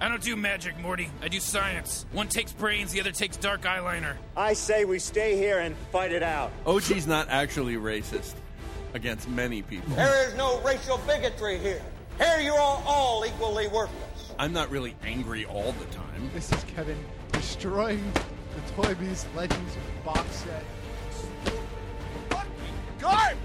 I don't do magic, Morty. I do science. One takes brains, the other takes dark eyeliner. I say we stay here and fight it out. OG's not actually racist against many people. There is no racial bigotry here. Here you are all equally worthless. I'm not really angry all the time. This is Kevin destroying the Toy Biz Legends box set. Fucking garbage!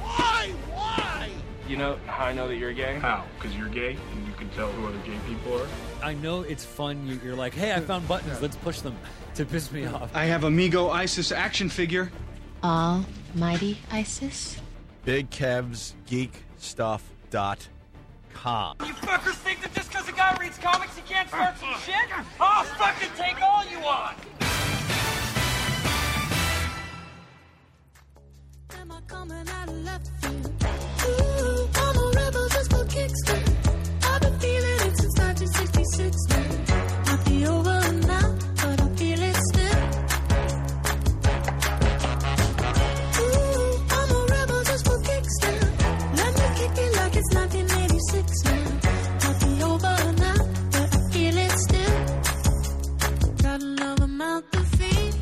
Why? Why? You know how I know that you're gay? How? Because you're gay and you can tell who other gay people are? I know it's fun. You're like, hey, I found buttons. Let's push them to piss me off. I have Amigo Isis action figure. Almighty Isis? Big Kev's Geek Stuff dot com. You fuckers think that just because a guy reads comics he can't start some shit? I'll fucking take all you want! Am I coming out of left field? Ooh, I'm a rebel just for kicks. I've been feeling it since 1966. man. Might be over now, but I feel it still. Ooh, I'm a rebel just for kicks. Let me kick it like it's 1986. man. Might be over now, but I feel it still. Got another mouth to feed.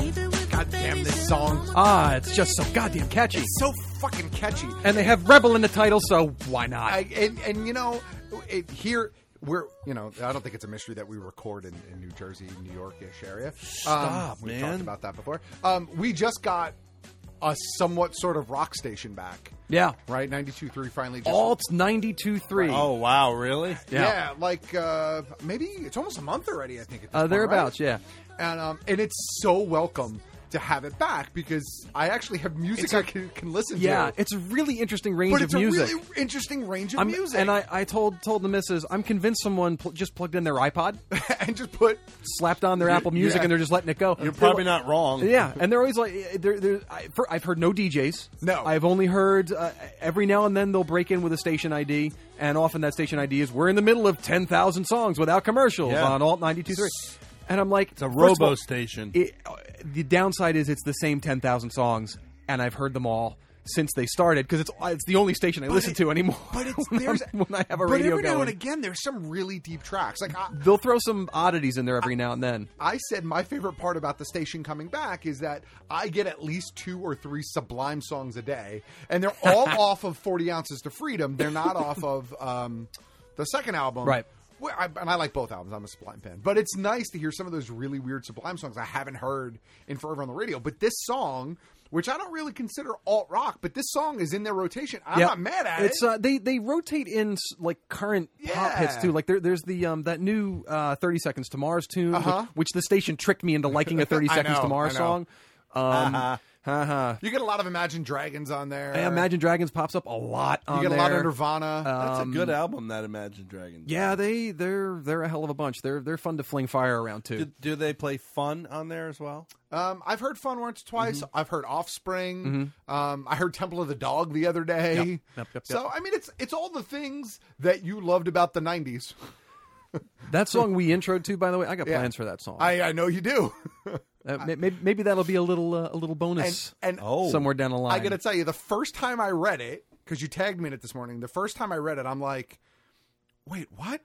Leave it with God damn this song. Ah, it's just so goddamn catchy. It's so fucking catchy. and they have Rebel in the title, so why not? I, and, and you know, it, here we're you know I don't think it's a mystery that we record in, in New Jersey, New Yorkish area. Stop, we man. talked about that before. Um, we just got a somewhat sort of rock station back, yeah. right? Ninety two three finally. Just, Alt 92.3. Oh, wow, really? yeah. like uh, maybe it's almost a month already. I think at this Uh, point, thereabouts, right? and um, and it's so welcome. To have it back because I actually have music I can, can listen yeah. Yeah, to. it's a really interesting range but of it's music. a really interesting range of I'm- music. And I, I told told the missus, I'm convinced someone pl- just plugged in their iPod, and just put slapped on their Apple Music, yeah. and they're just letting it go. You're probably not wrong. Yeah, and they're always like, eh, they're, they're, I, for, I've heard no DJs. No. I've only heard uh, every now and then they'll break in with a station ID, and often that station ID is we're in the middle of ten thousand songs without commercials Yeah. on Alt 92.3. and I'm like, it's a robo station. It, uh, the downside is it's the same ten thousand songs, and I've heard them all. Since they started, because it's uh, it's the only station I listen it- to anymore. But it's when there's I'm- when I have a but radio every now going. and again, there's some really deep tracks. Like I, They'll throw some oddities in there every now and then. I said, my favorite part about the station coming back is that I get at least two or three Sublime songs a day, and they're all off of Forty Ounces to Freedom. They're not off of um, the second album, Right. Well, I, and I like both albums. I'm a Sublime fan, but it's nice to hear some of those really weird Sublime songs I haven't heard in forever on the radio. But this song. Which I don't really consider alt rock, but this song is in their rotation. I'm Yep. not mad at it's, it. Uh, they they rotate in s- like current pop Yeah. hits too. Like there, there's the um that new uh, Thirty Seconds to Mars tune, which- Uh-huh. which, the station tricked me into liking a Thirty I Seconds to know, Mars I know. Uh-huh. song. Um, haha. You get a lot of Imagine Dragons on there. uh, Yeah, Imagine Dragons pops up a lot. You On get a lot of there. Um, Nirvana. That's a good album, that Imagine Dragons. Yeah, they they're they're a hell of a bunch. They're they're fun to fling fire around too. Do, do they play fun on there as well? um, I've heard Fun once, twice. Mm-hmm. I've heard Offspring. Um, I heard Temple of the Dog the other day. Yep, yep, So I mean, it's it's all the things that you loved about the '90s. that song we introed to, by the way, I got Yeah. plans for that song. I, I know you do. uh, may- maybe, maybe that'll be a little uh, a little bonus and- Oh. somewhere down the line. I got to tell you, the first time I read it, because you tagged me in it this morning, the first time I read it, I'm like, wait, what?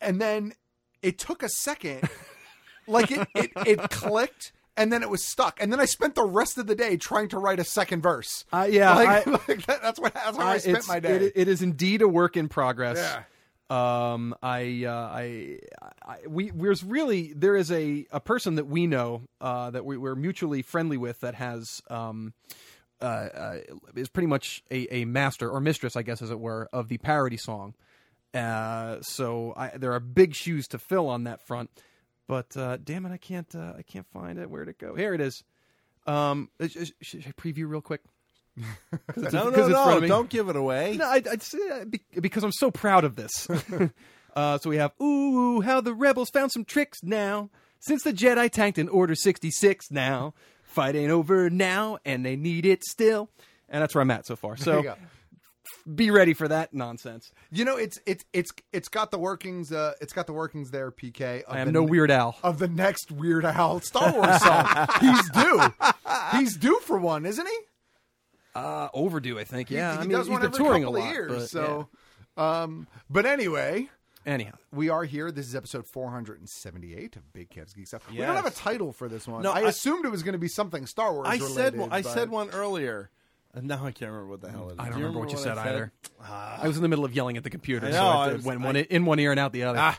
And then it took a second. like it, it, it clicked. And then it was stuck, and then I spent the rest of the day trying to write a second verse. Uh, yeah, like, I- like that, that's what that's where I, Uh, spent it's- my day. it- it is indeed a work in progress. Yeah. Um, I, uh, I, I, we, there's really there is a a person that we know uh, that we, we're mutually friendly with that has um, uh, uh, is pretty much a, a master or mistress, I guess, as it were, of the parody song. Uh, so I, there are big shoes to fill on that front. But uh, damn it, I can't, uh, I can't find it. Where'd it go? Here it is. Um, is- is- should I preview real quick? No, no, because it's no. from me. Don't give it away. No, I, I'd say uh, be- because I'm so proud of this. Uh, so we have ooh how the rebels found some tricks now since the Jedi tanked in Order sixty six now. Fight ain't over now, and they need it still. And that's where I'm at so far. There you So go. be ready for that nonsense. You know, it's it's it's it's got the workings. Uh, it's got the workings there, PK. Of I am the- no Weird Al. of the next Weird Al Star Wars song. He's due. He's due for one, isn't he? Uh, overdue, I think. He- Yeah, he, I mean, does he's one been every touring a couple of lot, years. but, so, um, but anyway, anyhow, we are here. This is episode 478 of Big Cavs Geek Stuff. We don't Yes. have a title for this one. No, I, I- assumed it was going to be something Star Wars. I said related, one, I but- said one earlier, and now I can't remember what the hell it is. I don't Do you remember what you said, I either. Ah. I was in the middle of yelling at the computer, I so know, I had I to- was- went I- one, in one ear and out the other. Ah.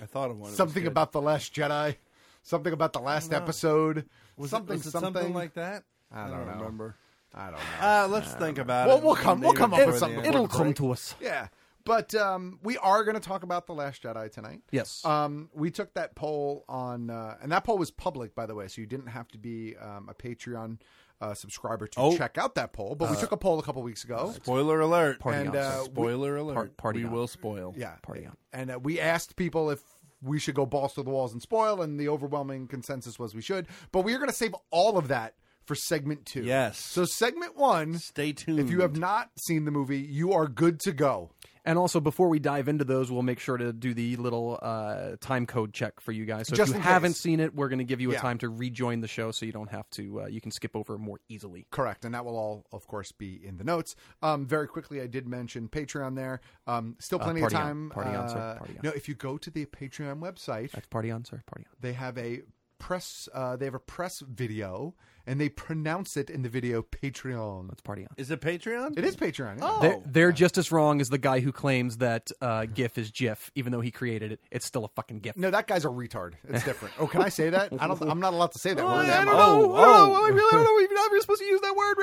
I thought of one. It was something good. about the Last Jedi. Something about the last I don't know. episode. Was it- something, was it something like that? I I don't, don't know. remember. I don't know. Uh, let's think about well, it. We'll come. We'll Maybe come up before with the something. end. before It'll the come break. to us. Yeah, but um, we are going to talk about the Last Jedi tonight. Yes. Um, we took that poll on, uh, and that poll was public, by the way, so you didn't have to be um, a Patreon uh, subscriber to Oh. check out that poll. But we Uh, took a poll a couple weeks ago. Spoiler alert. Party And, on. uh, we- Spoiler alert. Part- we will spoil. Yeah. Party on. and uh, we asked people if we should go balls to the walls and spoil, and the overwhelming consensus was we should. But we are going to save all of that for segment two. Yes. So segment one. Stay tuned. If you have not seen the movie, you are good to go. And also, before we dive into those, we'll make sure to do the little uh, time code check for you guys. So Just if you in haven't case. seen it, we're going to give you a Yeah. time to rejoin the show, so you don't have to. Uh, you can skip over more easily. Correct, and that will all, of course, be in the notes. Um, very quickly, I did mention Patreon there. Um, still Uh, plenty party of on, time. party on, sir, Uh, party on. No, if you go to the Patreon website, That's party on, sir. Party on. they have a press. Uh, they have a press video, and they pronounce it in the video Patreon. Let's party on. Is it Patreon? It is Patreon. yeah. They're, they're just as wrong as the guy who claims that uh, GIF is GIF, even though he created it. It's still a fucking GIF. No, that guy's a retard. It's different. Oh, can I say that? I don't. I'm not allowed to say that word. am I? know. oh. I really don't know. You're not supposed to use that word,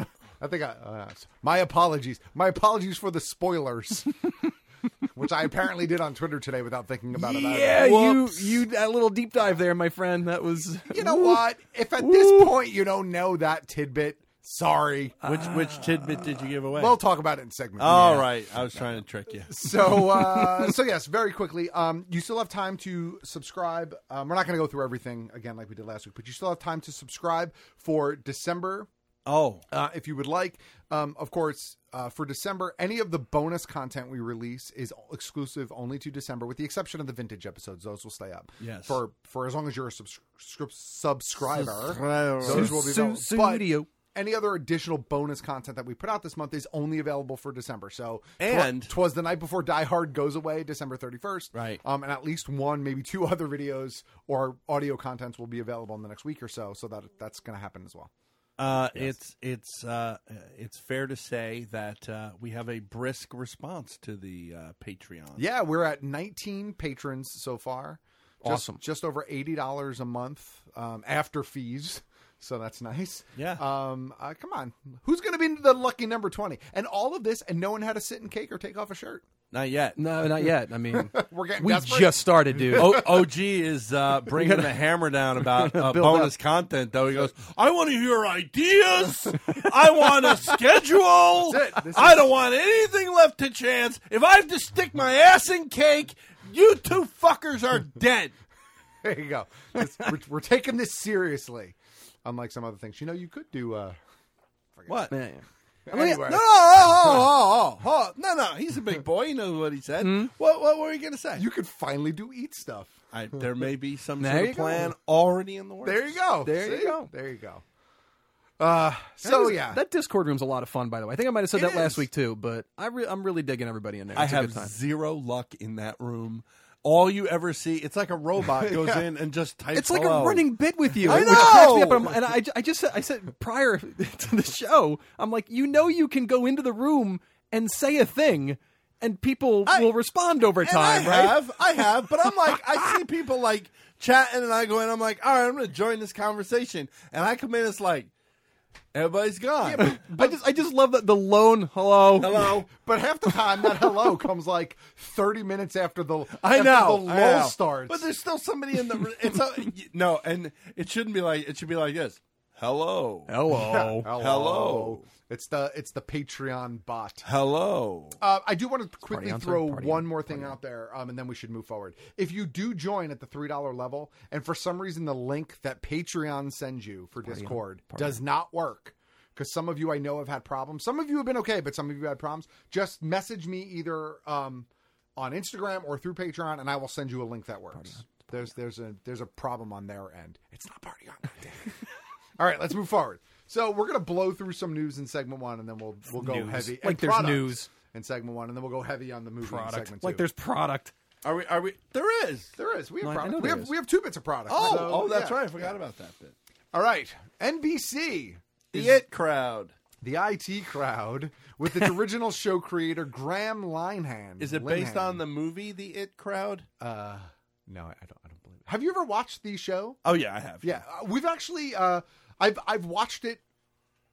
Rick. I think I. Uh, my apologies. My apologies for the spoilers, which I apparently did on Twitter today without thinking about it. either. Yeah, you you that little deep dive there, my friend. That was You know what? If at this point you don't know that tidbit, sorry. Which which tidbit did you give away? We'll talk about it in segment. All right, I was trying to trick you. So, uh, so yes, very quickly. Um, you still have time to subscribe. Um, we're not going to go through everything again like we did last week, but you still have time to subscribe for December Oh, uh, if you would like. Um, of course, uh, for December, any of the bonus content we release is exclusive only to December, with the exception of the vintage episodes. Those will stay up Yes. for for as long as you're a subscri- subscriber. Subscriber. Those will be Su- available. su- But studio. any other additional bonus content that we put out this month is only available for December. So, tw- And- twas the night before Die Hard goes away, December thirty first. Right. Um, and at least one, maybe two other videos or audio contents will be available in the next week or so. So that that's going to happen as well. uh, it's it's uh, it's fair to say that uh, we have a brisk response to the uh, Patreon. Yeah, we're at 19 patrons so far. Just, Awesome. Just over $80 a month um, after fees. So that's nice. Yeah. Um, uh, come on. Who's going to be the lucky number 20? And all of this and knowing how to sit and cake or take off a shirt. Not yet. No, not yet. I mean, We're getting we desperate. just started, dude. Oh, O- OG is uh, bringing the hammer down about uh, bonus content, though. He goes, I want to hear ideas. I want a schedule. That's it. This I is- don't want anything left to chance. If I have to stick my ass in cake, you two fuckers are dead. There you go. This- we're, we're taking this seriously. Unlike some other things. You know, you could do. Uh, What? No, Yeah, yeah. anyway. no, oh, oh, oh, oh. no, no. He's a big boy. He knows what he said. What, what were you going to say? You could finally do eat stuff. I, there may be some There sort you of go. plan already in the works. There you go. There you See? go. There you go. Uh, so, yeah. that Discord room's a lot of fun, by the way. I think I might have said It that last is. week too, but I re- I'm really digging everybody in there. I It's a have good time. zero luck in that room. All you ever see, it's like a robot goes in and just types. It's like hello. a running bit with you, I which cracks me up. know! And, I'm- and I, ju- I just said, I said prior to the show, I'm like, you know, you can go into the room and say a thing, and people I- will respond over And time, I right? have, I have, but I'm like, I see people like chatting, and I go in. I'm like, all right, I'm going to join this conversation, and I come in. It's like everybody's gone. I just, I just love that the lone hello, Hello. But half the time, that hello comes like 30 minutes after the I after know the I lull know. starts. but there's still somebody in the. It's a, no, and it shouldn't be like it should be like this. Hello. Hello. Hello. It's the it's the Patreon bot. Hello. Uh, I do want to quickly on, throw party one more thing out there, um, and then we should move forward. If you do join at the three dollar level, and for some reason the link that Patreon sends you for Party on, Discord party does not work, because some of you I know have had problems. Some of you have been okay, but some of you had problems. Just message me either um, on Instagram or through Patreon, and I will send you a link that works. there's there's a there's a problem on their end. It's not party on. All right, let's move forward. So we're gonna blow through some news in segment one, and then we'll we'll go News. heavy. Like and there's products news. in segment one, and then we'll go heavy on the movie in Product. segment two. Like there's product. Are we? Are we? There is. There is. We have No, I- I product. know we there have is. we have two bits of product. Oh, So, oh, that's yeah. right. I forgot about that bit. All right, NBC, the IT crowd, the IT crowd, with its original show creator Graham Linehan. Is it based on the movie The It Crowd? Uh, no, I I don't. I don't believe it. Have you ever watched the show? Oh yeah, I have. Yeah, uh, we've actually uh, I've I've watched it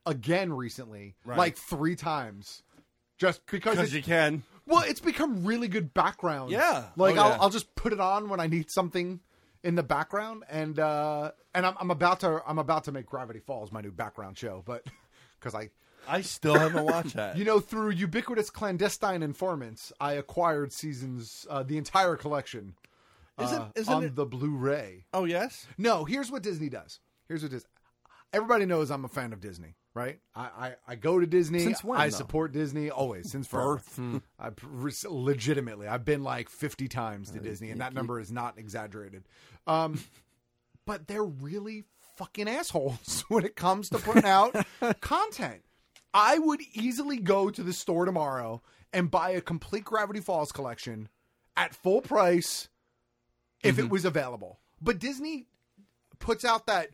again recently, Right. like three times, just because Because it- you can. Well, it's become really good background. Yeah. like Oh, I'll, yeah. I'll just put it on when I need something in the background, and uh, and I'm, I'm about to I'm about to make Gravity Falls my new background show, but because I I still haven't watched that. you know through ubiquitous clandestine informants, I acquired seasons uh, the entire collection. Isn't- uh, isn't on it- the Blu-ray? Oh yes. No, here's what Disney does. Here's what Disney. Everybody knows I'm a fan of Disney, right? I I, I go to Disney. Since when, I though? support Disney always since forever. Birth. Hmm. I re- legitimately I've been like 50 times Uh, to Disney, and that number is not exaggerated. Um, but they're really fucking assholes when it comes to putting out content. I would easily go to the store tomorrow and buy a complete Gravity Falls collection at full price if Mm-hmm. it was available. But Disney puts out that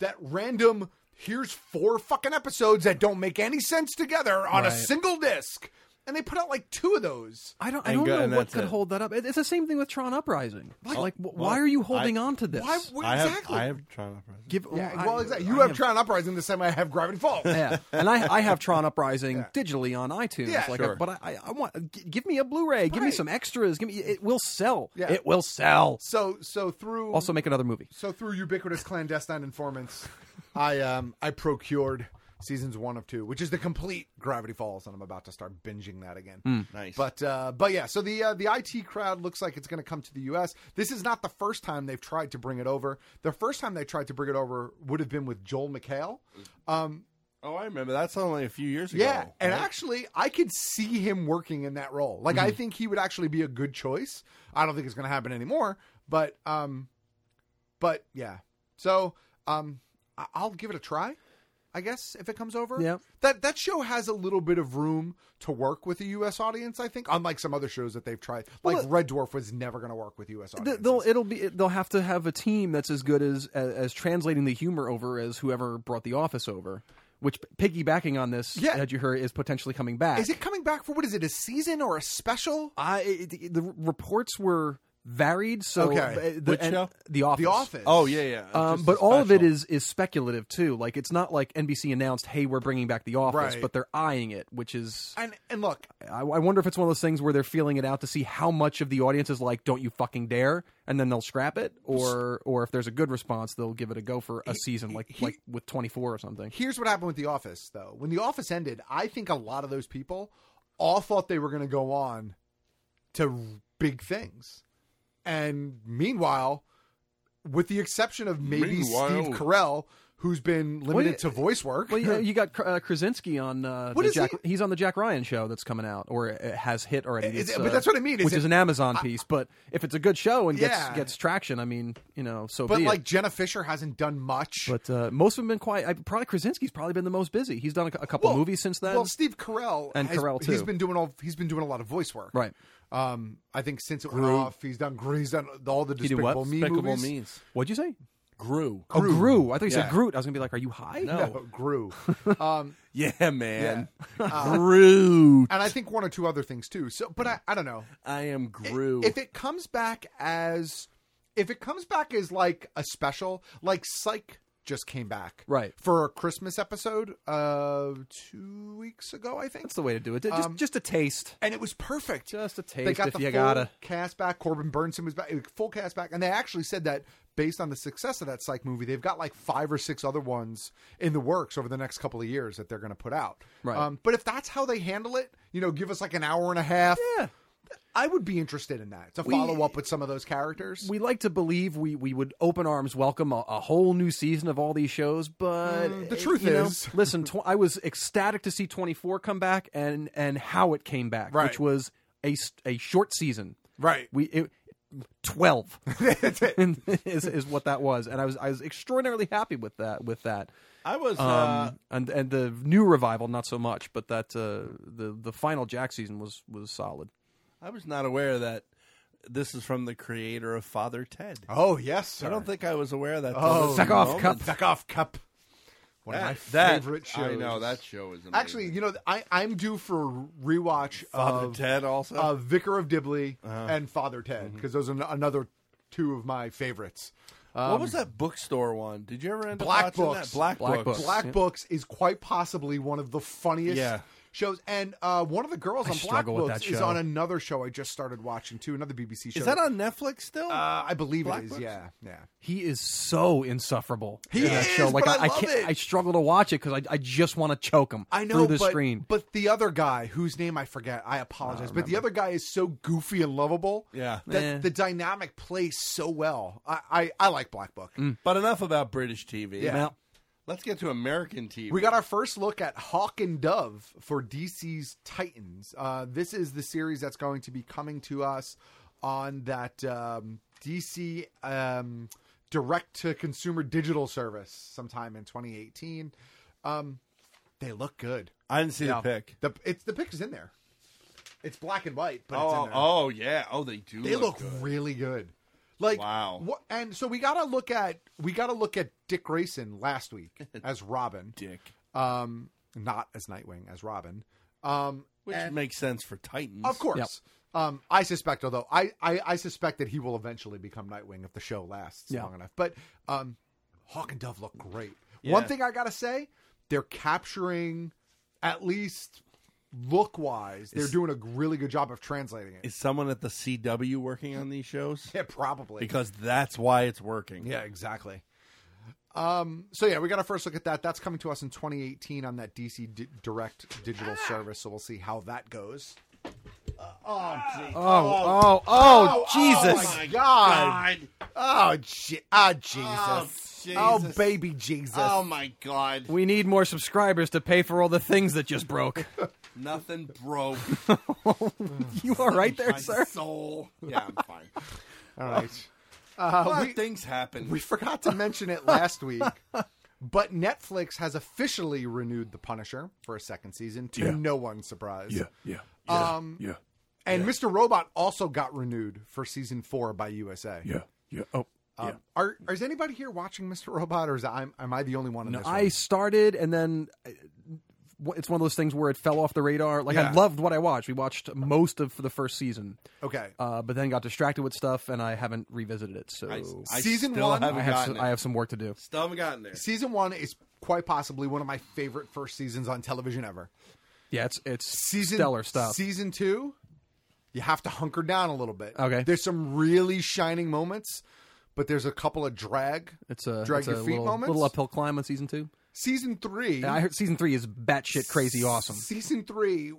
that random here's four fucking episodes that don't make any sense together on a Right. single disc. And they put out like two of those. I don't. I And don't go- and know what that's could it. hold that up. It- It's the same thing with Tron Uprising. Like, wh- why well, are you holding I- on to this? Why- I have. exactly. I have tried. that. Give. yeah, I- well, exactly. You I have Tron Uprising the same way I have Gravity Falls. yeah, and I, I have Tron Uprising digitally on iTunes. Yeah. like, Sure. a, but I- I, I want g- give me a Blu-ray, give me Right. some extras, give me it will sell. Yeah. It will sell. So so through Also, make another movie. so through ubiquitous clandestine informants, I um I procured seasons one of two, which is the complete Gravity Falls, and I'm about to start binging that again. Nice. But uh, but yeah, so the uh, the IT crowd looks like it's going to come to the U.S. This is not the first time they've tried to bring it over. The first time they tried to bring it over would have been with Joel McHale. Um, oh, I remember. That's only a few years ago. yeah, and right? actually, I could see him working in that role. Like, Mm-hmm. I think he would actually be a good choice. I don't think it's going to happen anymore, but um, but yeah. So um, I- I'll give it a try. I guess if it comes over, Yeah. That that show has a little bit of room to work with a U.S. audience. I think, unlike some other shows that they've tried, like Well, Red Dwarf was never going to work with U.S. Th- audience. They'll it'll be they'll have to have a team that's as good as, as as translating the humor over as whoever brought The Office over. Which piggybacking on this, Yeah. had you heard, is potentially coming back. Is it coming back for what is it a season or a special? I it- the- the reports were varied. So Okay. uh, the, Which and- show? The Office. The Office. Oh yeah, yeah. Um, Just but a all of it special. is is speculative too. Like it's not like NBC announced, "Hey, we're bringing back The Office," Right. but they're eyeing it, which is. and and look, I, I wonder if it's one of those things where they're feeling it out to see how much of the audience is like, "Don't you fucking dare," and then they'll scrap it, or or if there's a good response, they'll give it a go for a season, like like with 24 or something. Here's what happened with The Office, though. When The Office ended, I think a lot of those people all thought they were going to go on to big things. And meanwhile, with the exception of maybe Meanwhile- Steve Carell, who's been limited yeah, to voice work. Well, you, you got Kr- uh, Krasinski on uh, What the is Jack. he- He's on the Jack Ryan show that's coming out, or uh, has hit already. Is It's, it- but uh, that's what I mean, is which it- is an Amazon piece. But if it's a good show and Yeah. gets gets traction, I mean, you know, so but be like it. Jenna Fisher hasn't done much. But uh, most of them have been quiet. I, probably Krasinski's probably been the most busy. He's done a, a couple Well, movies since then. well, Steve Carell And has- Carell, He's too. been doing all. He's been doing a lot of voice work. right. Um, I think since it went Gru. off, he's done. Gru- He's done all the He did what? Despicable Me Despicable movies. Me's. What'd you say? Grew. Oh, Gru. I thought you Yeah. said Groot. I was gonna be like, are you high? No. Gru. Um, Yeah, man. Uh, Groot. and I think one or two other things too. So, but I, I don't know. I am Gru. If it comes back as, if it comes back as like a special, like Psych just came back Right. for a Christmas episode uh two weeks ago, I think, That's the way to do it. Just, Um, just a taste. and it was perfect. Just a taste. They got if the you full gotta. cast back. Corbin Burnson was back, full cast back, and they actually said that based on the success of that psych movie, they've got like five or six other ones in the works over the next couple of years that they're going to put out. Right. Um, but if that's how they handle it, you know, give us like an hour and a half. Yeah. I would be interested in that to We- follow up with some of those characters. We like to believe we, we would open arms welcome a, a whole new season of all these shows, but Mm, the eh, truth you know, is- listen, tw- I was ecstatic to see 24 come back and and how it came back, Right. which was a s- a short season. Right. We it, 12 is is what that was, and I was I was extraordinarily happy with that with that. I was, um, uh, and and the new revival not so much, but that uh, the the final Jack season was was solid. I was not aware that this is from the creator of Father Ted. Oh yes, sir. I don't think I was aware of that. Oh, Suck off, cup. Suck off, cup. One of That- my that- favorite I shows. know, that show is amazing. actually. You know, I I'm due for a rewatch Father of Ted also? Uh-huh. Mm-hmm. of Vicar of Dibley and Father Ted because those are n- another two of my favorites. what Um, was that bookstore one? Did you ever end Black up watching Books. that? Black, Books. Black Books is quite possibly one of the funniest Yeah. shows. And uh, one of the girls I on Black struggle with Books that is show. on another show I just started watching too, another BBC show. Is that on Netflix still? Uh, I believe Black it is. Books? Yeah, yeah. He is so insufferable. He in that is, show. Like but I love can't. it. I struggle to watch it because I, I just want to choke him. I know, through the but, screen. Oh, but the other guy whose name I forget, I apologize. but the other guy is so goofy and lovable. Yeah. that Eh. the dynamic plays so well. I, I, I like Black Book. Mm. But enough about British TV. Yeah. Well- Let's get to American TV. We got our first look at Hawk and Dove for DC's Titans. Uh, this is the series that's going to be coming to us on that um, DC um, direct to consumer digital service sometime in 2018. Um, they look good. I didn't see the pic. The it's the picture's in there. It's black and white, but it's in oh, there. oh yeah. Oh, they do. They look, good. really good. Like Wow. What, and so we gotta look at we gotta look at Dick Grayson last week as Robin. Dick. Um, not as Nightwing as Robin. Um, Which and- makes sense for Titans, of course. Um, I suspect, although I, I I suspect that he will eventually become Nightwing if the show lasts Yeah. long enough. But um, Hawk and Dove look great. Yeah. One thing I gotta say, they're capturing at least look wise. They're Is- doing a really good job of translating it. Is someone at the CW working on these shows? Yeah, probably Because that's why it's working. Yeah, exactly. Um, so yeah, we got our first look at that. That's coming to us in 2018 on that DC di- Direct digital service. So we'll see how that goes. oh, oh, oh, oh, Jesus! my God! Oh, Je- oh, Jesus! Oh, baby Jesus! Oh my God! We need more subscribers to pay for all the things that just broke. Nothing broke. you all right there, my sir? Soul. Yeah, I'm fine. All right. A lot Uh, of we, things happen. we forgot to mention it last week, but Netflix has officially renewed The Punisher for a second season, to Yeah. no one's surprise. yeah, Um, And Mr. Robot also got renewed for season four by USA. Yeah, yeah. Oh, um, Are, are- is anybody here watching Mr. Robot, or is I, am I the only one in No, this? I started and then uh, w- it's one of those things where it fell off the radar. Like I Yeah. loved what I watched. We watched most of the first season. Okay. Uh, but then got distracted with stuff and I haven't revisited it. So I- I Season still one, haven't I have, gotten some, it. I have some work to do. Still haven't gotten there. Season one is quite possibly one of my favorite first seasons on television ever. Yeah, it's it's Season stellar stuff. Season two, you have to hunker down a little bit. Okay. There's some really shining moments, but there's a couple of drag. It's a, drag it's your a feet little, moments. little uphill climb on season two. Season three. And I heard season three is batshit crazy awesome. Season three,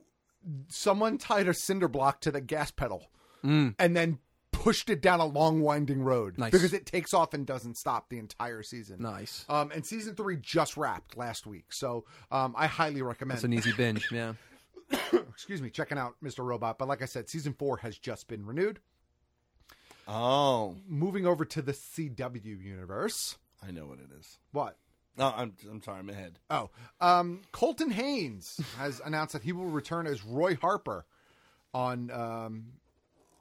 someone tied a cinder block to the gas pedal Mm. and then pushed it down a long winding road Nice. because it takes off and doesn't stop the entire season. Nice. Um, and season three just wrapped last week, so um, I highly recommend. That's an easy binge. Yeah. excuse me, checking out Mr. Robot. But like I said, season four has just been renewed. Oh, Moving over to the CW universe. I know what it is. What? No, I'm I'm sorry. I'm ahead. Oh, um, Colton Haynes has announced that he will return as Roy Harper on um,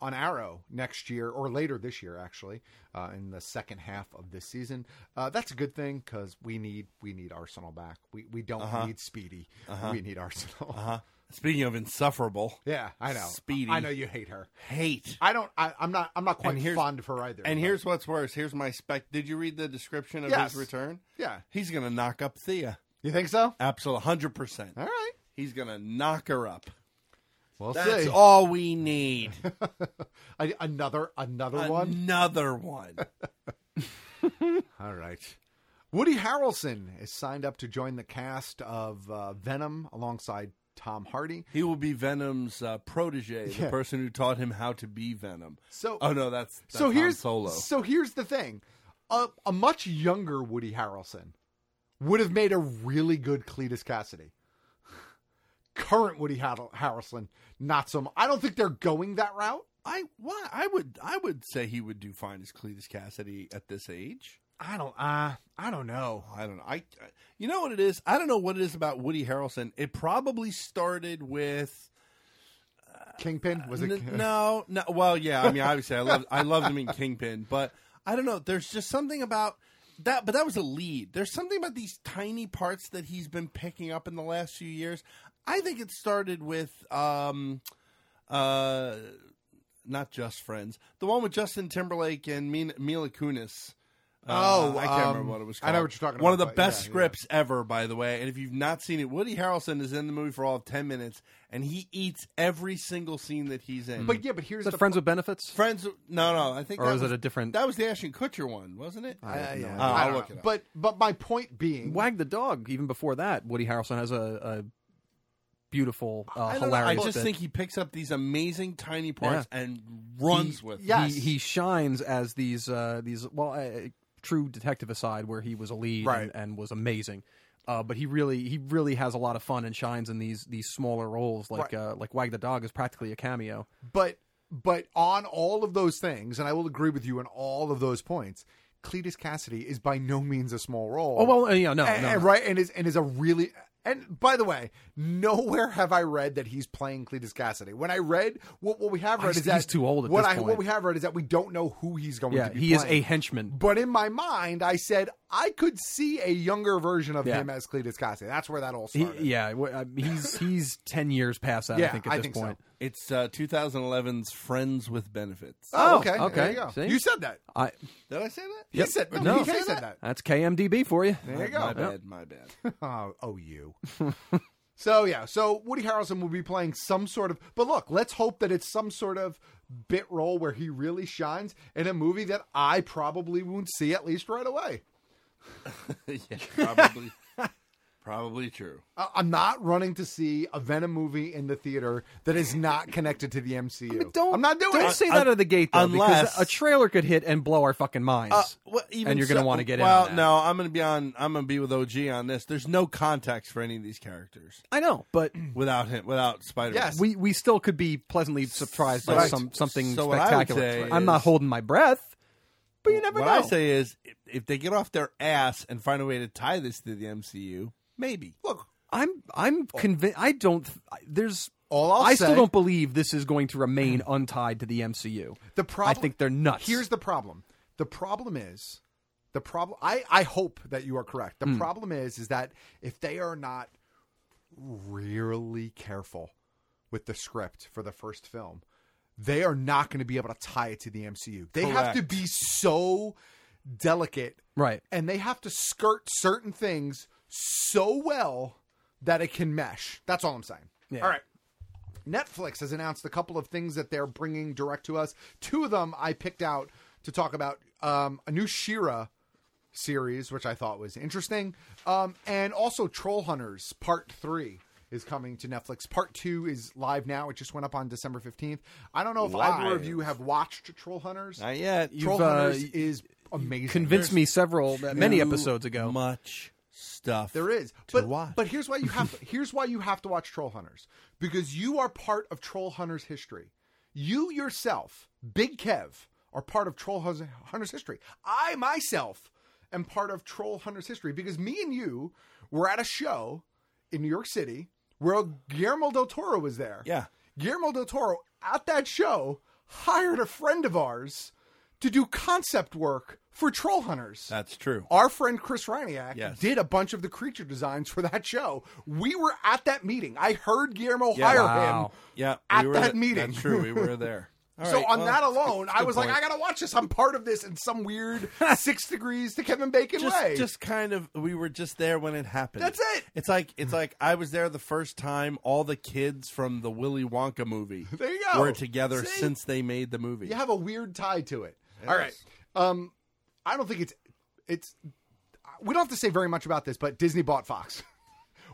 on Arrow next year or later this year, actually, uh, in the second half of this season. Uh, that's a good thing because we need we need Arsenal back. We we don't Uh-huh. need Speedy. Uh-huh. We need Arsenal. Uh-huh. Speaking of insufferable, Yeah, I know. Speedy. I know you hate her. hate. I don't. I, I'm not. I'm not quite And here's- fond of her either. And but- here's what's worse. Here's my spec. Did you read the description of Yes. his return? Yeah. He's gonna knock up Thea. you think so? Absolutely, hundred percent. All right. He's gonna knock her up. We'll That's see. all we need. A- another another one. Another one. All right. Woody Harrelson is signed up to join the cast of uh, Venom alongside Tom Hardy. He will be Venom's uh, protege, the Yeah. person who taught him how to be Venom. So oh no, that's, that's so Han here's Solo. So here's the thing: a, a much younger Woody Harrelson would have made a really good Cletus Cassidy. Current Woody Har- Harrelson, not so. Much. I don't think they're going that route. I why I would I would say he would do fine as Cletus Cassidy at this age. I don't. Uh, I don't know. I don't know. I, I- you know what it is. I don't know what it is about Woody Harrelson. It probably started with Kingpin was it? N- no, no. Well, yeah. I mean, obviously, I love I love him in Kingpin, but I don't know. There's just something about that. But that was a lead. There's something about these tiny parts that he's been picking up in the last few years. I think it started with, um, uh, not just friends. The one with Justin Timberlake and Mina, Mila Kunis. Uh, Oh, I can't um, remember what it was I called. know what you're talking about, One of the but best yeah, yeah. scripts ever, by the way. And if you've not seen it, Woody Harrelson is in the movie for all of 10 minutes, and he eats every single scene that he's in. But yeah, but here's Is that the Friends with Benefits? Friends, no, no. I think Hmm. Or that was it a different- That was the Ashton Kutcher one, wasn't it? I have no idea. Oh, I I'll don't look know. it up. But but my point being, Wag the dog. Even before that, Woody Harrelson has a, a beautiful, uh, I, don't know, I hilarious. just bit. think he picks up these amazing tiny parts Yeah. and runs he, with. them. He, he shines as these uh, these well, uh, true detective aside, where he was a lead Right. and, and was amazing. Uh, but he really he really has a lot of fun and shines in these these smaller roles like Right. uh, like Wag the Dog is practically a cameo. But but on all of those things, and I will agree with you on all of those points. Cletus Cassidy is by no means a small role. Oh, well, uh, yeah, no, And- no, and no. right, and is and is a really. And by the way, nowhere have I read that he's playing Cletus Cassidy. When I read what, what we have I read is think that he's too old at what this I point. what we have read is that we don't know who he's going Yeah, to be. he is a playing. henchman. But in my mind, I said I could see a younger version of Yeah. him as Cletus Cassidy. That's where that all He, started. yeah, wh- I mean, he's he's ten years past that. I Yeah, think at I this think so. point. It's uh, 2011's Friends with Benefits. Oh, okay. okay. There you go. See? You said that. I Did I say that? He said no. No. he said that. that's KMDB for you. There you go. My bad. My bad. oh, oh, you. so yeah, so Woody Harrelson will be playing some sort of. But look, let's hope that it's some sort of bit role where he really shines in a movie that I probably won't see at least right away. yeah, probably, probably true. I- I'm not running to see a Venom movie in the theater that is not connected to the MCU. Don't I'm not doing don't it. say that out of the gate though, unless- because a trailer could hit and blow our fucking minds. and you're going to Uh, so- want to get well, in. on that. no, I'm going to be on. I'm going to be with OG on this. There's no context for any of these characters I know, but without him, without Spider. we we still could be pleasantly surprised by Right. some something So what I would spectacular. say I'm not is- holding my breath, but you never What know. I say is, if- if they get off their ass and find a way to tie this to the MCU, maybe. Look, I'm I'm convinced. I don't. th- I- There's All I'll I say- still don't believe this is going to remain untied to the MCU. The problem. I think they're nuts. Here's the problem. The problem is the problem. I I hope that you are correct. Hmm. The problem is is that if they are not really careful with the script for the first film, they are not going to be able to tie it to the MCU. They have to Correct. be so delicate, Right. And they have to skirt certain things so well that it can mesh. That's all I'm saying. All right. Netflix has announced a couple of things that they're bringing direct to us. Two of them I picked out to talk about um, a new Shira series, which I thought was interesting, um, and also Troll Hunters Part Three is coming to Netflix. Part Two is live now. It just went up on December fifteenth. I don't know if either of Live. you have watched Troll Hunters. Not yet. Troll You've, uh, Hunters you- is amazing. Convinced me several many too episodes ago. Much stuff. There is, to but watch. but here's why you have to, here's why you have to watch Troll Hunters because you are part of Troll Hunters history. You yourself, Big Kev, are part of Troll Hus- Hunters history. I myself am part of Troll Hunters history because me and you were at a show in New York City where Guillermo del Toro was there. Yeah. Guillermo del Toro at that show hired a friend of ours to do concept work for Troll Hunters. That's true. Our friend Chris Reiniak Yes. did a bunch of the creature designs for that show. We were at that meeting. I heard Guillermo Yeah. hire Wow. him Yeah, at we were that th- meeting. That's true. We were there. All so right, on well, that alone, that's I a good was like, point. I gotta watch this. I'm part of this in some weird six degrees to Kevin Bacon just, way. Just kind of, we were just there when it happened. That's it. It's like it's like I was there the first time. All the kids from the Willy Wonka movie There you go. were together See? since they made the movie. you have a weird tie to it. Yes. All right. Um, I don't think it's it's we don't have to say very much about this, but Disney bought Fox.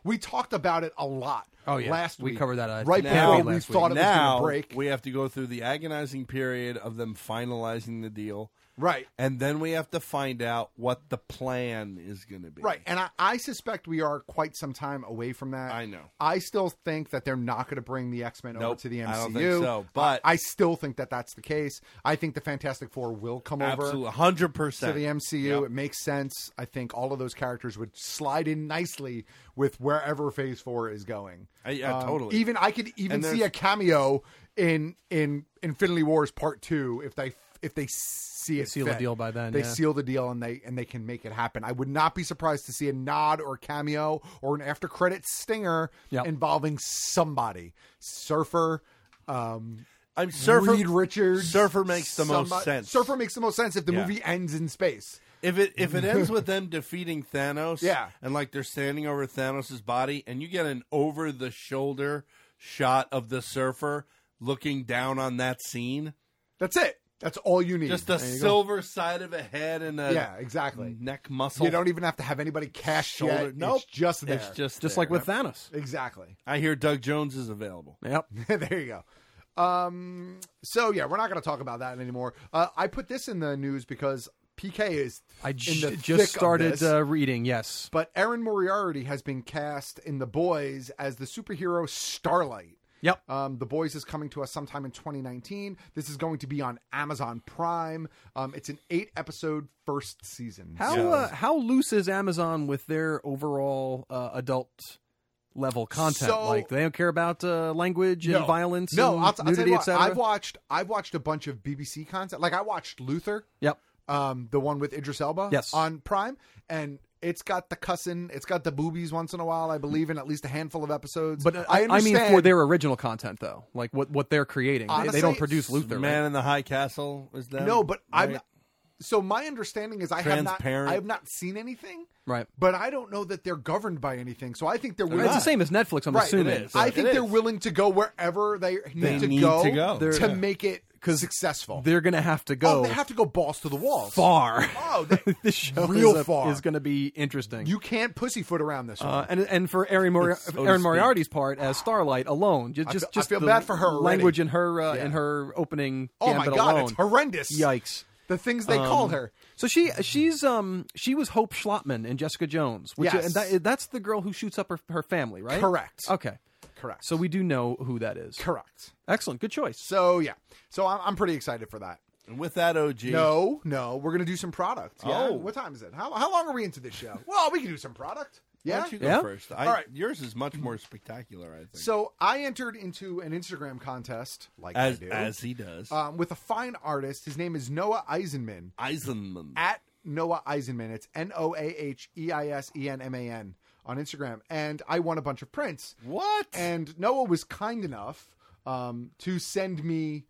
We talked about it a lot. Oh, yeah. last We week, covered that, I right think, now. last We week. thought it was going now to break. we have to go through the agonizing period of them finalizing the deal, right? And then we have to find out what the plan is going to be. Right. And I, I suspect we are quite some time away from that. I know. I still think that they're not going to bring the X Men over Nope, to the MCU. I don't think so, but- I, I still think that that's the case. I think the Fantastic Four will come Absolutely, over. 100%. To the MCU. It makes sense. I think all of those characters would slide in nicely with wherever Phase 4 is going. Um, Uh, yeah, totally. Even I could even And see there's- a cameo in in Infinity Wars Part 2 if they if they see it Seal the fit. deal by then, They yeah. seal seal the deal and they and they can make it happen. I would not be surprised to see a nod or cameo or an after credit stinger Yep. involving somebody, Surfer. Um, I'm Surfer- Reed Richards. Surfer makes the most sense. Surfer makes the most sense if the Yeah. movie ends in space. If it if it ends with them defeating Thanos, Yeah. and like they're standing over Thanos' body, and you get an over the shoulder shot of the surfer looking down on that scene. That's it. That's all you need. Just the There you go. silver side of a head and a Yeah, exactly. neck muscle. You don't e- even have to have anybody cash Shoulder- yet. Nope. It's just there. It's Just just there. like with Thanos. Exactly. I hear Doug Jones is available. Yep. there you go. Um, so yeah, we're not going to talk about that anymore. Uh, I put this in the news because PK is I in the j- thick of just started this. uh, reading. Yes. but Erin Moriarty has been cast in The Boys as the superhero Starlight. Yep. Um, the Boys is coming to us sometime in 2019. This is going to be on Amazon Prime. Um, it's an eight episode first season. How So- uh, how loose is Amazon with their overall uh, adult level content? So- like they don't care about uh, language and No. violence, No, and I'll, t- I'll tell nudity, you what. etc. I've watched. I've watched a bunch of BBC content. Like I watched Luther. Yep. Um, the one with Idris Elba. Yes. On Prime, and it's got the cussing. It's got the boobies once in a while. I believe in at least a handful of episodes. But uh, I, I mean, for their original content, though, like what, what they're creating, They- they, don't Honestly, produce Luther. right? Man in the High Castle is that no, but I'm. So my understanding is I have not. Transparent. I have not seen anything. Right. But I don't know that they're governed by anything. So I think they're. It's the same as Netflix. I'm right. assuming. I think they're willing to go wherever they need, They to, need go to go. to They're- make it successful. they're going to have to go Oh, they have to go balls to the walls. far. Oh, they, this show real is, a- far. is going to be interesting. you can't pussyfoot around this. Uh, one. and and for Erin, Mori- So to Erin speak. Moriarty's part as Starlight alone, just I just, feel- I just feel the bad for her already. language in her uh, Yeah. in her opening. Oh my gambit God, alone. it's horrendous. Yikes! the things they Um, called her. So she she's um she was Hope Schlottman in Jessica Jones, which Yes. and that, that's the girl who shoots up her, her family, right? Correct. Okay. Correct. So we do know who that is. Correct. Excellent. Good choice. So yeah. So I'm, I'm pretty excited for that. And with that OG, No, no, we're gonna do some product. Yeah. Oh. What time is it? How how long are we into this show? Well, we can do some product. Why Yeah. don't you go yeah. first? I, All right. yours is much more spectacular. I think. So I entered into an Instagram contest, like I as do, as he does, um, with a fine artist. His name is Noah Eisenman. Eisenman. at Noah Eisenman. It's N O A H E I S E N M A N on Instagram. And I won a bunch of prints. What? And Noah was kind enough um, to send me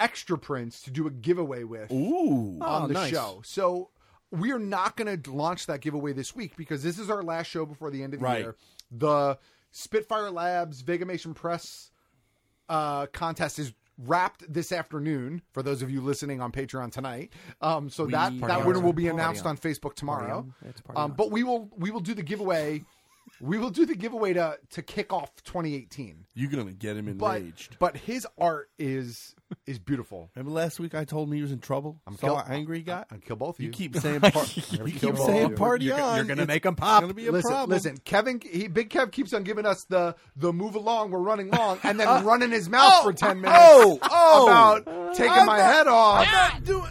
extra prints to do a giveaway with Ooh, on Oh, the nice. show. So we are not going to launch that giveaway this week because this is our last show before the end of the Right. year. The Spitfire Labs Vegamation Press uh, contest is wrapped this afternoon for those of you listening on Patreon tonight. Um, so that Party that on. winner will be Party announced on. on Facebook tomorrow. on. It's party Um, on. but we will we will do the giveaway. we will do the giveaway to to kick off 2018. You're gonna get him But enraged. but his art is is beautiful. Remember last week I told him he was in trouble. I'm kill- angry guy. I kill both of you. You keep saying, par- gonna you kill keep both of saying, you. party You're gonna- on. you're gonna It's- make 'em it's pop. gonna be a listen, problem. listen. Kevin, he, Big Kev keeps on giving us the the move along. We're running long, and then running his mouth for ten minutes. Uh, oh, oh. about taking I'm my not- head off. I'm not doing.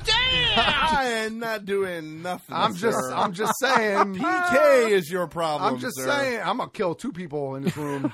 I am not doing nothing. I'm just, sir. I'm just saying. PK is your problem. I'm just sir. saying. I'm gonna kill two people in this room,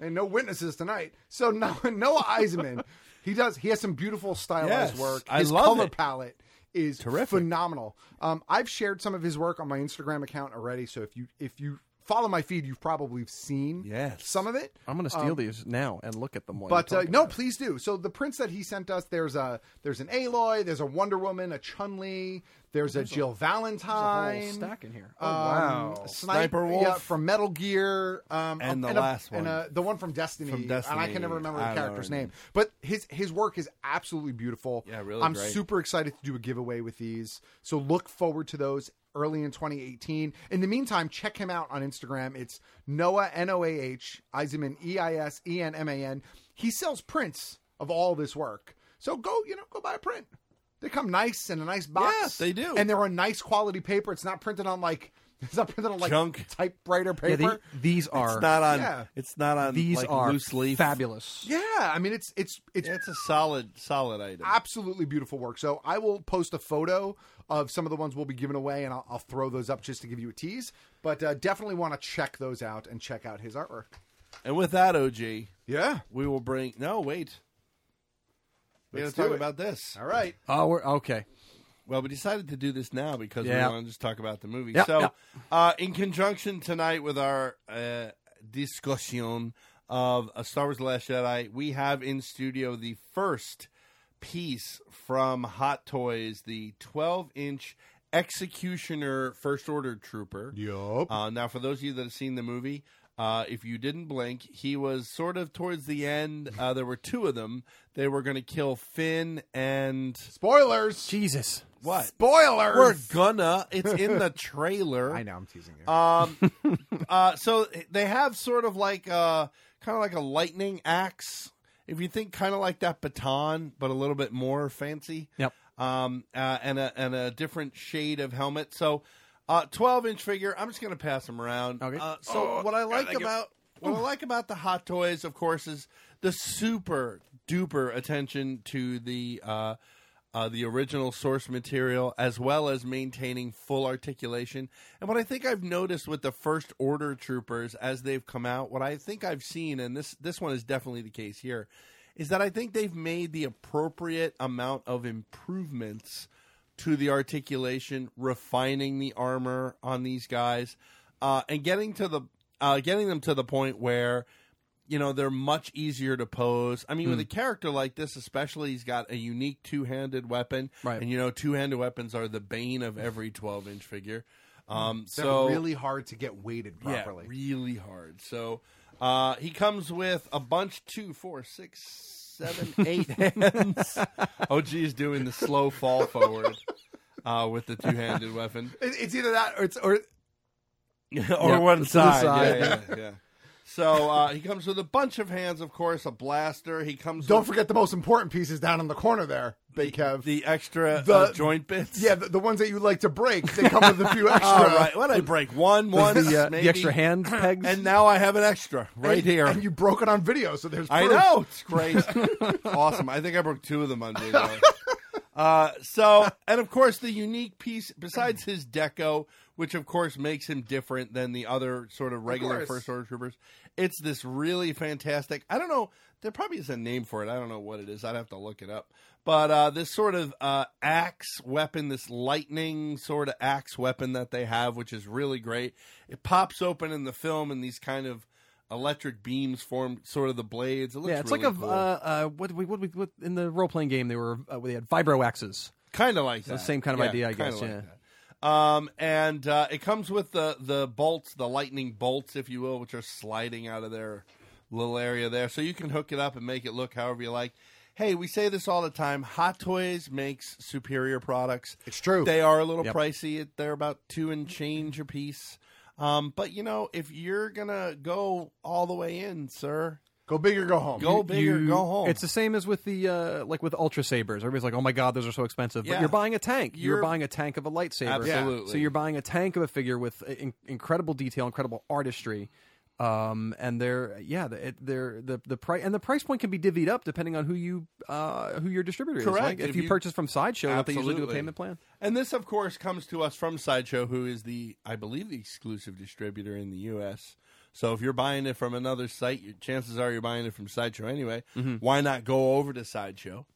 and no witnesses tonight. So no, Noah Eisenman, he does. He has some beautiful stylized Yes, work. I His love color it. palette is phenomenal. Um, I've shared some of his work on my Instagram account already. So if you if you follow my feed, you've probably seen Yes. some of it. I'm going to steal Um, these now and look at them. while But you're uh, talking no, about it. please do. So the prints that he sent us, there's a there's an Aloy, there's a Wonder Woman, a Chun Li, there's, a Jill Valentine, There's a whole stack in here. um, wow. Sniper Sniper Wolf Wolf. from Metal Gear, um, And the a- last and one. a- the one from Destiny, From and I Destiny. can never remember I the don't character's know. name. But his his work is absolutely beautiful. Yeah, really I'm great. super excited to do a giveaway with these, so look forward to those. early in 2018. In the meantime, check him out on Instagram. It's Noah N O A H Eisenman E I S E N M A N. He sells prints of all this work. So go, you know, go buy a print. They come nice in a nice box. Yes, they do. And they're on nice quality paper. It's not printed on like it's not printed on like Junk. typewriter Oh, Yeah, paper. um, the- these are It's not on. Yeah. It's not on. these like, are loose leaf. fabulous. Yeah, I mean it's it's it's It's a solid, solid item. absolutely beautiful work. So I will post a photo of some of the ones we'll be giving away, and I'll, I'll throw those up just to give you a tease. But uh, definitely want to check those out and check out his artwork. And with that, OG, yeah, we will bring. No, wait. We got Let's to talk do it. about this. All right. Oh, we're okay. Well, we decided to do this now because Yeah. we want to just talk about the movie. Yeah, so, yeah. Uh, in conjunction tonight with our uh, discussion of uh, Star Wars: The Last Jedi, we have in studio the first piece from Hot Toys, the 12-inch Executioner First Order Trooper. Yup. Uh, now, for those of you that have seen the movie, uh, if you didn't blink, he was sort of towards the end. Uh, there were two of them. They were going to kill Finn and Spoilers. Jesus. what? Spoilers. We're gonna. It's in the trailer. I know I'm teasing you. Um, uh, so they have sort of like uh, kind of like a lightning axe. If you think kind of like that baton, but a little bit more fancy. Yep. Um, uh, and a and a different shade of helmet. So, uh, twelve inch figure. I'm just gonna pass them around. Okay. Uh, so what I like about what I like about the Hot Toys, of course, is the super duper attention to the uh, uh, the original source material, as well as maintaining full articulation. And what I think I've noticed with the First Order troopers as they've come out, what I think I've seen, and this this one is definitely the case here, is that I think they've made the appropriate amount of improvements to the articulation, refining the armor on these guys, uh, and getting to the uh, getting them to the point where you know they're much easier to pose. I mean, with a character like this, especially, he's got a unique two handed weapon, Right. And you know, two handed weapons are the bane of every twelve inch figure. Um, They're so really hard to get weighted properly. yeah, really hard. So uh, he comes with a bunch two, four, six, seven, eight hands. OG is doing the slow fall forward uh, with the two handed weapon. It- It's either that or it's or or Yeah, one to the side. side. Yeah, yeah, yeah. So uh, he comes with a bunch of hands, of course, a blaster. He comes. don't with forget the most important pieces down in the corner there, Big Kev. the extra The- uh, joint bits. yeah, the, the ones that you like to break. They come with a few extra. All right. What I break one, one, the, uh, maybe, the extra hand pegs. and now I have an extra right And- here. and you broke it on video, so there's. I proof. know it's great, awesome. I think I broke two of them on video. Uh, so, and of course, the unique piece besides his deco, which of course makes him different than the other sort of regular course. first order troopers. It's this really fantastic. I don't know. There probably is a name for it. I don't know what it is. I'd have to look it up. But uh, this sort of uh, axe weapon, this lightning sort of axe weapon that they have, which is really great. It pops open in the film, and these kind of electric beams form sort of the blades. It looks yeah, it's really like a cool. uh, uh, what we what we what in the role playing game they were uh, they had vibro axes. kind of like that. same kind of idea, I kinda guess, yeah. that. Um, and uh, it comes with the the bolts, the lightning bolts, if you will, which are sliding out of their little area there. So you can hook it up and make it look however you like. Hey, we say this all the time. Hot Toys makes superior products. It's true. They are a little Yep. pricey. They're about two and change a piece. Um, but you know, if you're gonna go all the way in, sir, Go big or go home. go big or You- go home. It's the same as with the uh, like with ultra sabers. Everybody's like, "Oh my god, those are so expensive." But Yeah. you're buying a tank. You're, You're- buying a tank of a lightsaber. Absolutely. So you're buying a tank of a figure with uh, in- incredible detail, incredible artistry. Um, and they're yeah, the- it- they're the the price and the price point can be divvied up depending on who you uh who your distributor is. Correct. Like, if, If you, you- purchase from Sideshow, they usually do a Absolutely. payment plan. And this, of course, comes to us from Sideshow, who is the, I believe, the exclusive distributor in the U.S. So if you're buying it from another site, your chances are you're buying it from Sideshow anyway. Mm-hmm. Why not go over to Sideshow,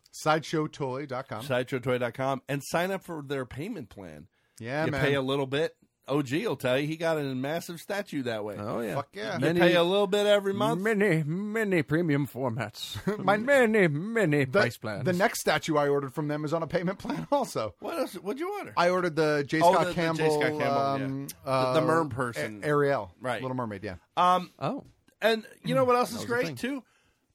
Sideshowtoy.com. sideshowtoy.com, and sign up for their payment plan? yeah, you man. pay a little bit. OG will tell you he got a massive statue that way. Oh yeah. Fuck yeah. You Many- pay a little bit every month. Many, many premium formats. many, many the, price plans. the next statue I ordered from them is on a payment plan also. What else? What'd you order? I ordered the J. Oh, Scott the- the J. Campbell, Scott Campbell, um, yeah. The- the uh, merm person. A- Ariel, Right. Little Mermaid. Yeah, um, oh, and you know what else is was the great thing. too?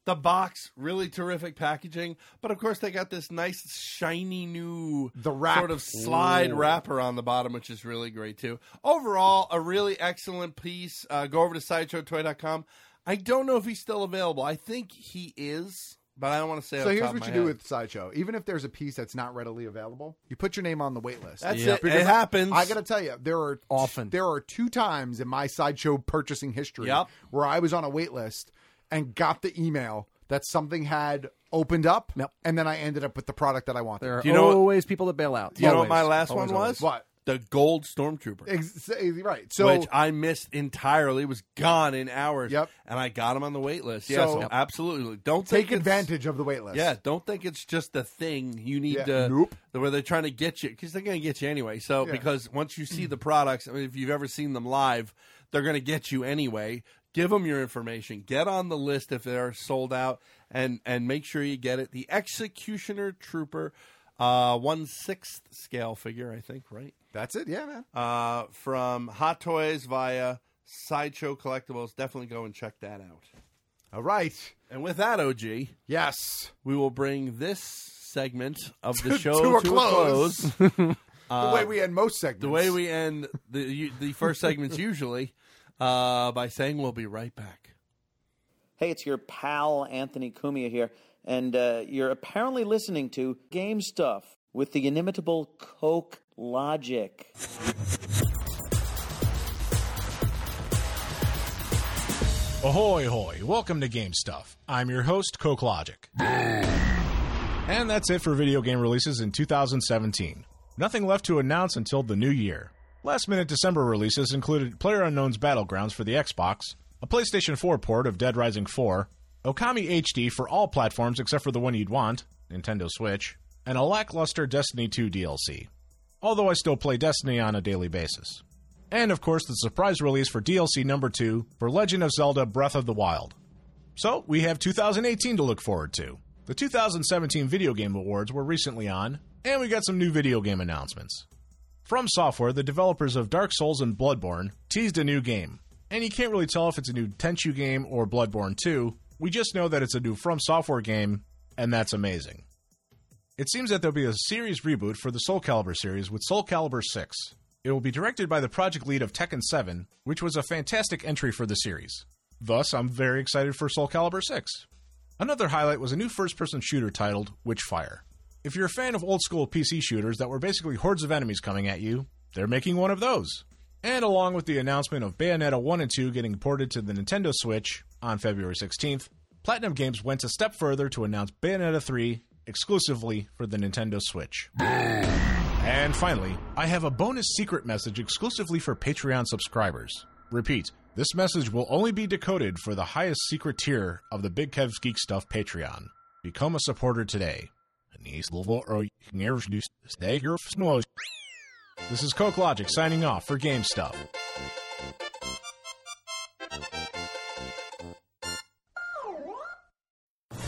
The box, really terrific packaging, but of course they got this nice shiny new the wrap. sort of slide Ooh. wrapper on the bottom, which is really great too. Overall, a really excellent piece. Uh, go over to sideshowtoy.com. I don't know if he's still available. I think he is, but I don't want to say. off So the here's top of what you my do head. with Sideshow. Even if there's a piece that's not readily available, you put your name on the wait list. That's Yeah. it. It happens. I got to tell you, there are often there are two times in my Sideshow purchasing history Yep. where I was on a wait list and got the email that something had opened up, and then I ended up with the product that I wanted. There are Do you know what- always people that bail out. Do you know Always. what my last Always, one was? always. What? The gold stormtrooper. Ex- right. So which I missed entirely. It was gone in hours. Yep. And I got him on the wait list. Yeah, so, So- Yep. absolutely. Don't take think it's- advantage of the wait list. Yeah, don't think it's just a thing you need Yeah. to. Nope. Where they're trying to get you because they're going to get you anyway. So Yeah. because once you see the products, I mean, if you've ever seen them live, they're going to get you anyway. Give them your information. Get on the list if they're sold out, and and make sure you get it. The Executioner Trooper, uh, one sixth scale figure, I think. Right. That's it. Yeah, man. Uh, from Hot Toys via Sideshow Collectibles. Definitely go and check that out. All right. And with that, OG. Yes. We will bring this segment of To- the show to to, a a close. close. Uh, the way we end most segments. The way we end the u- the first segments usually uh, by saying we'll be right back. Hey, it's your pal Anthony Cumia here, and uh, you're apparently listening to Game Stuff with the inimitable Coke Logic. Ahoy, hoy. Welcome to Game Stuff. I'm your host, Coke Logic. And that's it for video game releases in 2017. Nothing left to announce until the new year. Last minute December releases included PlayerUnknown's Battlegrounds for the Xbox, a PlayStation 4 port of Dead Rising 4, Okami HD for all platforms except for the one you'd want, Nintendo Switch, and a lackluster Destiny 2 DLC. Although I still play Destiny on a daily basis. And of course, the surprise release for DLC number 2 for Legend of Zelda Breath of the Wild. So, we have 2018 to look forward to. The 2017 Video Game Awards were recently on, and we got some new video game announcements. From Software, the developers of Dark Souls and Bloodborne, teased a new game. And you can't really tell if it's a new Tenchu game or Bloodborne 2, we just know that it's a new From Software game, and that's amazing. It seems that there'll be a series reboot for the Soul Calibur series with Soul Calibur 6. It will be directed by the project lead of Tekken 7, which was a fantastic entry for the series. Thus, I'm very excited for Soul Calibur 6. Another highlight was a new first person shooter titled Witchfire. If you're a fan of old school PC shooters that were basically hordes of enemies coming at you, they're making one of those. And along with the announcement of Bayonetta 1 and 2 getting ported to the Nintendo Switch on February 16th, Platinum Games went a step further to announce Bayonetta 3 exclusively for the Nintendo Switch. And finally, I have a bonus secret message exclusively for Patreon subscribers. Repeat, this message will only be decoded for the highest secret tier of the Big Kev's Geek Stuff Patreon. Become a supporter today. This is Coke Logic signing off for Game Stuff.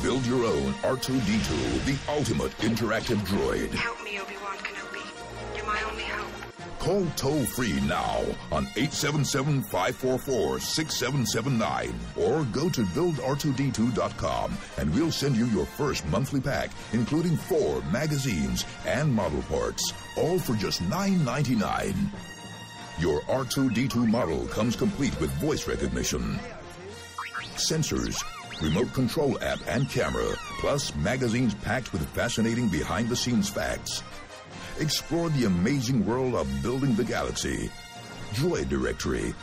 Build your own R2D2, the ultimate interactive droid. Help me, Obi-Wan Kenobi. You're my only hope. Call toll free now on 877 544 6779 or go to buildr2d2.com and we'll send you your first monthly pack, including four magazines and model parts, all for just $9.99. Your R2D2 model comes complete with voice recognition, sensors, remote control app and camera, plus magazines packed with fascinating behind the scenes facts. Explore the amazing world of building the galaxy, Droid Directory,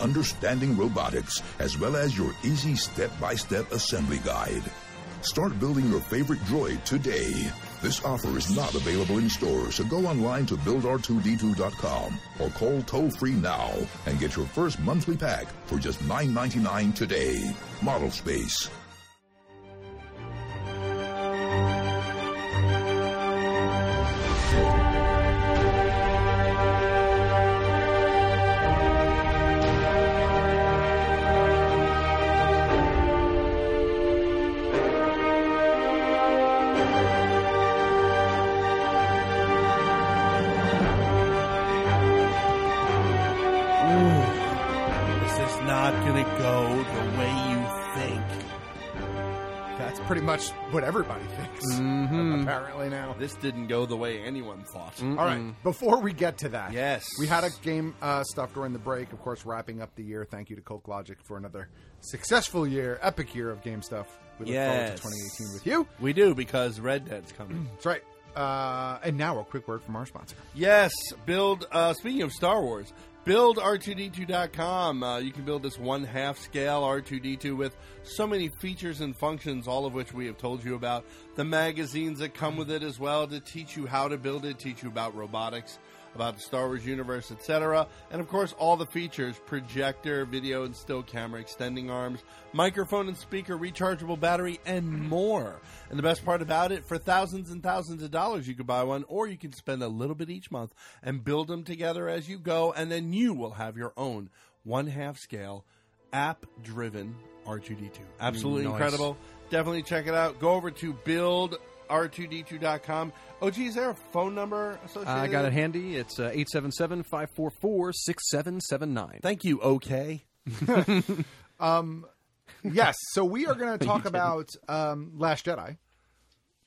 understanding robotics, as well as your easy step by step assembly guide. Start building your favorite droid today. This offer is not available in stores, so go online to buildr2d2.com or call toll free now and get your first monthly pack for just $9.99 today. Model Space. Is this not going to go the way you think? pretty much what everybody thinks. Mhm. Apparently now. This didn't go the way anyone thought. All right. Before we get to that, Mm. Yes. we had a game uh, stuff during the break. Of course, wrapping up the year. Thank you to Coke Logic for another successful year, epic year of game stuff. We look forward Yes. to 2018 with you. We do because Red Dead's coming. That's right. Uh, and now a quick word from our sponsor. Yes, build. Uh, speaking of Star Wars, build r2d2.com. Uh, you can build this one half scale R2d2 with so many features and functions, all of which we have told you about. The magazines that come with it as well to teach you how to build it, teach you about robotics, about the Star Wars universe, etc. And of course, all the features projector, video and still camera, extending arms, microphone and speaker, rechargeable battery, and more. And the best part about it, for thousands and thousands of dollars, you could buy one, or you can spend a little bit each month and build them together as you go, and then you will have your own one half scale, app driven R2D2. Absolutely Nice. incredible. Definitely check it out. Go over to buildr2d2.com. Oh, gee, is there a phone number associated? I got it handy. It's uh, 877 544 6779. Thank you, OK. Um, yes, so we are going to talk didn't. about um, Last Jedi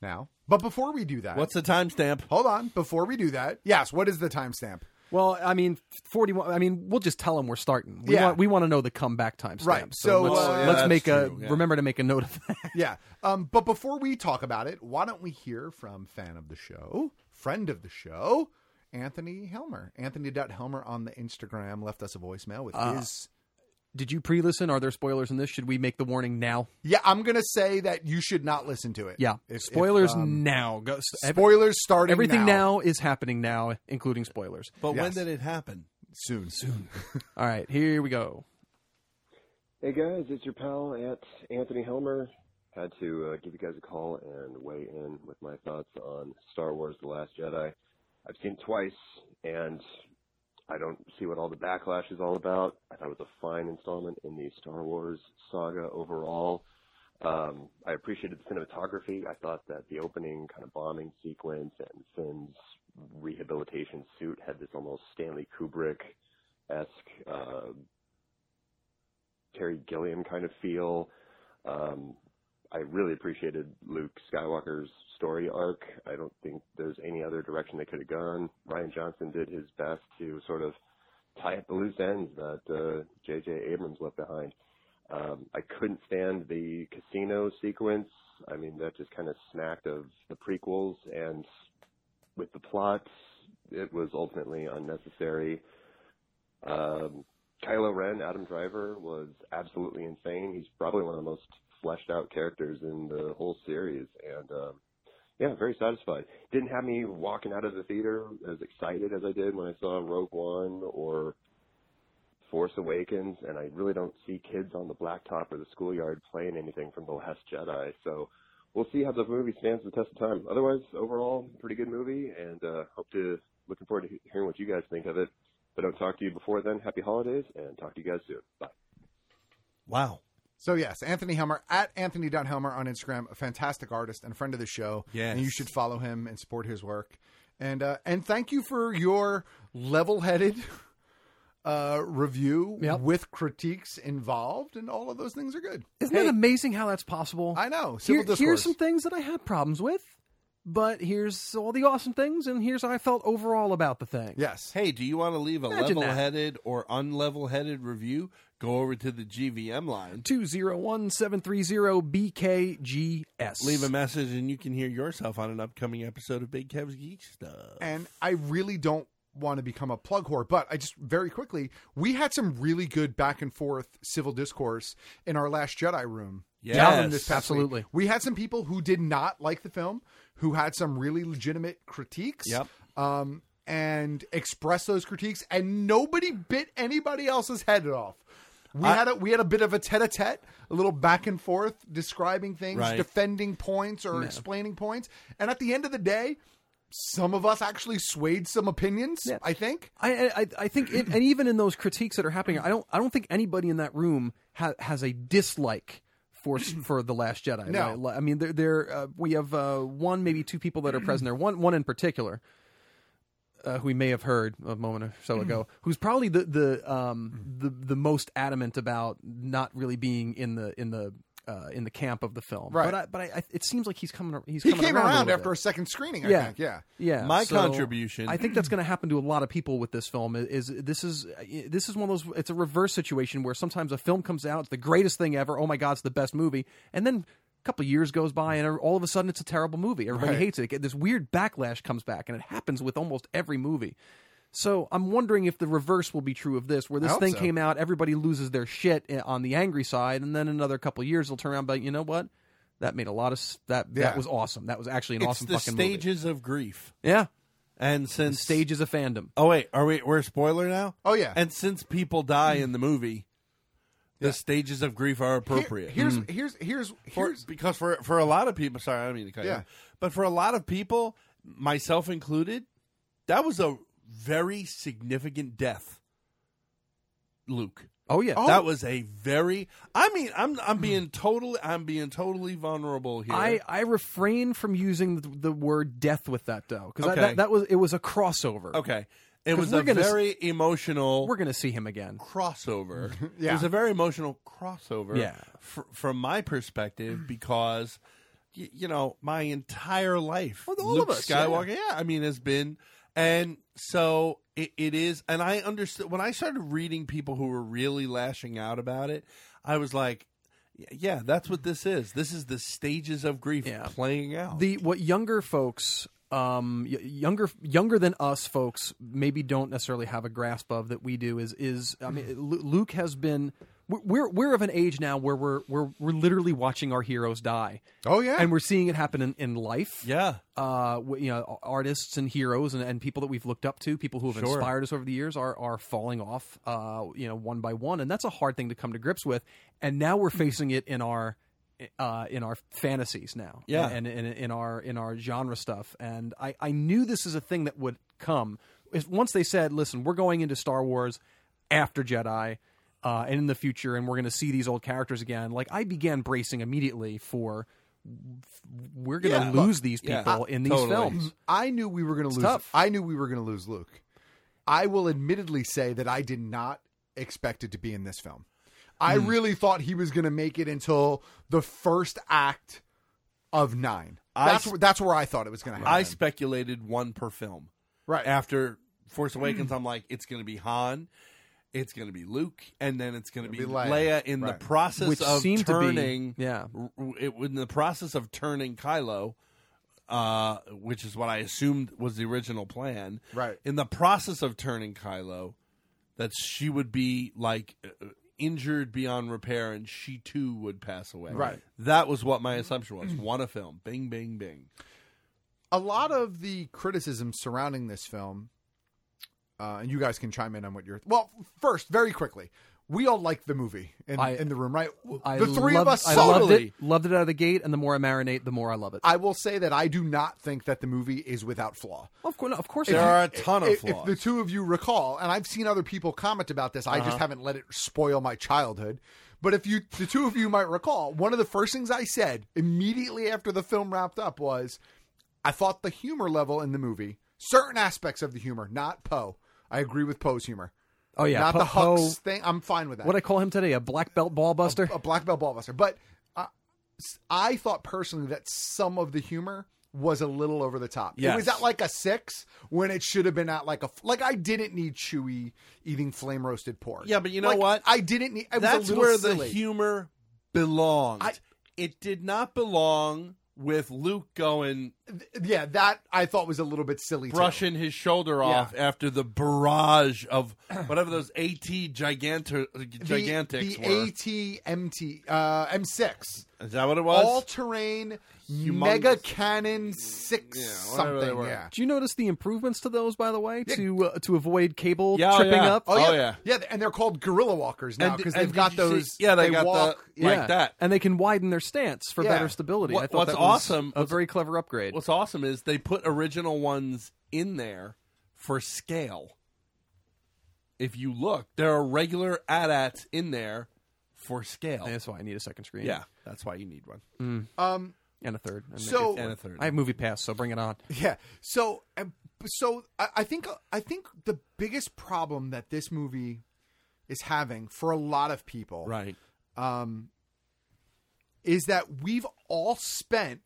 now. But before we do that, What's the timestamp? hold on. Before we do that, yes, what is the timestamp? Well, I mean, 41. I mean, we'll just tell them we're starting. We, Yeah. want, we want to know the comeback timestamp. Right, So, so, let's, uh, let's that's make a true, yeah. remember to make a note of that. yeah. Um, but before we talk about it, why don't we hear from fan of the show, friend of the show, Anthony Helmer. Anthony Helmer on the Instagram left us a voicemail with Ah. his. Did you pre-listen? Are there spoilers in this? Should we make the warning now? Yeah, I'm gonna say that you should not listen to it. Yeah. If- if, spoilers um, now. Go, spoilers starting Everything now. now. is happening now, including spoilers. But when Yes. did it happen? Soon, soon. All right, here we go. Hey guys, it's your pal Ant Anthony Helmer. Had to uh, give you guys a call and weigh in with my thoughts on Star Wars: The Last Jedi. I've seen it twice, and I don't see what all the backlash is all about. I thought it was a fine installment in the Star Wars saga overall. Um, I appreciated the cinematography. I thought that the opening kind of bombing sequence and Finn's rehabilitation suit had this almost Stanley Kubrick esque uh, Terry Gilliam kind of feel. Um, I really appreciated Luke Skywalker's story arc. I don't think there's any other direction they could have gone. Ryan Johnson did his best to sort of tie up the loose ends that uh, J.J. Abrams left behind. Um, I couldn't stand the casino sequence. I mean, that just kind of smacked of the prequels, and with the plot, it was ultimately unnecessary. Um, Kylo Ren, Adam Driver, was absolutely insane. He's probably one of the most fleshed out characters in the whole series, and um, yeah, very satisfied. Didn't have me walking out of the theater as excited as I did when I saw Rogue One or Force Awakens, and I really don't see kids on the blacktop or the schoolyard playing anything from The Last Jedi. So we'll see how the movie stands the test of time. Otherwise, overall, pretty good movie, and uh, hope to looking forward to he- hearing what you guys think of it. If I don't talk to you before then, happy holidays, and talk to you guys soon. Bye. Wow. So yes, Anthony Helmer at Anthony Helmer on Instagram, a fantastic artist and friend of the show. Yes. and you should follow him and support his work. And uh, and thank you for your level-headed uh, review Yep. with critiques involved, and all of those things are good. Isn't that amazing how that's possible? I know. Here- Civil discourse. here's some things that I had problems with, but here's all the awesome things, and here's how I felt overall about the thing. Yes. Hey, do you want to leave a Imagine that. level headed or unlevel headed review? Go over to the GVM line. 201730BKGS. Leave a message and you can hear yourself on an upcoming episode of Big Kev's Geek Stuff. and I really don't want to become a plug whore, but I just very quickly, we had some really good back and forth civil discourse in our last Jedi room. Yes, down this past absolutely. week. We had some people who did not like the film, who had some really legitimate critiques. Yep. Um, and expressed those critiques, and nobody bit anybody else's head off. We I- had a we had a bit of a tete a tete, a little back and forth, describing things, Right. defending points or explaining points. And at the end of the day, some of us actually swayed some opinions. I think. I, I I think, it, and even in those critiques that are happening, I don't I don't think anybody in that room ha- has a dislike for s- for the Last Jedi. No. Li- li- I mean there there uh, we have uh, one maybe two people that are present there. One one in particular, uh, who we may have heard a moment or so ago, who's probably Mm. the the um the the most adamant about not really being in the in the uh, in the camp of the film. Right. But I, but I, I, it seems like he's coming. ar- He's He coming came around, a around little after bit. a second screening, I Yeah. think, yeah. Yeah. My So, contribution- I think that's going to happen to a lot of people with this film. Is, is this is this is one of those? It's a reverse situation where sometimes a film comes out, it's the greatest thing ever. Oh my god, it's the best movie, and then. A couple of years goes by and er, all of a sudden it's a terrible movie. Everybody Right. hates it. This weird backlash comes back, and it happens with almost every movie. So I'm wondering if the reverse will be true of this, I where this hope thing so. came out, everybody loses their shit eh, on the angry side, and then another couple of years they'll turn around, and be like, you know what? That made a lot of s- that. Yeah. That was awesome. That was actually an it's awesome the fucking movie. stages of grief. Yeah. And since stages of fandom. Oh wait, are we we're a spoiler now? Oh, yeah. And since people die in the movie, the Yeah. stages of grief are appropriate. Here's here's here's For- here's because for for a lot of people, sorry, I don't mean to cut you, Yeah. off, but for a lot of people, myself included, that was a very significant death. Luke. Oh yeah, that was a very. I mean, I'm I'm being totally I'm being totally vulnerable here. I, I refrain from using the, the word death with that though, because Okay. that, that was it was a crossover. okay, it 'Cause was we're a gonna s- very emotional. We're gonna see him again. crossover. Yeah. It was a very emotional crossover. Yeah. Mm. fr- from my perspective, because y- you know my entire life, all Luke of us, yeah. Skywalker. Yeah. I mean, has been, and so it, it is. And I understood when I started reading people who were really lashing out about it. I was like, y- yeah, that's what this is. This is the stages of grief playing out. The what younger folks, um, y- younger younger than us folks, maybe don't necessarily have a grasp of that we do. Is is I mean, Lu- Luke has been. we're- We're we're of an age now where we're we're we're literally watching our heroes die. Oh yeah, and we're seeing it happen in, in life. Yeah, uh, wh- you know, artists and heroes and, and people that we've looked up to, people who have Sure. inspired us over the years, are are falling off. Uh, you know, one by one, and that's a hard thing to come to grips with. And now we're facing it in our uh, in our fantasies now, Yeah. and in, in our in our genre stuff. And I I knew this is a thing that would come Is- once they said, "Listen, we're going into Star Wars after Jedi." Uh, and in the future, and we're going to see these old characters again. Like I began bracing immediately for we're going to Yeah. lose Look, these yeah. people I- in these totally. films. I knew we were going to lose. tough. I knew we were going to lose Luke. I will admittedly say that I did not expect it to be in this film. I Hmm. really thought he was going to make it until the first act of nine. I That's s- wh- that's where I thought it was going to I happen. speculated one per film. Right. After Force Awakens, I'm like, it's going to be Han, it's going to be Luke, and then it's going to be, Leia. Leia. in Right. the process Which of seemed to be- turning. yeah. r- r- It, in the process of turning Kylo, uh, which is what I assumed was the original plan. Right. In the process of turning Kylo, that she would be like. uh, Injured beyond repair, and she too would pass away. Right. That was what my assumption was. Want a film. Bing, bing, bing. a lot of the criticism surrounding this film, uh, and you guys can chime in on what you're. Well, first, very quickly, we all liked the movie in, I- in the room, right? I the three of loved- us I loved totally. it. Loved it out of the gate, and the more I marinate, the more I love it. I will say that I do not think that the movie is without flaw. Of course, of course, If it- you- if- If the two of you recall, and I've seen other people comment about this, I just Uh-huh. haven't let it spoil my childhood. But if you, the two of you might recall, one of the first things I said immediately after the film wrapped up was, I thought the humor level in the movie, certain aspects of the humor, not Poe. I agree with Poe's humor. Oh, yeah, not Poe- the Hux Poe- thing. I'm fine with that. what I call him today, a black belt ballbuster. a black belt ballbuster, but uh, s- I thought personally that some of the humor was a little over the top. It Yes. was at like a six when it should have been at like a f- like I didn't need Chewy eating flame roasted pork. Yeah, but you know Like, what? I didn't need. It That's was a little where the silly. humor belonged. I- it did not belong with Luke going yeah, that I thought was a little bit silly. too. brushing his shoulder Yeah. off after the barrage of whatever those AT gigantic uh, the, gigantics were. the ATMT uh, M6 Is that what it was? all terrain Humongous. mega cannon six whatever they something. were. Yeah, Do you notice the improvements to those, by the way, to uh, to avoid cable Yeah, oh, tripping yeah. up? Oh, Oh, yeah. yeah, and they're called gorilla walkers now And- because and they've got did you see- those. yeah, they they got the- walk, like that. and they can widen their stance for Yeah. better stability. What- I thought what's that was awesome- a very clever upgrade. What's awesome is they put original ones in there for scale. If you look, there are regular AT-ATs in there for scale. That's why I need a second screen. Yeah, that's why you need one. Mm. Um, and a third. And So- maybe- And a third. I have movie pass, so bring it on. Yeah. So, um, so I, I think I think the biggest problem that this movie is having for a lot of people, Right. Um, is that we've all spent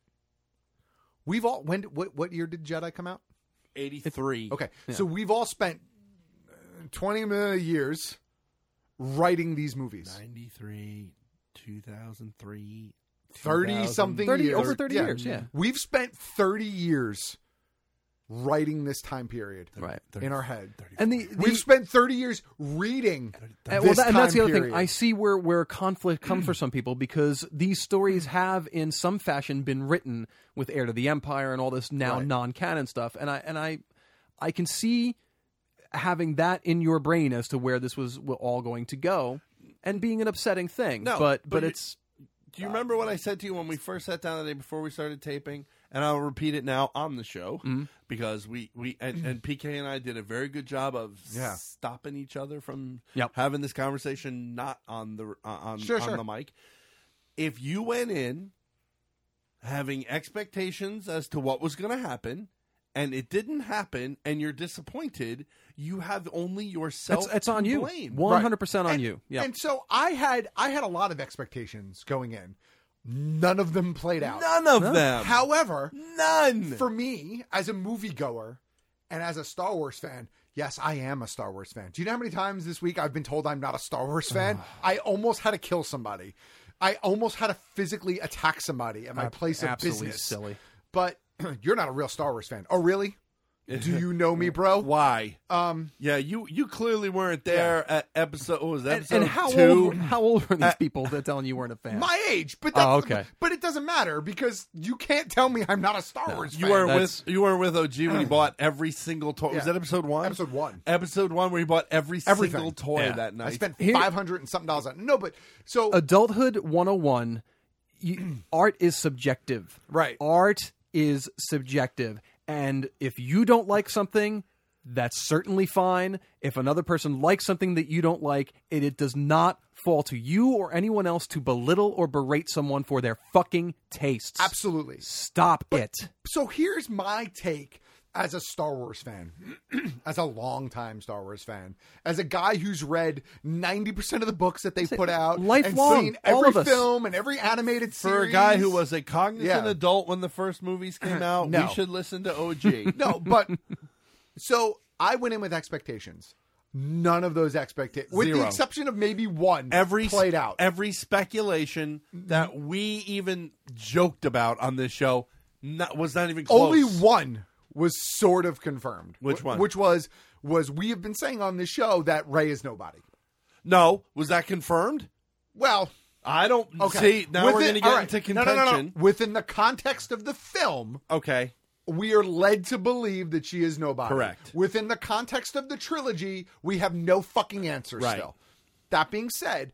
we've all when what what year did Jedi come out? 83. Okay. So we've all spent uh, 20 mi- years writing these movies. 93, 2003, 30 something 30 years. over 30 years, yeah. We've spent 30 years writing this time period Right. in our head. And the, the We've spent 30 years reading. And, Uh, well, this that, and that's time the other period. Mm. thing. I see where where conflict comes for some people because these stories have, in some fashion, been written with "Heir to the Empire" and all this now Right. non-canon stuff. And I and I, I can see having that in your brain as to where this was w- all going to go, and being an upsetting thing. No, but but but you- it's Do you remember what I said to you when we first sat down the day before we started taping? And I'll repeat it now on the show Mm-hmm. because we we and, and PK and I did a very good job of Yeah. stopping each other from Yep. having this conversation not on the uh, on Sure, on sure. the mic. If you went in having expectations as to what was going to happen and it didn't happen and you're disappointed, you have only yourself. it's, it's on to you, blame. one hundred percent on you. Yeah, And so I had I had a lot of expectations going in. None of them played out. None of None. them. However, None. for me as a moviegoer and as a Star Wars fan. Yes, I am a Star Wars fan. Do you know how many times this week I've been told I'm not a Star Wars fan? I almost had to kill somebody. I almost had to physically attack somebody at my place of absolutely business. silly. But you're not a real Star Wars fan. Oh, really? Do you know me, bro? Why? Um, Yeah, you you clearly weren't there at episode. What was that? And, and how two? old how old were these people that telling you weren't a fan? Uh, my age, but that's, Oh, okay. But it doesn't matter because you can't tell me I'm not a Star Wars. You fan. were That's- with you were with OG when he bought every single toy. Was Yeah. that episode one? Episode one. Episode one where he bought every Everything. single toy Yeah. that night. I spent Here- five hundred and something dollars on. No, but so Adulthood 101 you, art is subjective. Right. Art is subjective. And if you don't like something, that's certainly fine. If another person likes something that you don't like, it, it does not fall to you or anyone else to belittle or berate someone for their fucking tastes. absolutely. Stop it. So here's my take as a Star Wars fan, as a longtime Star Wars fan, as a guy who's read ninety percent of the books that they put out, lifelong, and seen all every of us. film and every animated series for a guy who was a cognizant Yeah. adult when the first movies came out, No. we should listen to OG. No, but so I went in with expectations. None of those expectations, with the Zero. exception of maybe one, every played out. Every speculation that we even joked about on this show not, was not even close. Only one was sort of confirmed. Which Wh- one? Which was was we have been saying on this show that Ray is nobody. No, was that confirmed? Well, I don't okay. see. Now we're Within- going to get all right. into No, contention. no, no, no. Within the context of the film, Okay. we are led to believe that she is nobody. Correct. Within the context of the trilogy, we have no fucking answers Right. still. That being said,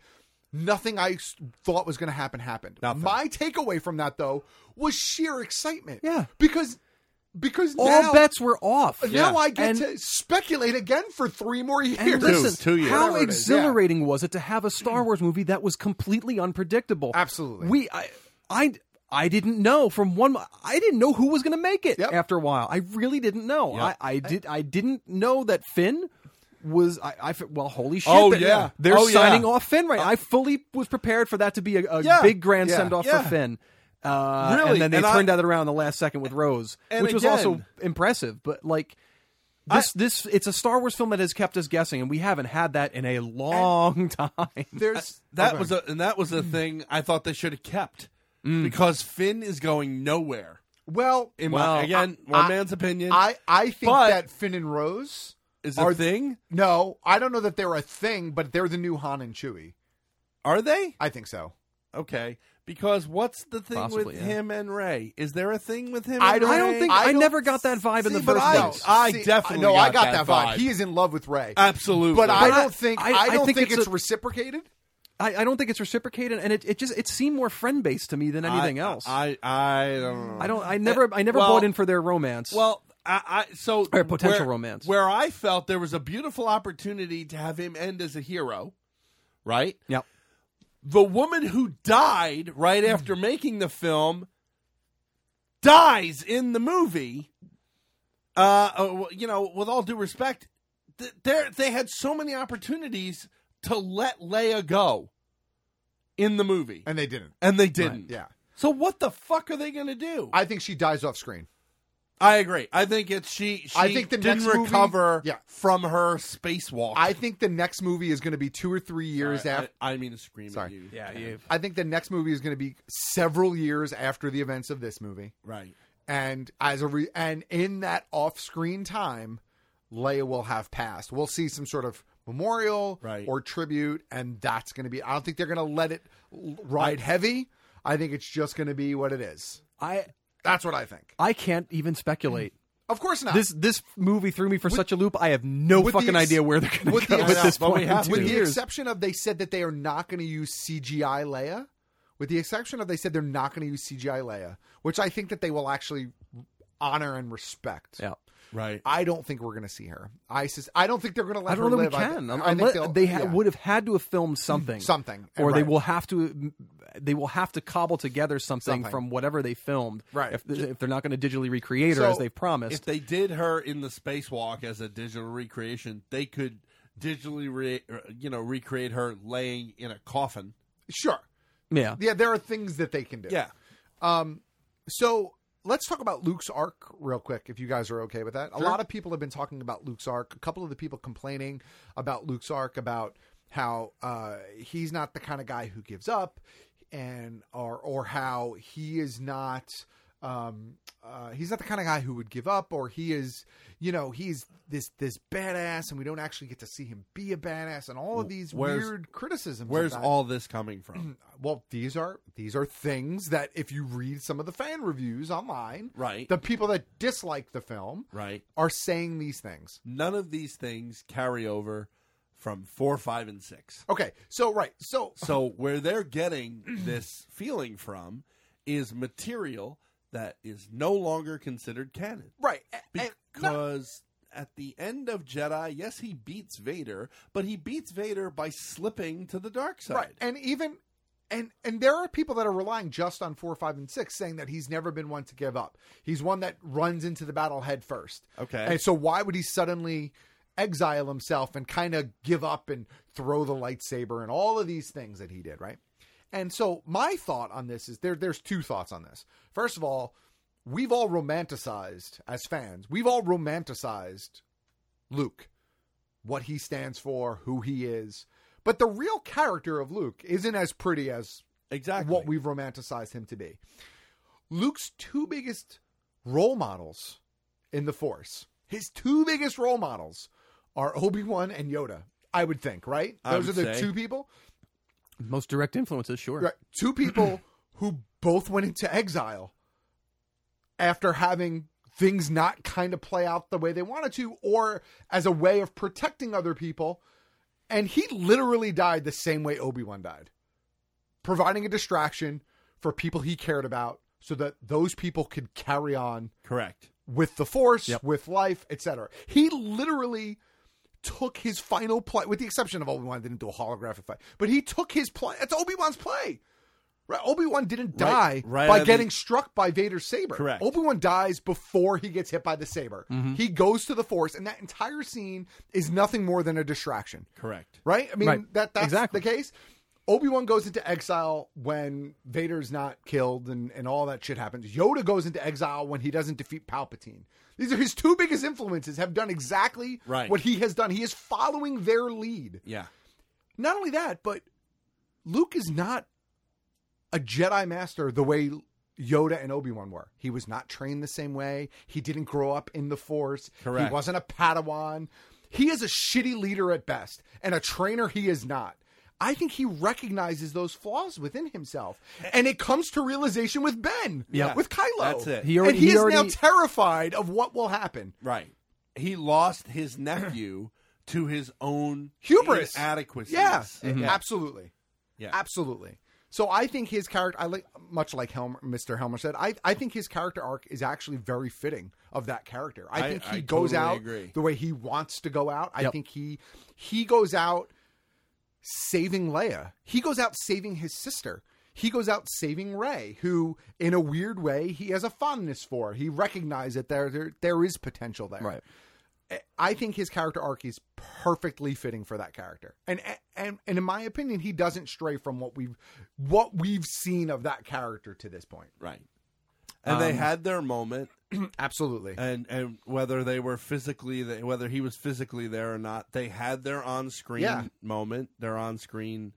nothing I s- thought was going to happen happened. Nothing. My takeaway from that though was sheer excitement. Yeah. Because because All now, bets were off. now I get And- to speculate again for three more years. And listen, two years. how Whatever it is, yeah. exhilarating was it to have a Star Wars movie that was completely unpredictable? Absolutely. We, I, I, I didn't know from one. I didn't know who was going to make it Yep. after a while. I really didn't know. Yep. I, I did. I didn't know that Finn was. I, I fe- well, holy shit! Oh, that yeah. they're Oh, yeah. signing off Finn right. now. I fully was prepared for that to be a, a Yeah. big grand Yeah. send off Yeah. for Finn. Uh, Really. and then they And I- turned that around the last second with Rose, And which was again- also impressive. But like, this this it's a Star Wars film that has kept us guessing, and we haven't had that in a long time. There's That Okay. Hmm. was a and that was a thing I thought they should have kept because Finn is going nowhere. well In Well, my again, I- one I- man's opinion I I think But- that Finn and Rose is a are- thing. No, I don't know that they're a thing, but they're the new Han and Chewie. Are they I think so. okay? Because what's the thing Possibly, with yeah. him and Ray? Is there a thing with him? I and don't- I Rey? don't think I I, don't never got that vibe in the See, first but I, place. I see, definitely no, I got got that that vibe. vibe. He is in love with Ray, absolutely. but I But I- don't think I- I, I don't think think, it's it's, a- reciprocated. I, I don't think it's reciprocated, and it, it just it seemed more friend based to me than anything I- else. I I don't. Know. I don't. I never. I never Well- bought in for their romance. Well, I, I so Or potential where- romance. Where I felt there was a beautiful opportunity to have him end as a hero, right? Yep. Hmm. The woman who died right after making the film dies in the movie. Uh, uh, well, you know, with all due respect, th- there they had so many opportunities to let Leia go, in the movie, and they didn't, and they didn't. Yeah. So what the fuck are they going to do? I think she dies off screen. I agree. I think it's she. she I think the didn't next movie- recover yeah. from her spacewalk. I think the next movie is going to be two or three years Sorry, I- after. I, mean to scream Sorry. at you. Yeah, Ken. you- I think the next movie is going to be several years after the events of this movie. Right. And as a re- and in that off-screen time, Leia will have passed. We'll see some sort of memorial Right. or tribute and that's going to be I don't think they're going to let it l- ride heavy. I think it's just going to be what it is. I That's what I think. I can't even speculate. Of course not. This this movie threw me for such a loop. I have no uh, with the fucking ex- idea where they're going with to go the at this but we point. in have- two with the years. exception of they said that they are not going to use CGI Leia. With the exception of they said they're not going to use CGI Leia, which I think that they will actually honor and respect. Yeah. Right. I don't think we're going to see her. I sus- I don't think they're going to let I don't her know. We live. I- can. I, Um, think unless- they'll- they ha- yeah. would have had to have filmed something, Something, or they right. will have to. They will have to cobble together something, Something. from whatever they filmed, Right. If, if they're not going to digitally recreate her as So, they've promised, If they did her in the spacewalk as a digital recreation, they could digitally, re- er, you know, recreate her laying in a coffin. Sure. Yeah. Yeah, there are things that they can do. Yeah. Um, so let's talk about Luke's arc real quick, if you guys are okay with that. A lot of people have been talking about Luke's arc. A couple of the people complaining about Luke's arc about how uh, he's not the kind of guy who gives up, and or or how he is not. Um, uh, he's not the kind of guy who would give up, or he is, you know, he's this this badass, and we don't actually get to see him be a badass, and all of these Where's- weird criticisms. Where's of that all this coming from? well these are these are things that if you read some of the fan reviews online Right. the people that dislike the film Right. are saying these things None of these things carry over from four, five, and six. okay so right so So where they're getting Mm-hmm. this feeling from is material that is no longer considered canon. right a- and- Because at the end of Jedi, yes, he beats Vader, but he beats Vader by slipping to the dark side. right and even and and there are people that are relying just on four five and six saying that he's never been one to give up he's one that runs into the battle head first Okay. and so why would he suddenly exile himself and kind of give up and throw the lightsaber and all of these things that he did right and so my thought on this is there there's two thoughts on this first of all we've all romanticized as fans we've all romanticized luke what he stands for who he is but the real character of luke isn't as pretty as Exactly. what we've romanticized him to be luke's two biggest role models in the Force. His two biggest role models are Obi Wan and Yoda. I would think, right? I Those are would the say. two people, most direct influences, sure. right, two people who both went into exile after having things not kind of play out the way they wanted to, or as a way of protecting other people. And he literally died the same way Obi Wan died, providing a distraction for people he cared about, so that those people could carry on Correct. with the force, with life, etc. He literally took his final play, with the exception of Obi Wan didn't do a holographic fight, but he took his play. That's Obi Wan's play. Right? Obi Wan didn't die Right- right out by of getting the- struck by Vader's saber. Correct. Mm-hmm. Obi Wan dies before he gets hit by the saber. He goes to the force, and that entire scene is nothing more than a distraction. Correct. Right? I mean, Right. that that's Exactly. the case. Obi Wan goes into exile when Vader's not killed and, and all that shit happens. Yoda goes into exile when he doesn't defeat Palpatine. These are his two biggest influences, have done exactly Right. what he has done. He is following their lead. Yeah. Not only that, but Luke is not a Jedi master the way Yoda and Obi Wan were. He was not trained the same way. He didn't grow up in the Force. Correct. He wasn't a Padawan. He is a shitty leader at best, and a trainer he is not. I think he recognizes those flaws within himself, and it comes to realization with Ben, Yeah. with Kylo. That's it. He alre- and he, he is now already- terrified of what will happen. Right. He lost his nephew to his own hubris inadequacies. yeah, Mm-hmm. Mm-hmm. absolutely Yeah. absolutely so i think his character i like much like Helm, mr helmer said I, I think his character arc is actually very fitting of that character i I- think he I goes totally out agree. the way he wants to go out i Yep. think he he goes out saving leia he goes out saving his sister he goes out saving Ray, who, in a weird way, he has a fondness for. He recognizes that there, there there is potential there. Right. I think his character arc is perfectly fitting for that character, and and and in my opinion, he doesn't stray from what we've what we've seen of that character to this point. Right. And they Um, had their moment. absolutely. And and whether they were physically th- whether he was physically there or not, they had their on screen Yeah. moment. Their on screen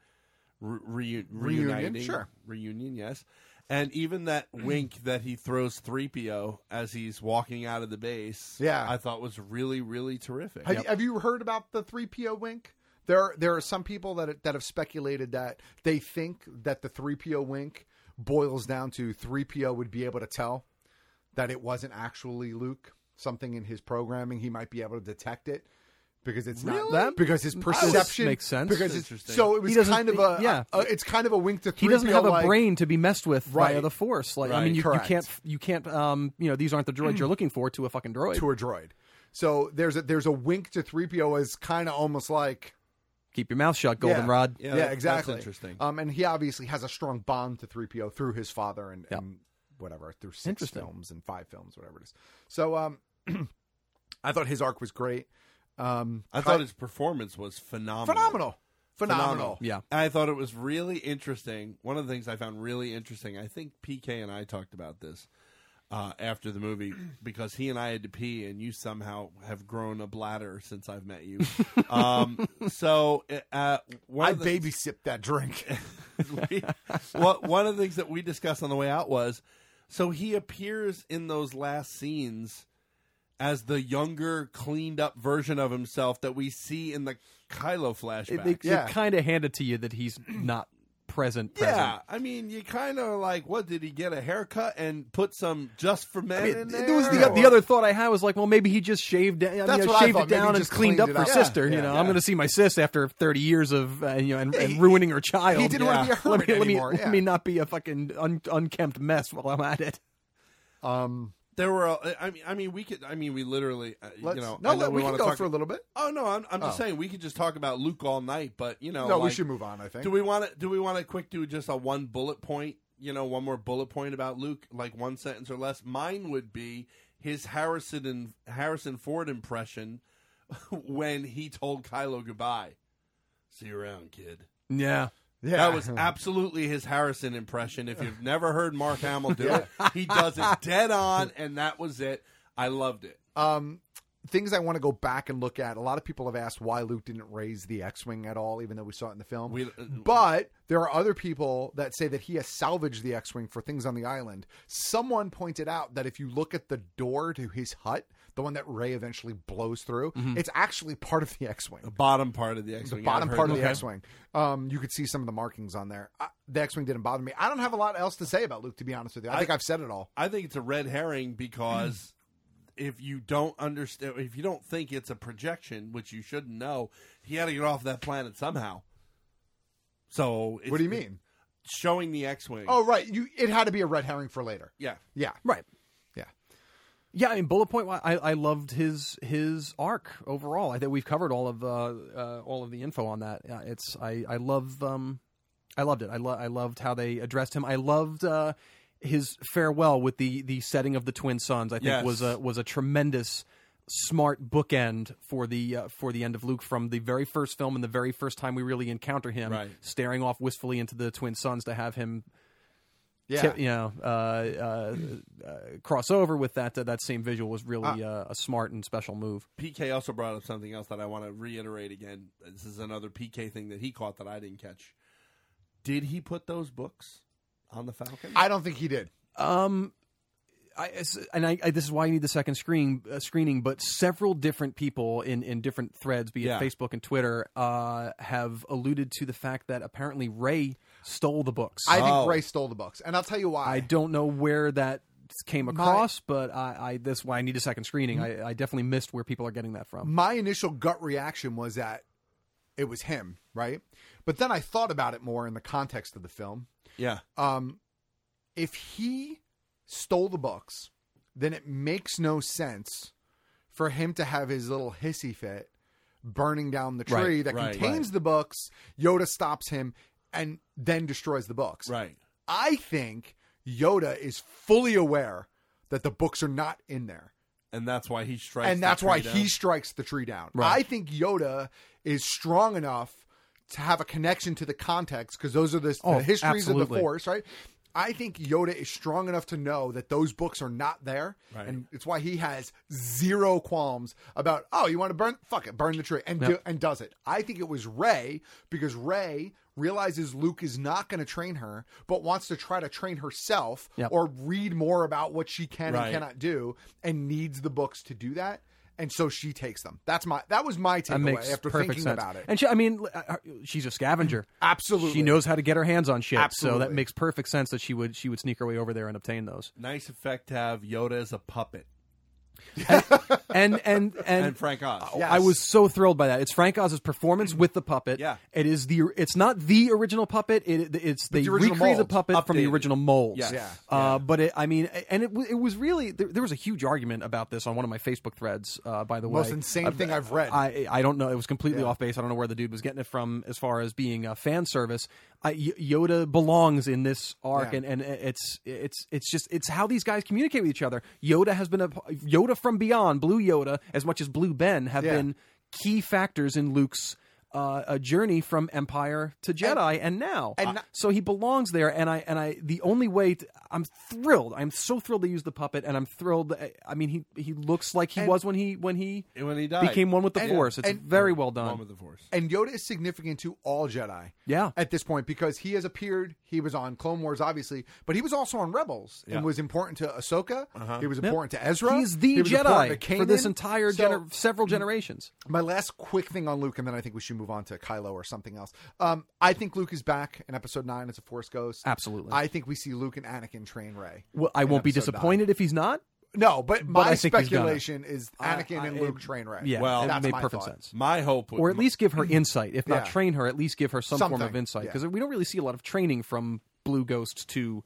re- Reunion, reuniting sure. reunion. Yes. And even that wink that he throws three PO as he's walking out of the base, Yeah. I thought was really really terrific. Have, have you heard about the three PO wink? There, there are some people that that have speculated that they think that the three PO wink boils down to three PO would be able to tell that it wasn't actually Luke. Something in his programming, he might be able to detect it because it's Really? not that because his That perception makes sense. Because That's it's, interesting. so it He was doesn't- kind of a yeah. a- it's kind of a wink to he three. doesn't have a like, brain to be messed with by Right. the force. Like I Right. mean, you, you Correct. can't you can't um you know these aren't the droids you're looking for to a fucking droid. to a droid. So there's a there's a wink to three PO as kind of almost like Keep your mouth shut, Goldenrod. Yeah, exactly. Um, and he obviously has a strong bond to 3PO through his father and, and whatever, through six Interesting. films and five films, whatever it is. So um, I thought his arc was great. Um, I thought his performance was phenomenal. Phenomenal. Phenomenal. Yeah. I thought it was really interesting. One of the things I found really interesting, I think PK and I talked about this uh, after the movie because he and I had to pee, and you somehow have grown a bladder since I've met you. um, so, uh, one I of the- baby sipped that drink. we, what one of the things that we discussed on the way out was so he appears in those last scenes as the younger, cleaned up version of himself that we see in the Kylo flashback. It, kind of handed to you that he's not present. yeah, present. I mean, you kind of like, what did he get a haircut and put some just for men in there? It was the, the other thought I had was like, well, maybe he just shaved, I mean, That's you know, what I shaved thought. it Maybe he down and just cleaned cleaned up it for up. Yeah, sister. you yeah, know, yeah. I'm going to see my sis after 30 years of uh, you know and, and ruining her child. he didn't wanna be a hermit let me, let me- anymore, Let me, yeah. not be a fucking un, unkempt mess while I'm at it. Um, There were, a- I mean, I mean, we could, I mean, we literally, uh, Let's- you know, no, I know let- we wanna can go talk- for a little bit. Oh no, I'm, I'm just Oh. saying we could just talk about Luke all night, but you know, no, we like, should move on, I think. Do we want to? Do we want to quick do just a one bullet point? You know, one more bullet point about Luke, like one sentence or less. Mine would be his Harrison and Harrison Ford impression when he told Kylo goodbye. See you around, kid. Yeah. Yeah. That was absolutely his Harrison impression. If you've never heard Mark Hamill do it, he does it dead on, and that was it. I loved it. um, things I want to go back and look at. A lot of people have asked why Luke didn't raise the X-wing at all, even though we saw it in the film. We- but there are other people that say that he has salvaged the X-wing for things on the island. Someone pointed out that if you look at the door to his hut, the one that Ray eventually blows through, it's actually part of the X-wing. The bottom part of the X The Wing. bottom part of the X-wing. Um, you could see some of the markings on there. I, the X-wing didn't bother me. I don't have a lot else to say about Luke, to be honest with you. I, I- think I've said it all. I think it's a red herring because if you don't understand, if you don't think it's a projection, which you shouldn't know, he had to get off that planet somehow. So, it's, What do you mean? Showing the X-wing. Oh, right. You. It had to be a red herring for later. yeah. Yeah. Right. Yeah. Yeah, I mean, bullet point. I, I loved his his arc overall. I think we've covered all of uh, uh, all of the info on that. Uh, it's I I love um, I loved it. I lo- I loved how they addressed him. I loved uh, his farewell with the the setting of the twin sons. I think Yes. was a was a tremendous smart bookend for the uh, for the end of Luke from the very first film and the very first time we really encounter him Right. staring off wistfully into the twin sons to have him Yeah. ti- you know, uh, uh, uh, cross over with that uh, that same visual was Ah. really uh, a smart and special move. PK also brought up something else that I want to reiterate again. This is another PK thing that he caught that I didn't catch. Did he put those books on the Falcon? I don't think he did. Um, I it's- and I, I this is why I need the second screen uh, screening. But several different people in in different threads, be it Yeah. Facebook and Twitter, uh, have alluded to the fact that apparently Ray stole the books. I Oh. think Ray stole the books, and I'll tell you why. I don't know where that came across, but I, I that's why I need a second screening. I, I definitely missed where people are getting that from. My initial gut reaction was that it was him, right? But then I thought about it more in the context of the film. yeah. uh, Um, if he stole the books, then it makes no sense for him to have his little hissy fit burning down the tree Right, that right, contains the books. Yoda stops him and then destroys the books. Right. I think Yoda is fully aware that the books are not in there. and that's why he strikes. and the that's why tree he down. strikes the tree down. Right. I think Yoda is strong enough to have a connection to the context because those are the, Oh, the histories of absolutely. the Force, right? I think Yoda is strong enough to know that those books are not there, Right. and it's why he has zero qualms about. Oh, you want to burn? Fuck it, burn the tree, and do, Yep. and does it. I think it was Ray because Ray realizes Luke is not going to train her, but wants to try to train herself Yep. or read more about what she can Right. and cannot do, and needs the books to do that, and so she takes them. That's my that was my That takeaway makes after perfect thinking sense. about it. And she, I mean, l- uh, she's a scavenger. Absolutely. she knows how to get her hands on shit. So that Absolutely. makes perfect sense that she would she would sneak her way over there and obtain those. nice effect to have Yoda as a puppet. And and and, uh, And Frank Oz. I- Yes. I was so thrilled by that. It's Frank Oz's performance with the puppet. Yeah, it is the. It's not the original puppet. It, it's But they the original recreated the mold. puppet from the Updated. original molds. Yes. Yeah. Uh, But it, I mean, and it w- it was really there, there was a huge argument about this on one of my Facebook threads. Uh, by the way, Most insane thing I've read. I I don't know. It was completely Yeah. off base. I don't know where the dude was getting it from as far as being a fan service. I, Y- Yoda belongs in this arc, Yeah. and, and it's it's it's just it's how these guys communicate with each other. Yoda has been a Yoda from beyond, Blue Yoda, as much as Blue Ben have Yeah. been key factors in Luke's. Uh, a journey from Empire to Jedi, and, now, and Uh, not- so he belongs there. And I and I, the only way to, I'm thrilled. I'm so thrilled to use the puppet, and I'm thrilled. I mean, he he looks like he And- was when he when he when he died. became one with the And- Force. It's and- very well done. One with the Force. And Yoda is significant to all Jedi. Yeah. At this point, because he has appeared, he was on Clone Wars, obviously, but he was also on Rebels Yeah. and was important to Ahsoka. He was Yep. important to Ezra. He's the He was important Jedi to for this Kanan. entire So- gener- several generations. My last quick thing on Luke, and then I think we should move on to Kylo or something else. Um, I think Luke is back in Episode Nine as a Force ghost. Absolutely. I think we see Luke and Anakin train Ray. Well, I in won't be Episode Nine. disappointed if he's not. No, but But my I think he's gonna. speculation is Anakin I- I- and it- Luke train Ray. Yeah, Well, it that's made my perfect thought. mm-hmm. sense. My hope, would- Or at least give her insight, if not Yeah. train her. At least give her some form of Something, insight yeah. because we don't really see a lot of training from Blue Ghost to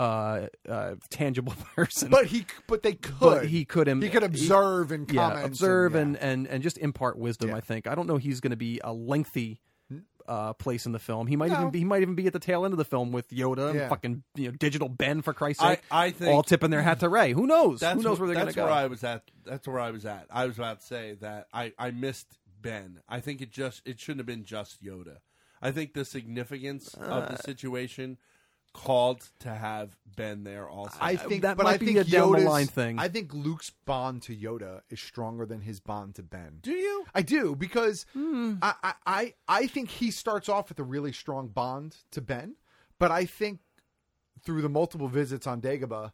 uh, uh, tangible person. But he, but they could. But he could. Im- He could observe and yeah, comment. observe and, and, uh, and, and just impart wisdom. I think. I don't know. He's going to be a lengthy. Hmm? Uh, place in the film. He might No. even be, he might even be at the tail end of the film with Yoda and Yeah. fucking you know digital Ben for Christ's I- sake. I think- all tipping their hat to Ray. Who knows? Who knows wh- where they're going to that's go? where I was at. That's where I was at. I was about to say that I, I missed Ben. I think it just it shouldn't have been just Yoda. I think the significance of the Uh, situation called to have Ben there also. I think that but might I be think a down the Yoda's- line thing. I think Luke's bond to Yoda is stronger than his bond to Ben. Do you? I do because I, I I I think he starts off with a really strong bond to Ben, but I think through the multiple visits on Dagobah,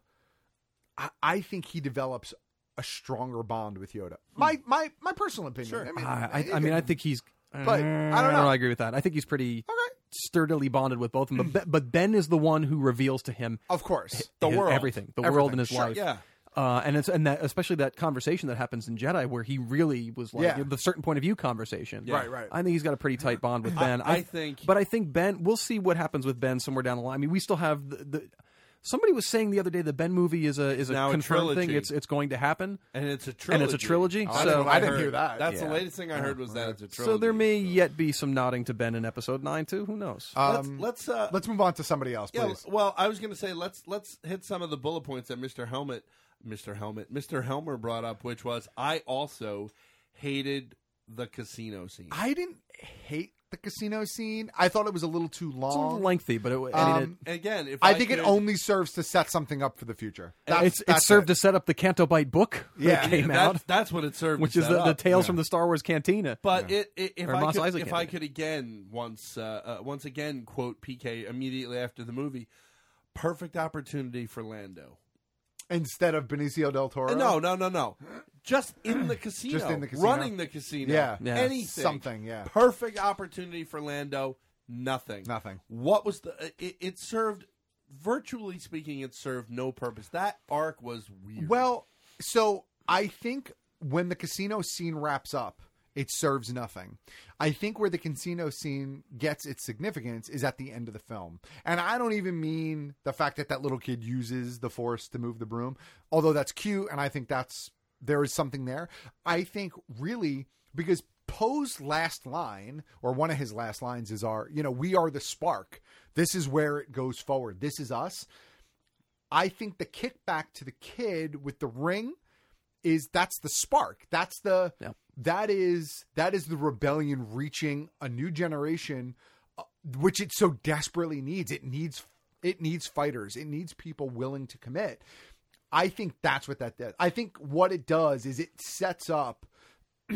I, I think he develops a stronger bond with Yoda. My my my personal opinion. I mean, I, you I mean, I can- think he's. uh, But, I don't know. I agree with that. I think he's pretty sturdily bonded with both of them. But, Be- but Ben is the one who reveals to him, Of course. The his- world. everything, the Everything. world and his Sure, life. yeah. Uh, and it's and that especially that conversation that happens in Jedi where he really was like Yeah. the certain point of view conversation. Yeah. Right, right. I think he's got a pretty tight bond with I- Ben. I think- but I think Ben. We'll see what happens with Ben somewhere down the line. I mean, we still have the. the somebody was saying the other day the Ben movie is a is a Now a confirmed thing. trilogy. It's it's going to happen. and it's a trilogy. And it's a trilogy, That's so- what I I didn't heard. hear that. That's Yeah. the latest thing I heard was that it's a trilogy. So there may yet be some nodding to Ben in episode nine too. Who knows? Um, let's uh, let's move on to somebody else, Yeah, please. well, I was going to say let's let's hit some of the bullet points that Mr. Helmet, Mr. Helmet, Mr. Helmer brought up, which was I also hated the casino scene. I didn't hate the casino scene. I thought it was a little too long, Um, little lengthy, but it- I mean, um, it- Again, if I, I think it could- only serves to set something up for the future. That's, it's it that's served to set up the Canto Bite book Yeah. that came that's, out, That's what it served. which to is set the, the up. tales from the Star Wars Cantina. But it, it, if Or I Mos could, Eisley if I Cantina. could again once uh, uh, once again quote PK immediately after the movie, perfect opportunity for Lando. instead of Benicio del Toro. No, Uh, no, no, no. Just in the casino. Just in the casino. Running the casino. Yeah. Yeah. Anything. Something, yeah. Perfect opportunity for Lando. Nothing. Nothing. What was the. uh, It, it served, virtually speaking, it served no purpose. That arc was weird. Well, so I think when the casino scene wraps up, it serves nothing. I think where the casino scene gets its significance is at the end of the film. And I don't even mean the fact that that little kid uses the force to move the broom, although that's cute and I think that's there is something there. I think really because Poe's last line, or one of his last lines, is our, you know, we are the spark. This is where it goes forward. This is us. I think the kickback to the kid with the ring is that's the spark. That's the that is that is the rebellion reaching a new generation, uh, which it so desperately needs. It needs it needs fighters. It needs people willing to commit. I think that's what that does. I think what it does is it sets up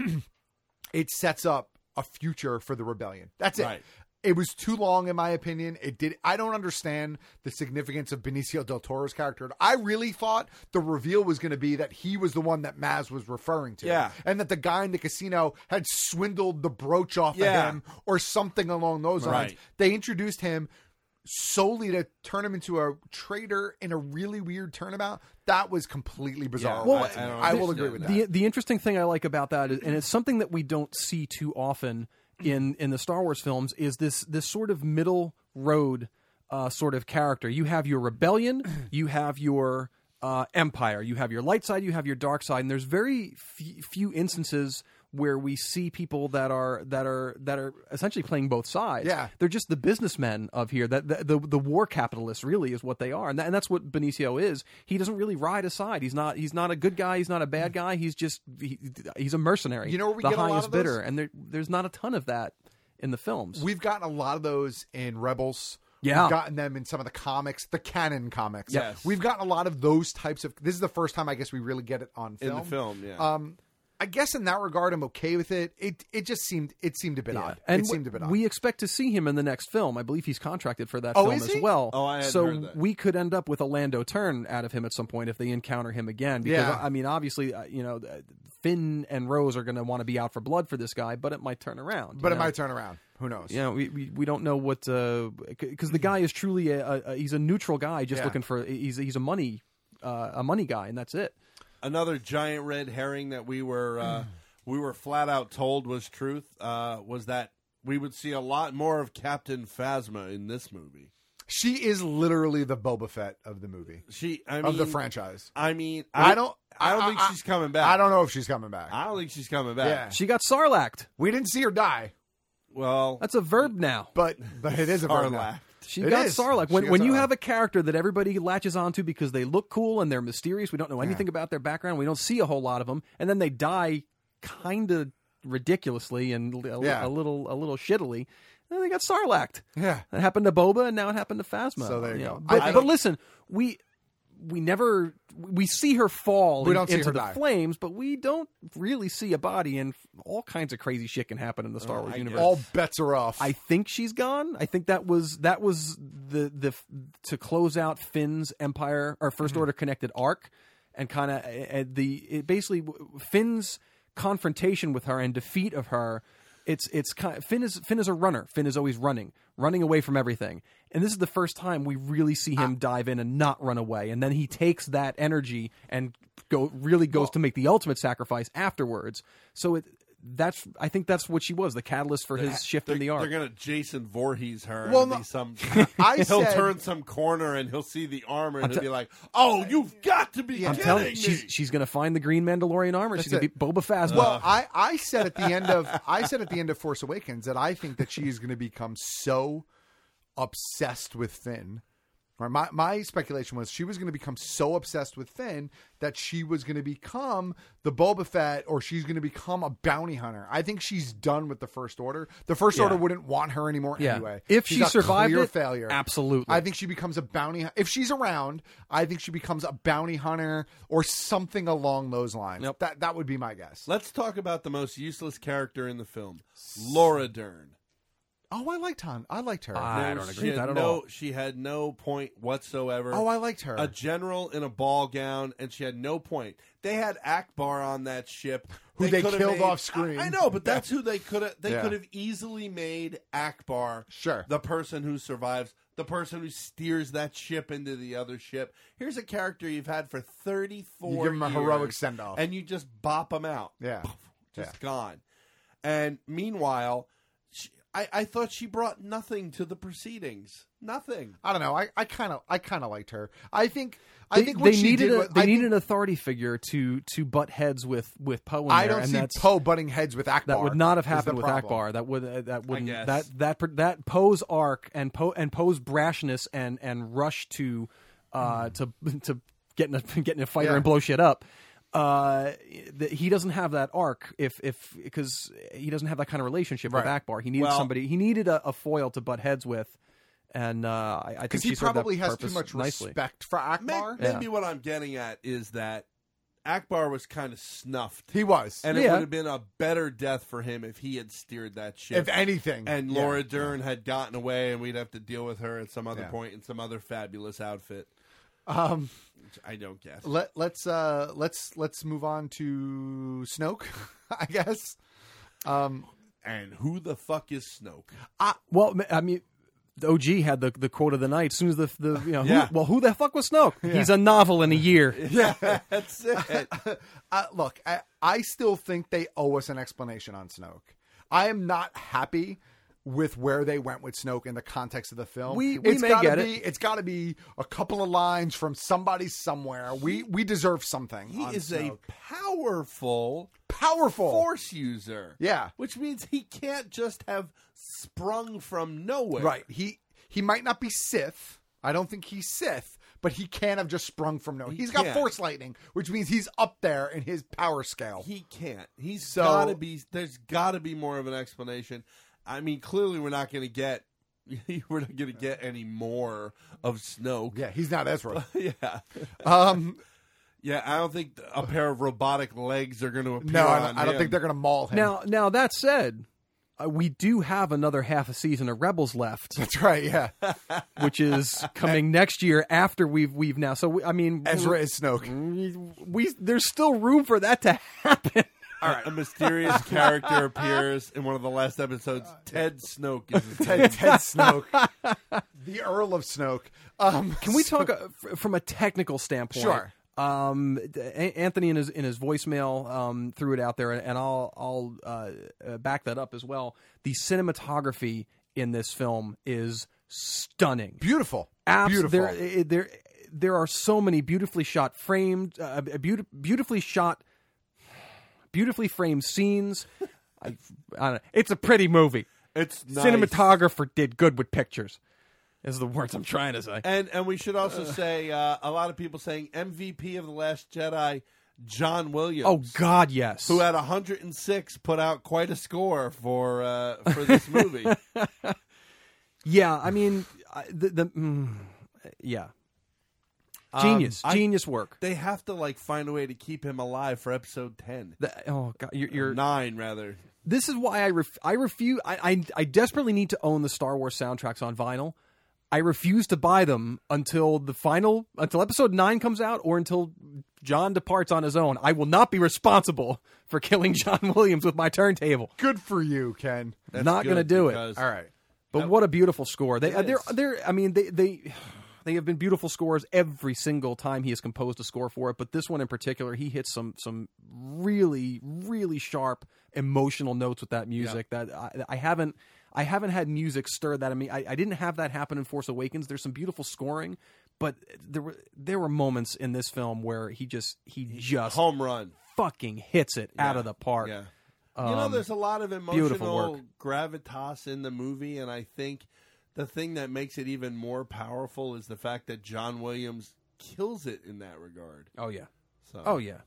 it sets up a future for the rebellion. That's it. Right. It was too long, in my opinion. It did. I don't understand the significance of Benicio del Toro's character. I really thought the reveal was going to be that he was the one that Maz was referring to, Yeah. and that the guy in the casino had swindled the brooch off Yeah. of him or something along those lines. Right. They introduced him solely to turn him into a traitor in a really weird turnabout. That was completely bizarre. Well, I, I will agree with that. The the interesting thing I like about that, is, and it's something that we don't see too often in in the Star Wars films, is this this sort of middle road uh, sort of character. You have your rebellion, you have your uh, empire, you have your light side, you have your dark side, and there's very f- few instances where we see people that are that are that are essentially playing both sides. Yeah. they're just the businessmen of here. That the, the the war capitalists really is what they are, and, that, and that's what Benicio is. He doesn't really ride a side. He's not he's not a good guy. He's not a bad guy. He's just he, he's a mercenary. You know where we the get a lot highest of those? bidder, and there, there's not a ton of that in the films. We've gotten a lot of those in Rebels. Yeah. We've gotten them in some of the comics, the canon comics. Yes. We've gotten a lot of those types of this is the first time I guess we really get it on In film. the film, yeah. Um I guess in that regard I'm okay with it. It it just seemed it seemed a bit odd. and it w- seemed a bit odd. we expect to see him in the next film. I believe he's contracted for that Oh, film is as he? well. Oh, I hadn't so heard that. we could end up with a Lando turn out of him at some point if they encounter him again. Because Yeah. I mean, obviously, uh, you know, uh, Finn and Rose are going to want to be out for blood for this guy, but it might turn around. but you it know? might turn around. Who knows? Yeah, we, we we don't know what because the guy is truly a, a, a he's a neutral guy just Yeah. looking for he's he's a money uh, a money guy and that's it. another giant red herring that we were uh, we were flat out told was truth uh, was that we would see a lot more of Captain Phasma in this movie. She is literally the Boba Fett of the movie. She I of the mean- franchise. I mean, I don't- I don't I- think I- she's coming back. I don't know if she's coming back. I don't think she's coming back. Yeah. She got sarlacked. We didn't see her die. Well, that's a verb now. But but it is a verb now. Sarlacc. She It got is. Sarlacc. She When, got when you Sarlacc. have a character that everybody latches onto because they look cool and they're mysterious, we don't know anything about their background, we don't see a whole lot of them, and then they die kind of ridiculously and a, Yeah. a little a little shittily. Then they got sarlacked. Yeah. It happened to Boba and now it happened to Phasma. So there you know. go. But, I but don't- listen, we we never we see her fall We in- don't see into her the die. flames, but we don't really see a body and all kinds of crazy shit can happen in the Uh, Star Wars universe. All bets are off. I think she's gone. I think that was that was the the to close out Finn's empire or 1st order connected arc, and kind of the it basically Finn's confrontation with her and defeat of her. It's it's kind Finn is Finn is a runner. Finn is always running, running away from everything. And this is the first time we really see him dive in and not run away. And then he takes that energy and go really goes to make the ultimate sacrifice afterwards. So it that's I think that's what she was the catalyst for his shift in They're- the arc. They're gonna Jason Voorhees her. Well, Well, no. be some. I he'll said- turn some corner and he'll see the armor and I'm he'll te- be like, "Oh, you've got to be I'm kidding telling me!" you, she's she's gonna find the green Mandalorian armor. she's gonna it. be Boba Phasma. Well, I, I said at the end of I said at the end of Force Awakens that I think that she is going to become so obsessed with Finn. Right, my my speculation was she was going to become so obsessed with Finn that she was going to become the Boba Fett, or she's going to become a bounty hunter. I think she's done with the First Order. The First Yeah. Order wouldn't want her anymore Yeah. anyway. If She's she a survived clear it, failure, absolutely. I think she becomes a bounty. If she's around, I think she becomes a bounty hunter or something along those lines. That that would be my guess. Let's talk about the most useless character in the film, Laura Dern. Oh, I liked Han. I liked her. I No, don't agree she with that had at no, all. She had no point whatsoever. Oh, I liked her. A general in a ball gown, and she had no point. They had Akbar on that ship, Who they coulda killed made- off screen. I, I know, but that's who they could have. They Yeah. could have easily made Akbar Sure. the person who survives, the person who steers that ship into the other ship. Here's a character you've had for thirty four. You give him a heroic send-off. and you just bop him out Yeah. just gone. And meanwhile, she, I, I thought she brought nothing to the proceedings. Nothing. I don't know. I I kind of I kind of liked her. I think I They- think they what she needed did a, was- they I needed think- an authority figure to to butt heads with with Poe. in I there, don't and see that's, Poe butting heads with Akbar. That would not is have the happened with problem. Akbar. That would uh, that would guess. that that per- that Poe's arc and Poe and Poe's brashness and and rush to uh to to get in a get in a fighter Yeah. and blow shit up uh, that he doesn't have that arc if if because he doesn't have that kind of relationship with Right. Akbar. He needed Well- somebody. He needed a, a foil to butt heads with, and uh, I, I think because he she served that probably has too purpose much nicely. respect for Akbar. May- Maybe what I'm getting at is that Akbar was kind of snuffed. He was. and it Yeah. would have been a better death for him if he had steered that ship. If anything. and Yeah. Laura Dern had gotten away, and we'd have to deal with her at some other Yeah. point in some other fabulous outfit. Um, Which I don't guess. Let let's uh let's let's move on to Snoke, I guess. Um, and who the fuck is Snoke? I, well, ma- I mean, the OG had the, the quote of the night. As soon as the the you know, who- Yeah. well, who the fuck was Snoke? Yeah. He's a novel in a year. Yeah, that's it. uh, look, I, I still think they owe us an explanation on Snoke. I am not happy with where they went with Snoke in the context of the film. We- we It's may gotta get it. be, It's got to be a couple of lines from somebody somewhere. We we deserve something. He on is Snoke. a powerful, powerful force user. Yeah. which means he can't just have sprung from nowhere. Right. He he might not be Sith. I don't think he's Sith, but he can have just sprung from nowhere. He has got can't. Force lightning, which means he's up there in his power scale. He can't. He's So- gotta be. There's gotta be more of an explanation. I mean, clearly we're not gonna get. We're not gonna get any more of Snoke. Yeah, he's not Ezra. yeah. Um. Yeah, I don't think a pair of robotic legs are going to appear. No, I don't, on I don't him. think they're going to maul him. Now, now that said, uh, we do have another half a season of Rebels left. That's right. Yeah, which is coming next year after we've we've now. So we, I mean, Ezra we- is Snoke. We there's still room for that to happen. All right, a mysterious character appears in one of the last episodes. Ted Snoke is his name. Uh, Ted, Ted Snoke, the Earl of Snoke. Um, Can we talk uh, f- from a technical standpoint? Sure. Um, d- A- Anthony in his in his voicemail um, threw it out there, and, and I'll I'll uh, uh, back that up as well. The cinematography in this film is stunning, beautiful, Abs- Beautiful. There, eh, i- there, there are so many beautifully shot framed, uh, beauti- beautifully shot, beautifully framed scenes. I, I don't know. It's a pretty movie. It's nice. cinematographer did good with pictures. Is the words I'm trying to say. And and we should also say uh, a lot of people saying MVP of the Last Jedi, John Williams. Oh God, yes. who at 106 put out quite a score for uh, for this movie. yeah, I mean, I, the, the mm, yeah, genius, Um, I- genius work. They have to like find a way to keep him alive for episode 10. The- oh God, you're, you're nine rather. this is why I ref- I refuse. I, I I desperately need to own the Star Wars soundtracks on vinyl. I refuse to buy them until the final until episode nine comes out or until John departs on his own. I will not be responsible for killing John Williams with my turntable. Good for you, Ken. not going to do it. because- All right. But what a beautiful score! They uh, It they're is. they're I mean they they they have been beautiful scores every single time he has composed a score for it. But this one in particular, he hits some some really really sharp emotional notes with that music that I, I haven't. I haven't had music stir that in me. I, I didn't have that happen in Force Awakens. There's some beautiful scoring, but there were there were moments in this film where he just he just Home run. fucking hits it out of the park. Yeah. you know, Um, there's a lot of beautiful work. emotional gravitas in the movie, and I think the thing that makes it even more powerful is the fact that John Williams kills it in that regard. Oh yeah. So, Oh yeah.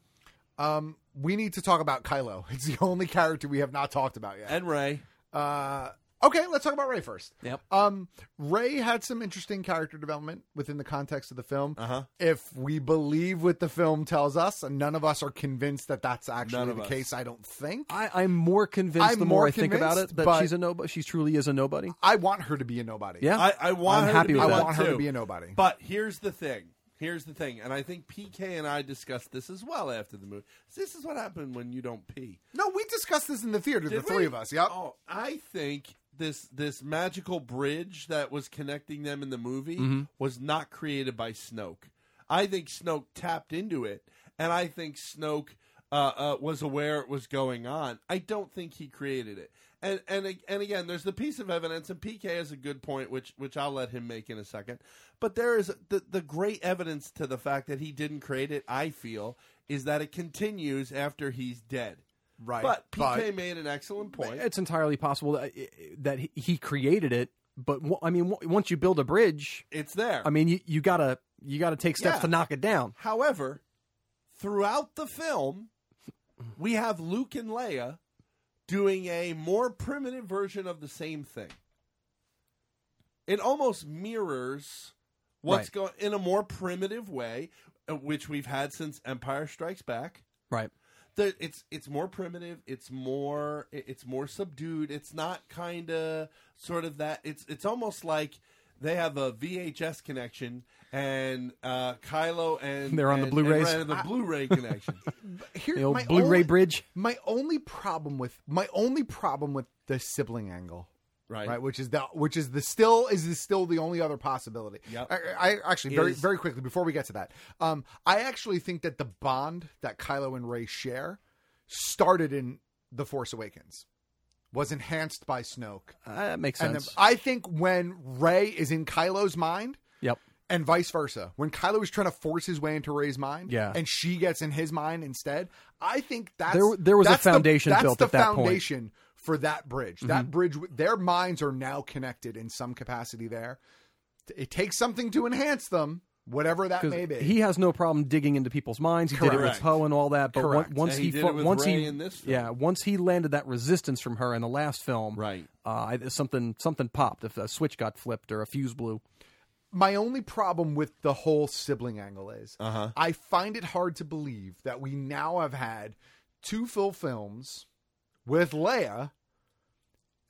Um, we need to talk about Kylo. It's the only character we have not talked about yet. and Ray. Uh, okay, let's talk about Ray first. Yep. Um, Ray had some interesting character development within the context of the film. Uh-huh. If we believe what the film tells us, and none of us are convinced that that's None actually of the us. case, I don't think. I, I'm more convinced I'm the more, more I think about convinced, it that but- she's a nobody. She truly is a nobody. I want her to be a nobody. Yeah, I, I want I'm her happy to be with I that. that want her to too. be a nobody. But here's the thing. Here's the thing, and I think PK and I discussed this as well after the movie. This is what happened when you don't pee. No, we discussed this in the theater, the Did three we? of us. Yep. Oh, I think this this magical bridge that was connecting them in the movie Mm-hmm. Mhm. was not created by Snoke. I think Snoke tapped into it, and I think Snoke uh, uh, was aware it was going on. I don't think he created it. And and ag- and again, there's the piece of evidence, and PK has a good point, which which I'll let him make in a second. But there is the the great evidence to the fact that he didn't create it. I feel is that it continues after he's dead. Right. But PK made an excellent point. it's entirely possible that, that he- he created it. But wo- I mean, wo- once you build a bridge, It's there. I mean, you, you gotta you gotta take steps Yeah. to knock it down. however, throughout the film, we have Luke and Leia doing a more primitive version of the same thing. It almost mirrors what's Right. going in a more primitive way, uh, which we've had since Empire Strikes Back. Right. The, it's it's more primitive. It's more it- it's more subdued. It's not kind of sort of that. It's it's almost like they have a VHS connection and uh, Kylo and They're on the and- Blu-rays. and Ren have the I- Blu-ray connection. Here- The old my Blu-ray only- bridge. My only problem with my only problem with the sibling angle, Right. Right, which is the which is the still is the, still the only other possibility. Yep. I, I actually very Is- very quickly before we get to that, um, I actually think that the bond that Kylo and Ray share started in the Force Awakens. Was enhanced by Snoke. Uh, that makes And sense. then I think when Ray is in Kylo's mind, Yep. and vice versa. When Kylo is trying to force his way into Ray's mind, Yeah. and she gets in his mind instead, I think that's There- there was a that's the- foundation that's built the at that point. foundation for that bridge. That Mhm. bridge, their minds are now connected in some capacity. There, it takes something to enhance them, whatever that 'Cause may be. He has no problem digging into people's minds. He did it with Correct. Poe and all that. But Correct. on- once And he, he did fu- it with once Rey he in this film. yeah once he landed that resistance from her in the last film, right? Uh, I- something something popped. If a switch got flipped or a fuse blew, my only problem with the whole sibling angle is Uh-huh. I find it hard to believe that we now have had two full films with Leia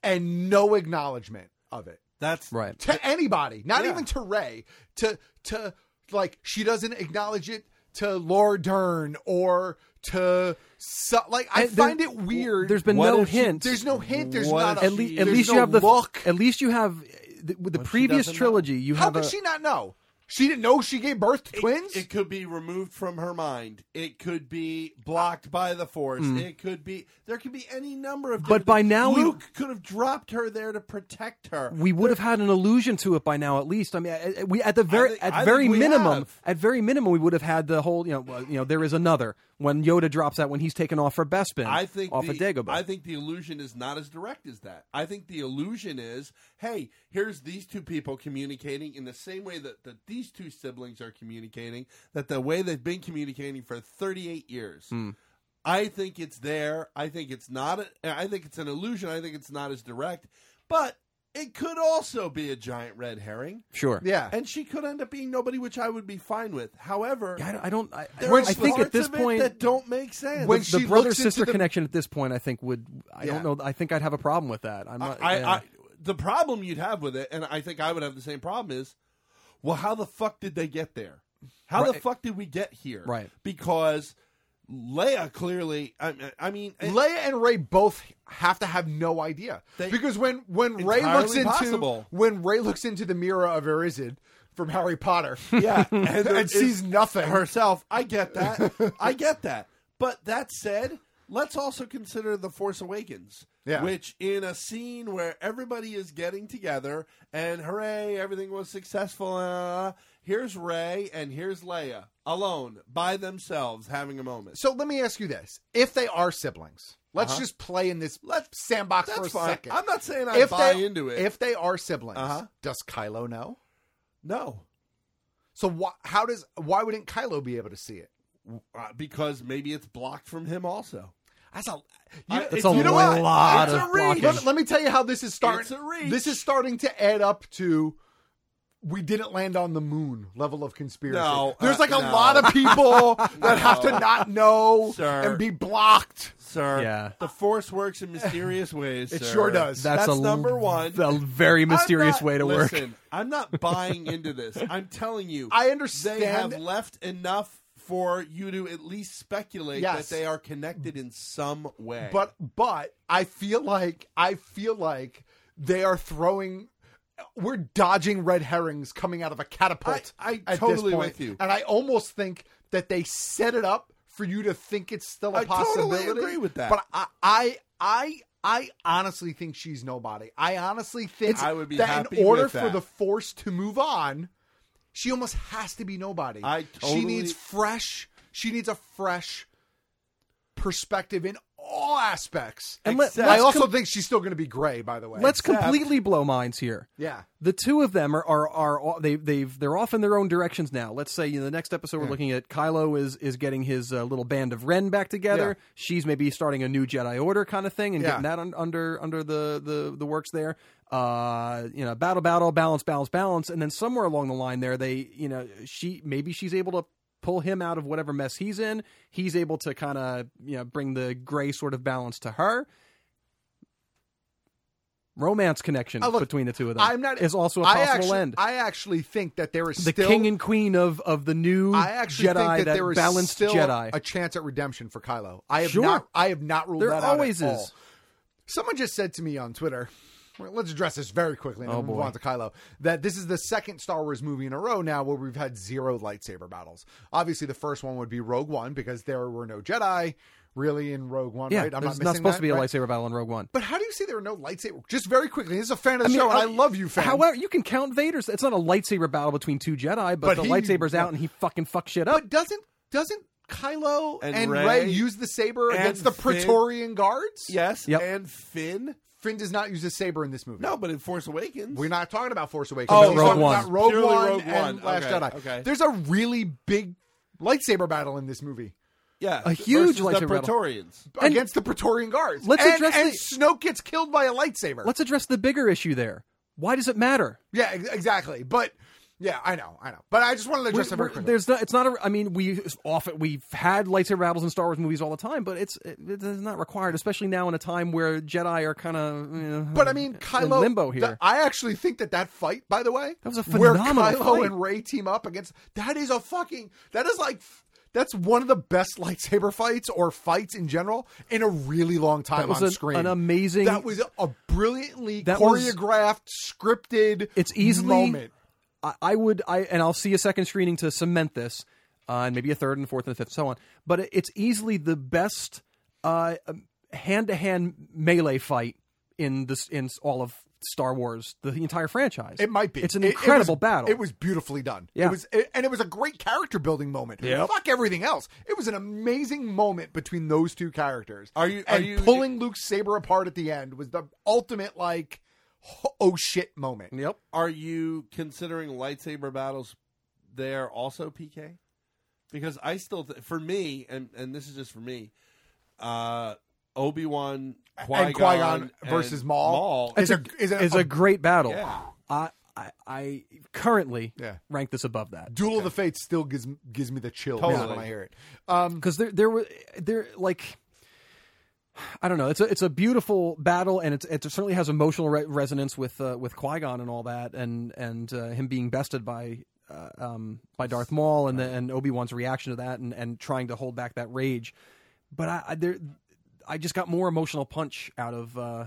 and no acknowledgement of it That's right. to anybody, not Yeah. even to Ray, to to like she doesn't acknowledge it to Laura Dern or to so, like I And there- find it weird. There's been What no if she- hint. there's no hint. There's not a, at, le- at there's least you no have the look. At least you have the, with the Well, she previous doesn't know. trilogy. You How have could a, she not know? She didn't know she gave birth to twins. It could be removed from her mind. It could be blocked by the force. Mm. It could be there could be any number of. But different- by now we- Luke could have dropped her there to protect her. we would have had an allusion to it by now at least i mean I- I- we at the very think- I at think very we minimum have. at very minimum we would have had the whole you know well, you know there is another when yoda drops out when he's taken off for bespin I think off the, of dagobah I think the illusion is not as direct as that. I think the illusion is, hey, here's these two people communicating in the same way that, that these two siblings are communicating, that the way they've been communicating for 38 years. Hmm. I think it's there. I think it's not. A, I think it's an illusion. I think it's not as direct, but it could also be a giant red herring. Sure. Yeah. and she could end up being nobody, which I would be fine with. However, I don't- I don't- I- there when- are I think parts at this of it point- that don't make sense. the, the brother sister connection at this point i think would i Yeah. don't know i think i'd have a problem with that i'm not I, yeah. I, the problem you'd have with it, and I think I would have the same problem is, well, how the fuck did they get there? How the Right. fuck did we get here? Right. Because Leia clearly, I, I mean, it- Leia and Ray both have to have no idea because when when Ray Entirely looks into possible. when Ray looks into the mirror of Erizid from Harry Potter, yeah, and, it- sees nothing herself. I get that. I get that. But that said, let's also consider The Force Awakens, Yeah. which in a scene where everybody is getting together and hooray, everything was successful. Uh, here's Ray and here's Leia alone by themselves having a moment. So let me ask you this: If they are siblings, let's Uh-huh. just play in this sandbox for a That's fine. second. I'm not saying I buy they, into it. If they are siblings, Uh-huh. does Kylo know? No, So why, how does why wouldn't Kylo be able to see it? uh, because maybe it's blocked from him also. That's a I- you- it's it's- a you know what? lot It's a of reach. blocking. Let, let me tell you how this is starting. It's a reach. This is starting to add up to we didn't land on the moon level of conspiracy. No, There's uh, like a no. lot of people that have to No. not know Sir. and be blocked. Sir, Yeah. the force works in mysterious ways. It sir. sure does. that's, That's a, number one. a very mysterious I'm not- way to work listen, I'm not buying into this. I'm telling you. I understand. They have left enough for you to at least speculate Yes. that they are connected in some way. but but I feel like I feel like they are throwing we're dodging red herrings coming out of a catapult. I- I at this totally point. with you. and I almost think that they set it up for you to think it's still a I totally possibility. agree with that. but I I I. I honestly think she's nobody. I honestly think It's- I would be that happy in order with for that. the force to move on, she almost has to be nobody. I she totally- needs fresh. She needs a fresh perspective in all all aspects. And let- I let's also com- think she's still going to be gray. By the way, Let's Except- completely blow minds here. Yeah. the two of them are are, are they they've they're off in their own directions now. Let's say you know, the next episode we're Yeah. looking at Kylo is is getting his uh, little band of Ren back together. She's maybe starting a new Jedi Order kind of thing and Yeah. getting that un- under under the, the the works there. Uh, you know, battle, battle, balance, balance, balance, and then somewhere along the line there, they you know she maybe she's able to pull him out of whatever mess he's in. He's able to kind of you know bring the gray sort of balance to her. Romance connection Oh, look, between the two of them I'm not is also a I possible actually- end. I actually think that there is the still king and queen of of the new I actually Jedi, think that, there is balanced still Jedi. a chance at redemption for Kylo. I have Sure. not. I have not ruled There that always out at is. all. Someone just said to me on Twitter. well, Let's address this very quickly and Oh, then move boy. on to Kylo. That this is the second Star Wars movie in a row now where we've had zero lightsaber battles. Obviously, the first one would be Rogue One because there were no Jedi really in Rogue One. yeah, right? I'm there's not not, supposed that, to be a right? lightsaber battle in Rogue One. But how do you say there were no lightsaber? Just very quickly, this is a fan of the I mean, show, and uh, I love you, fan. However, you can count Vader's. It's not a lightsaber battle between two Jedi, but, But the he- lightsaber's out and he fucking fucks shit up. But doesn't doesn't Kylo And and, Ray, Rey use the saber and against the Finn. Praetorian guards? Yes, Yep. and Finn. Finn does not use a saber in this movie. No, but in Force Awakens, We're not talking about Force Awakens. Oh, We're Rogue talking One. about Rogue Purely One Rogue and One. Last Okay, Jedi. okay. There's a really big lightsaber battle in this movie yeah, a huge versus lightsaber the battle. Praetorians. And- against the Praetorian guards. Let's and, address and the- Snoke gets killed by a lightsaber. Let's address the bigger issue there. Why does it matter? yeah, ex- exactly. But yeah, I know, I know. But I just wanted to We're- address that we're- very quickly. there's not. It's not. A, I mean, we often we've had lightsaber battles in Star Wars movies all the time, but it's it- it's not required, especially now in a time where Jedi are kind of. You know, But I mean, in Kylo. Mm, limbo here. th- I actually think that that fight, by the way, That was a where phenomenal Kylo fight. and Ray team up against. That is a fucking. That is like. That's one of the best lightsaber fights or fights in general in a really long time That was on an- screen. an amazing- That was a brilliantly That was- choreographed, scripted. it's easily moment. I, I would I and I'll see a second screening to cement this, uh, and maybe a third and a fourth and a fifth, so on. But it- it's easily the best uh, hand to hand melee fight in this in all of Star Wars, the entire franchise. It might be. It's an It- it was- incredible battle. It was beautifully done. Yeah. It was, it- and it was a great character building moment. Yep. Fuck everything else. It was an amazing moment between those two characters. Are you- are and you- pulling Luke's saber apart at the end was the ultimate like ho- oh shit moment. Yep. Are you considering lightsaber battles there also, PK? Because I still, th- for me, and and this is just for me, uh, Obi Wan And Qui-Gon versus Maul. Is It's a, a- is a- is a great battle. Yeah. I, I I currently Yeah. rank this above that. Duel of the Fates still gives gives me the chills Totally. when I hear it. Um, because there there were there like I don't know. It's a it's a beautiful battle, and it's, it certainly has emotional re- resonance with uh, with Qui Gon and all that, and and uh, him being bested by uh, um, by Darth Maul, and the, and Obi Wan's reaction to that, and, and trying to hold back that rage. But I, I there, I just got more emotional punch out of uh,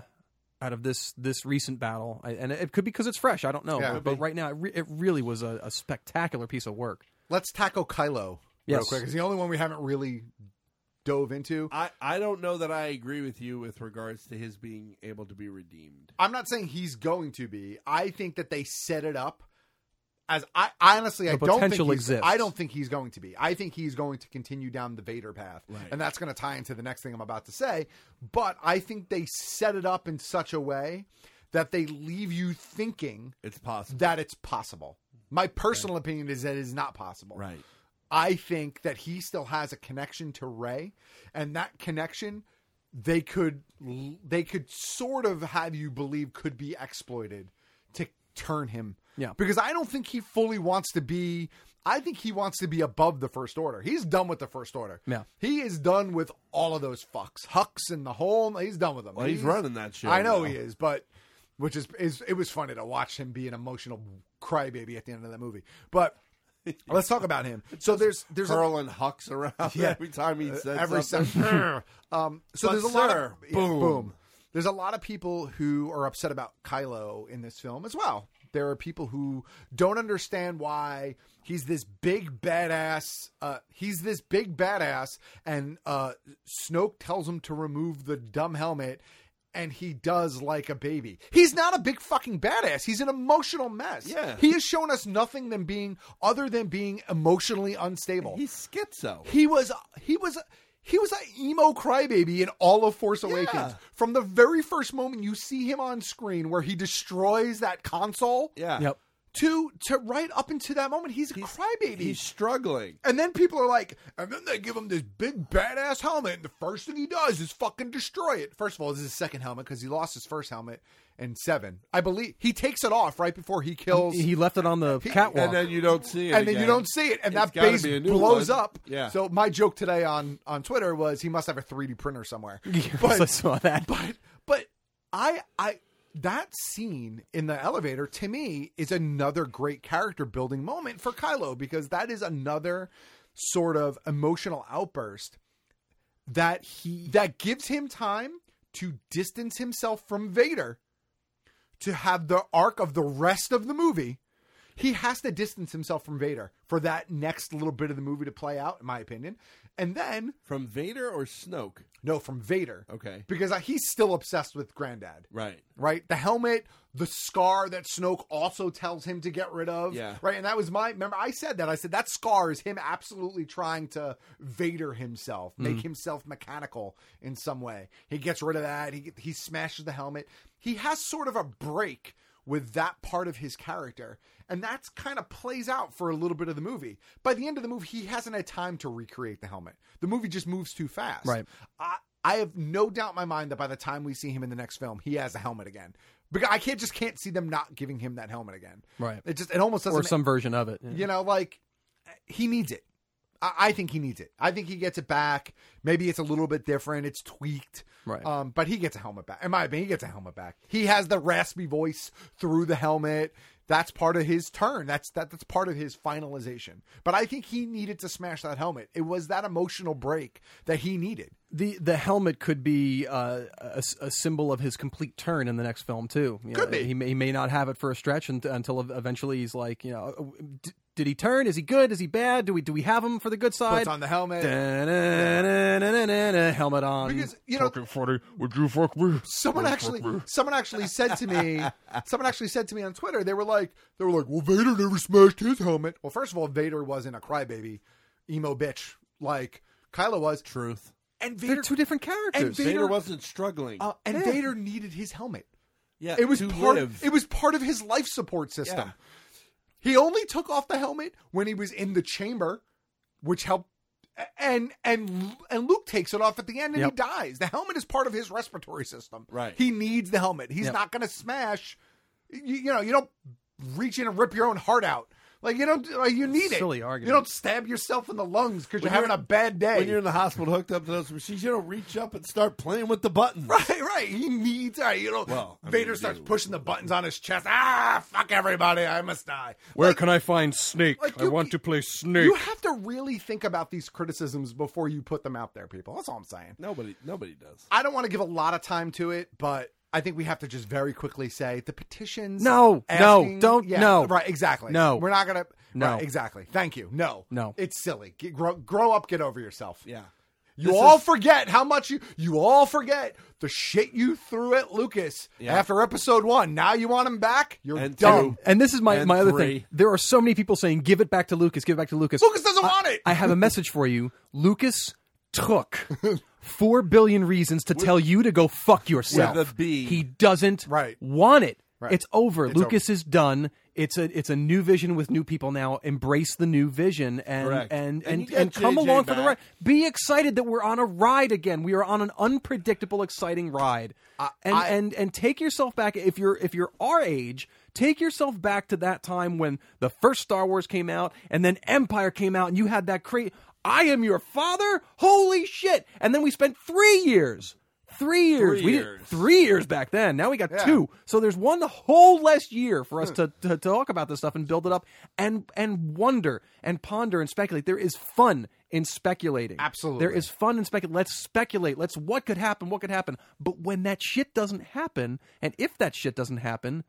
out of this this recent battle, I, and it, could be because it's fresh. I don't know, Yeah. but, but right now it, re- it really was a, a spectacular piece of work. let's tackle Kylo real Yes. quick. It's the only one we haven't really dove into. I I don't know that I agree with you with regards to his being able to be redeemed. I'm not saying he's going to be. I think that they set it up as I I honestly I The don't think potential he's, exists. I don't think he's going to be. I think he's going to continue down the Vader path, Right. and that's going to tie into the next thing I'm about to say. But I think they set it up in such a way that they leave you thinking It's possible, that it's possible. My personal opinion is that it is not possible. right? I think that he still has a connection to Ray, and that connection they could they could sort of have you believe could be exploited to turn him. Yeah. Because I don't think he fully wants to be I think he wants to be above the first order. He's done with the first order. Yeah. He is done with all of those fucks. Hucks and the whole he's done with them. Well, he's running that shit I know now. he is, but which is, is it was funny to watch him be an emotional crybaby at the end of that movie. But let's talk about him. So there's there's a, Hurling hucks around Yeah. every time he uh, says every something. second. um, so But there's a lot of sir, yeah, boom. boom. There's a lot of people who are upset about Kylo in this film as well. There are people who don't understand why he's this big badass. Uh, he's this big badass, and uh, Snoke tells him to remove the dumb helmet, and he does like a baby. He's not a big fucking badass. He's an emotional mess. Yeah. he has shown us nothing than being other than being emotionally unstable. He's schizo. He was he was He was an emo crybaby in all of Force Awakens. From the very first moment you see him on screen where he destroys that console. Yeah. Yep. To to right up into that moment, he's a crybaby. He's struggling. And then people are like, and then they give him this big badass helmet, and the first thing he does is fucking destroy it. First of all, this is his second helmet because he lost his first helmet in seven. I believe he takes it off right before he kills. He, he left it on the catwalk. And then you don't see it. and then again. you don't see it, and It's that gotta base be a new blows one. up. Yeah. So my joke today on on Twitter was he must have a 3D printer somewhere. Yes, But- I saw that. But but I I that scene in the elevator to me is another great character building moment for Kylo because that is another sort of emotional outburst that he that gives him time to distance himself from Vader to have the arc of the rest of the movie. He has to distance himself from Vader for that next little bit of the movie to play out, in my opinion. And then from Vader or Snoke? No, from Vader. Okay. because uh, he's still obsessed with Granddad. Right. Right. The helmet, the scar that Snoke also tells him to get rid of. Yeah. Right. And that was my remember I said that. I said that scar is him absolutely trying to Vader himself, make Mm. himself mechanical in some way. He gets rid of that. He he smashes the helmet. He has sort of a break with that part of his character. And that's kind of plays out for a little bit of the movie. By the end of the movie, he hasn't had time to recreate the helmet. The movie just moves too fast. Right. I, I have no doubt in my mind that by the time we see him in the next film, he has a helmet again. Because I can't just can't see them not giving him that helmet again. Right. It just it almost doesn't or some version of it. you know, like he needs it. I, I think he needs it. I think he gets it back. Maybe it's a little bit different. It's tweaked. Right. Um, but he gets a helmet back. In my opinion, he gets a helmet back. He has the raspy voice through the helmet. That's part of his turn. That's that, that's part of his finalization. But I think he needed to smash that helmet. It was that emotional break that he needed. the the helmet could be uh, a, a symbol of his complete turn in the next film too. You Could know, be. He may, he may not have it for a stretch unt- until ev- eventually he's like, you know, d- did he turn? Is he good? Is he bad? Do we do we have him for the good side? Puts on the helmet. Da-na-na-na-na-na, helmet on. Because, you know- Fucking funny. Would you fuck me? someone actually someone actually said to me someone actually said to me on Twitter they were like they were like well Vader never smashed his helmet well first of all Vader wasn't a crybaby emo bitch like Kylo was truth and Vader They're two different characters. and Vader, Vader wasn't struggling. uh, and Yeah. Vader needed his helmet yeah, it was to part live. it was part of his life support system Yeah. he only took off the helmet when he was in the chamber which helped and and and Luke takes it off at the end and Yep. he dies the helmet is part of his respiratory system right. he needs the helmet. He's Yep. not going to smash. You, you know, you don't reach in and rip your own heart out. Like you don't. Like, you need Silly it. argument. You don't stab yourself in the lungs because you're When having you're- a bad day. when you're in the hospital hooked up to those machines, you don't reach up and start playing with the buttons. Right, right. He needs. Right, you know, Well, I Vader mean, starts you- pushing the buttons on his chest. Ah, fuck everybody! I must die. Where can I find Snake? like I you- want to play Snake. You have to really think about these criticisms before you put them out there, people. That's all I'm saying. Nobody, nobody does. I don't want to give a lot of time to it, but I think we have to just very quickly say the petitions. No, asking- no, don't- yeah, no. Right, exactly. No. we're not gonna. No. right, exactly. Thank you. No, No. It's silly. Get, grow, grow up. Get over yourself. Yeah, You This all is- forget how much you you all forget the shit you threw at Lucas Yeah. after episode one. Now you want him back? You're And dumb. two. And this is my, And my other three. thing. There are so many people saying, give it back to Lucas, give it back to Lucas. Lucas doesn't I- want it. I have a message for you. Lucas took four billion reasons to tell you to go fuck yourself. with a B. He doesn't Right. want it. Right. It's over. It's Lucas is done. It's a it's a new vision with new people now. Embrace the new vision and Correct. and And and, you and, get come JJ along for the back. ride. Be excited that we're on a ride again. We are on an unpredictable, exciting ride. and I- and and take yourself back if you're if you're our age, take yourself back to that time when the first Star Wars came out and then Empire came out and you had that crazy I am your father. Holy shit. And then we spent 3 years. 3 years. Three we years. did 3 years back then. Now we got Yeah. 2. So there's one whole less year for Hmm. us to, to to talk about this stuff and build it up and and wonder and ponder and speculate. There is fun in speculating. Absolutely. There is fun and speculate. Let's speculate. Let's what could happen, what could happen. But when that shit doesn't happen, and if that shit doesn't happen,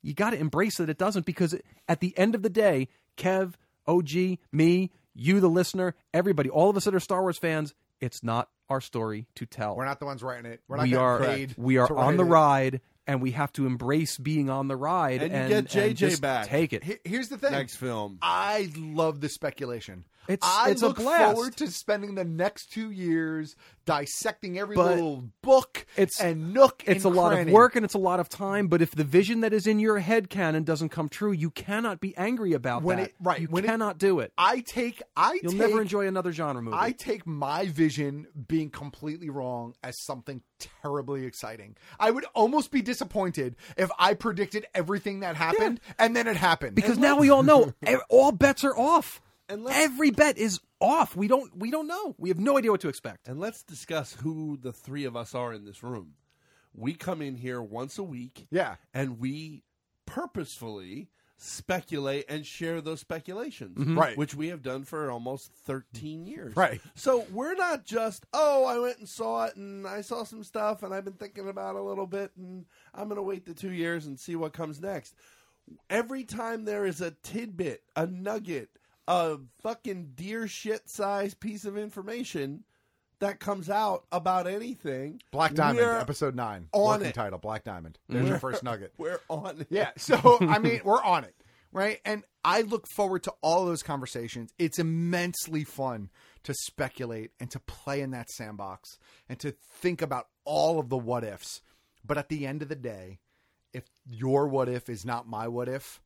you got to embrace that it doesn't because at the end of the day, Kev, OG, me, you, the listener, everybody, all of us that are Star Wars fans, it's not our story to tell. We're not the ones writing it. We're not We getting are- paid. we are to on the write it. ride, and we have to embrace being on the ride. And And, you get and JJ just back. Take it. Here- Here's the thing. Next film. I love the speculation. It's- I it's a look blast. forward to spending the next two years dissecting every But little book it's, and nook. It's and a lot cranny. of work and it's a lot of time, but if the vision that is in your head canon doesn't come true, you cannot be angry about When that. it- right, you when it- cannot do it. I take I You'll take, never enjoy another genre movie. I take my vision being completely wrong as something terribly exciting. I would almost be disappointed if I predicted everything that happened and then it happened. because And now let's- we all know e- all bets are off. Every bet is off. We don't we don't know. We have no idea what to expect. And let's discuss who the three of us are in this room. We come in here once a week. Yeah. And we purposefully speculate and share those speculations. Mhm. Right. Which we have done for almost 13 years. Right. So we're not just, oh, I went and saw it and I saw some stuff and I've been thinking about it a little bit and I'm going to wait the two years and see what comes next. Every time there is a tidbit, a nugget, a fucking deer shit sized piece of information that comes out about anything, Black Diamond we're episode 9. on Working it. title Black Diamond. There's your We're- first nugget. We're on it. Yeah. So I mean, we're on it, right? And I look forward to all those conversations. It's immensely fun to speculate and to play in that sandbox and to think about all of the what ifs. But at the end of the day, if your what if is not my what if,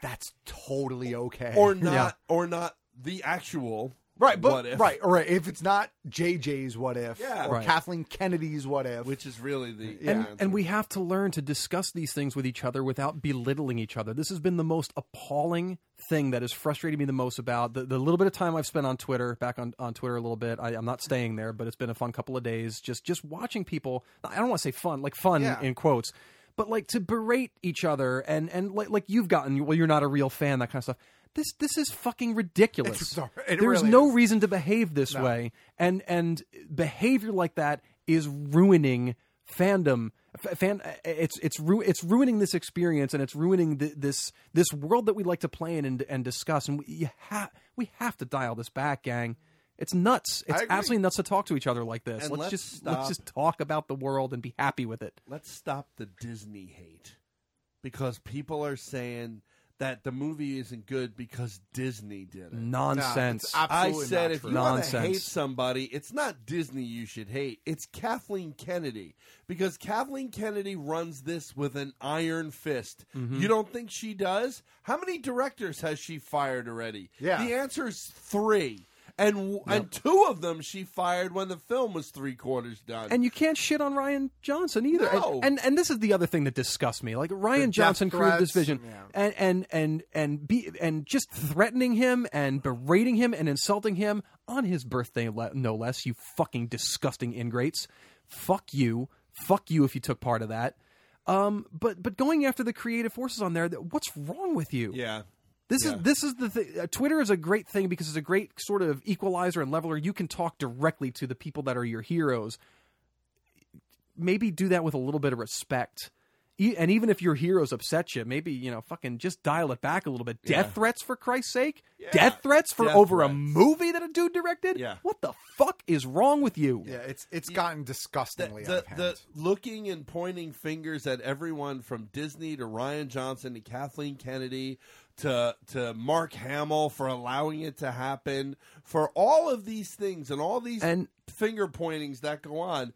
that's totally okay. or not or not the actual Right, but what if. right, all right. If it's not JJ's what if, Yeah. or Right. Kathleen Kennedy's what if, which is really the yeah, And, and we have to learn to discuss these things with each other without belittling each other. This has been the most appalling thing that has frustrated me the most about the, the little bit of time I've spent on Twitter, back on, on Twitter a little bit. I, I'm not staying there, but it's been a fun couple of days just just watching people. I don't want to say fun, like fun Yeah. in quotes, but like to berate each other and and like, like you've gotten well, you're not a real fan, that kind of stuff. This this is fucking ridiculous. It's- it There's really no is. reason to behave this No. way and and behavior like that is ruining fandom F- fan it's it's ru- it's ruining this experience and it's ruining th- this this world that we like to play in and, and discuss and we you ha- we have to dial this back gang it's nuts I it's agree. absolutely nuts to talk to each other like this And let's, let's just stop. let's just talk about the world and be happy with it let's stop the Disney hate because people are saying that the movie isn't good because Disney did it. Nonsense. No, it's absolutely I said not if true. you want to Nonsense. hate somebody, it's not Disney you should hate. It's Kathleen Kennedy because Kathleen Kennedy runs this with an iron fist. Mhm. You don't think she does? How many directors has she fired already? Yeah. The answer is 3. And w and two of them she fired when the film was 3 quarters done. and you can't shit on Ryan Johnson either. And- No. And, and this is the other thing that disgusts me. Like The Ryan death Johnson created this threats, vision, yeah. and and and and be and just threatening him and berating him and insulting him on his birthday, le- no less. You fucking disgusting ingrates. Fuck you. Fuck you if you took part of that. Um, but but going after the creative forces on there, th- what's wrong with you? yeah. This Yeah. is this is the thing. Uh, Twitter is a great thing because it's a great sort of equalizer and leveler. You can talk directly to the people that are your heroes. Maybe do that with a little bit of respect. E- and even if your heroes upset you, maybe you know fucking just dial it back a little bit. Yeah. Death threats for Christ's sake. Death threats for Death over a threats. movie that a dude directed. Yeah. What the fuck is wrong with you? yeah, it's it's gotten disgustingly out the, of hand. the looking and pointing fingers at everyone from Disney to Ryan Johnson to Kathleen Kennedy to to Mark Hamill for allowing it to happen for all of these things and all these And- finger pointings that go on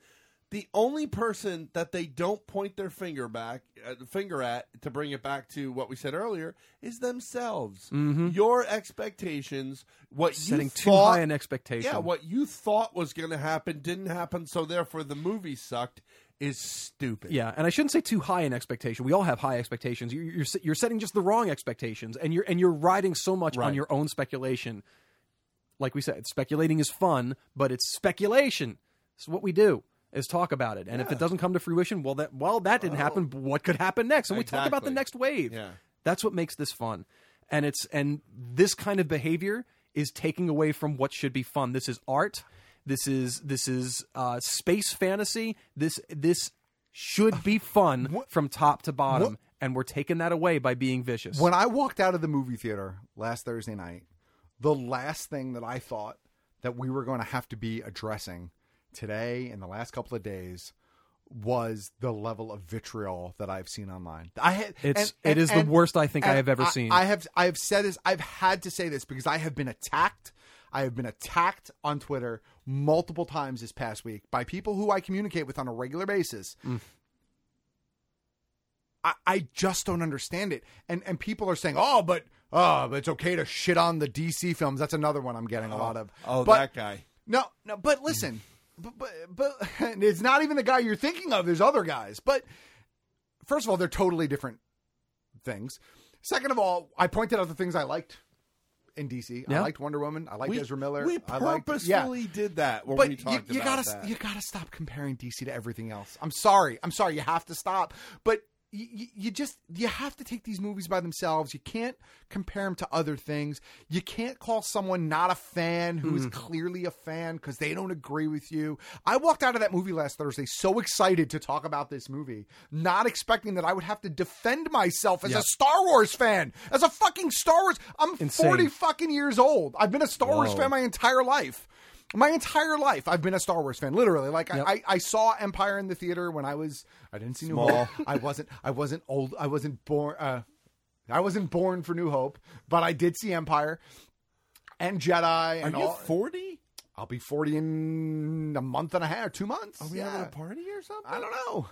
the only person that they don't point their finger back uh, finger at to bring it back to what we said earlier is themselves your expectations what Mm-hmm. Setting you too thought- high an expectation. yeah, what you thought was going to happen didn't happen, so therefore the movie sucked is stupid. Yeah, and I shouldn't say too high an expectation. We all have high expectations. You're you're, se- you're setting just the wrong expectations, and you're and you're riding so much on Right. your own speculation. Like we said, speculating is fun, but it's speculation. It's what we do is talk about it, and if Yeah. it doesn't come to fruition, well, that well that didn't happen. but What could happen next? And we talk about the Exactly. next wave. Yeah. That's what makes this fun, and it's and this kind of behavior is taking away from what should be fun. This is art. This is this is uh, space fantasy. This this should be fun from top to bottom, and we're taking that away by being vicious. When I walked out of the movie theater last Thursday night, the last thing that I thought that we were going to have to be addressing today in the last couple of days was the level of vitriol that I've seen online. I had It's- it is the worst I think I have ever I, seen. I have I have said this. I've had to say this because I have been attacked. I have been attacked on Twitter multiple times this past week by people who I communicate with on a regular basis. Mm-hmm. I, I just don't understand it. And and people are saying, oh, but oh, but it's okay to shit on the DC films. That's another one I'm getting a lot of. Oh, but, that guy. No, no, but listen, but, but but and it's not even the guy you're thinking of. There's other guys, but first of all, they're totally different things. Second of all, I pointed out the things I liked in DC. I Yeah. liked Wonder Woman. I liked We- Ezra Miller. We I liked- purposefully yeah. did that when but we you- talked you, about gotta that. you gotta stop comparing DC to everything else. I'm sorry. I'm sorry. You have to stop. But you, you just you have to take these movies by themselves. You can't compare them to other things. You can't call someone not a fan who is Mm. clearly a fan because they don't agree with you. I walked out of that movie last Thursday so excited to talk about this movie, not expecting that I would have to defend myself as Yeah. a Star Wars fan, as a fucking Star Wars. I'm Insane. 40 fucking years old. I've been a Star Wars Whoa. fan my entire life. My entire life, I've been a Star Wars fan. Literally, like I, I, I saw Empire in the theater when I was. I didn't see New Small. Hope. I wasn't. I wasn't old. I wasn't born. Uh, I wasn't born for New Hope, but I did see Empire and Jedi. And Are you forty? I'll be forty in a month and a half, two months. Are we having a party or something? I don't know.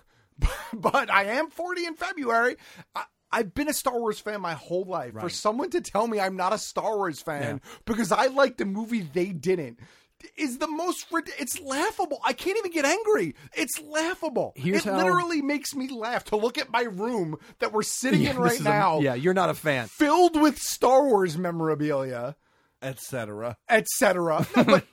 but I am 40 in February. I, I've been a Star Wars fan my whole life. For Right. someone to tell me I'm not a Star Wars fan because I liked the movie they didn't is the most rid- it's laughable. I can't even get angry. It's laughable. Here's it how- literally makes me laugh to look at my room that we're sitting Yeah, in this right is a- now yeah, you're not a fan. filled with Star Wars memorabilia, etc., etc. No, but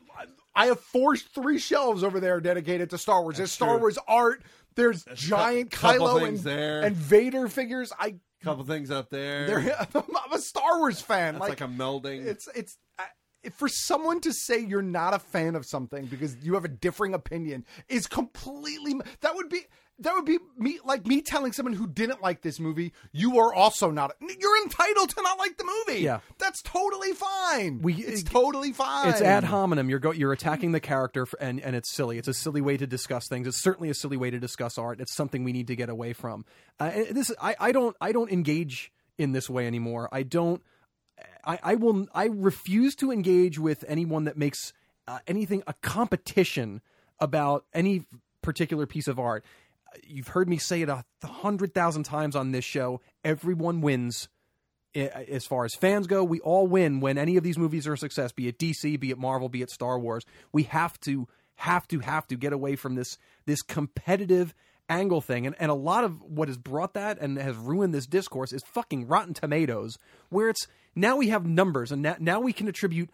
I have forced three shelves over there dedicated to Star Wars. There's Star true. Wars art. There's giant couple Kylo and, things there. and Vader figures. I Couple things up there. they're, I'm a Star Wars fan. That's like, like, a melding. it's it's I- for someone to say you're not a fan of something because you have a differing opinion is completely that would be that would be me like me telling someone who didn't like this movie you are also not you're entitled to not like the movie Yeah. that's totally fine We- uh, it's totally fine It's ad hominem. You're go, you're attacking the character, f and and it's silly. It's a silly way to discuss things. It's certainly a silly way to discuss art. It's something we need to get away from. Uh, and this I, I don't I don't engage in this way anymore. I don't. I, I will. I refuse to engage with anyone that makes uh, anything a competition about any particular piece of art. You've heard me say it a hundred thousand times on this show. Everyone wins i- as far as fans go, we all win when any of these movies are a success, be it DC, be it Marvel, be it Star Wars. We have to, have to, have to get away from this this competitive angle thing. And and a lot of what has brought that and has ruined this discourse is fucking Rotten Tomatoes, where it's now we have numbers and now, now we can attribute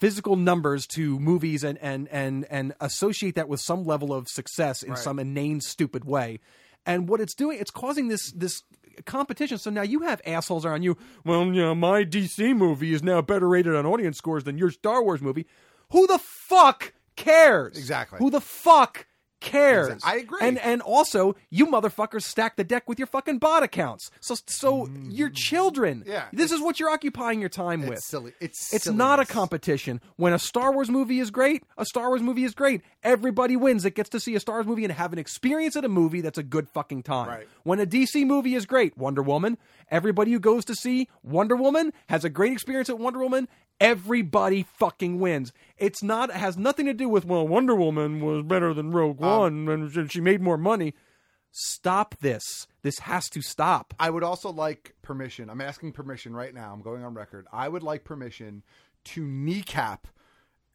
physical numbers to movies and and and and associate that with some level of success in Right. some inane stupid way and what it's doing it's causing this this competition so now you have assholes around you well yeah my dc movie is now better rated on audience scores than your star wars movie who the fuck cares Exactly. who the fuck cares Exact- I agree. and and also you motherfuckers stack the deck with your fucking bot accounts so so your children Mm. Yeah, this is what you're occupying your time with silly. It's it's not a competition. When a Star Wars movie is great, a Star Wars movie is great. Everybody wins that gets to see a Star Wars movie and have an experience at a movie that's a good fucking time. Right. When a DC movie is great, Wonder Woman, everybody who goes to see Wonder Woman has a great experience at Wonder Woman. Everybody fucking wins. It's not it has nothing to do with well, Wonder Woman was better than Rogue Um, One and and she made more money. Stop this. This has to stop. I would also like permission. I'm asking permission right now. I'm going on record. I would like permission to kneecap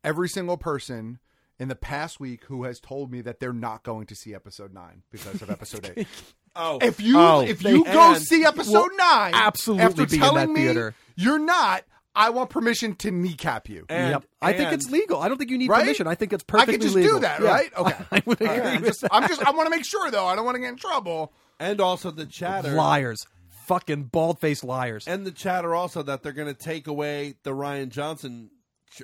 every single person in the past week who has told me that they're not going to see episode nine because of episode eight. Oh, if you Oh, if they you go can. see episode Will nine, absolutely after be in telling that me theater. you're not. I want permission to kneecap you. Yep. I think it's legal. I don't think you need Right? permission. I think it's I perfectly could just legal. do that, Yeah. right? Okay. I would agree I'm with just, I'm just. I want to make sure though. I don't want to get in trouble. And also the chatter. liars, fucking bald faced liars. And the chatter also that they're going to take away the Ryan Johnson,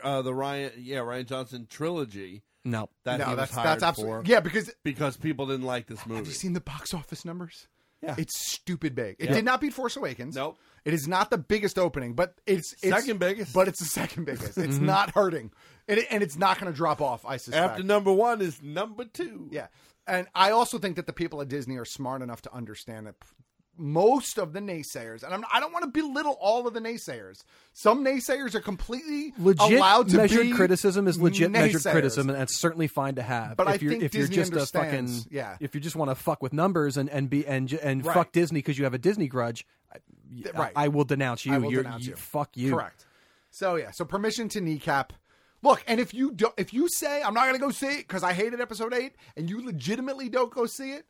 uh, the Ryan, yeah, Ryan Johnson trilogy. No, that No, he was that's- hired that's absolute- for. yeah, because because people didn't like this movie. Have you seen the box office numbers? Yeah. It's stupid big. It Yeah. did not beat Force Awakens. Nope. It is not the biggest opening, but it's, it's Second biggest. But it's the second biggest. It's Mhm. Mm-hmm. not hurting, and, it- and it's not going to drop off. I suspect. After number one is number two. Yeah, and I also think that the people at Disney are smart enough to understand that most of the naysayers, and I'm, I don't want to belittle all of the naysayers. Some naysayers are completely legit allowed to measured be criticism is legit measured naysayers. criticism, and that's certainly fine to have. But if I you're, think if Disney you're just a understands, fucking yeah. if you just want to fuck with numbers and and be and j- and Right. fuck Disney because you have a Disney grudge, I- Th- right. I, will denounce you. I will You're- denounce you. Fuck you. Correct. So yeah, so permission to kneecap. Look, and if you do, if you say I'm not going to go see it because I hated episode eight, and you legitimately don't go see it,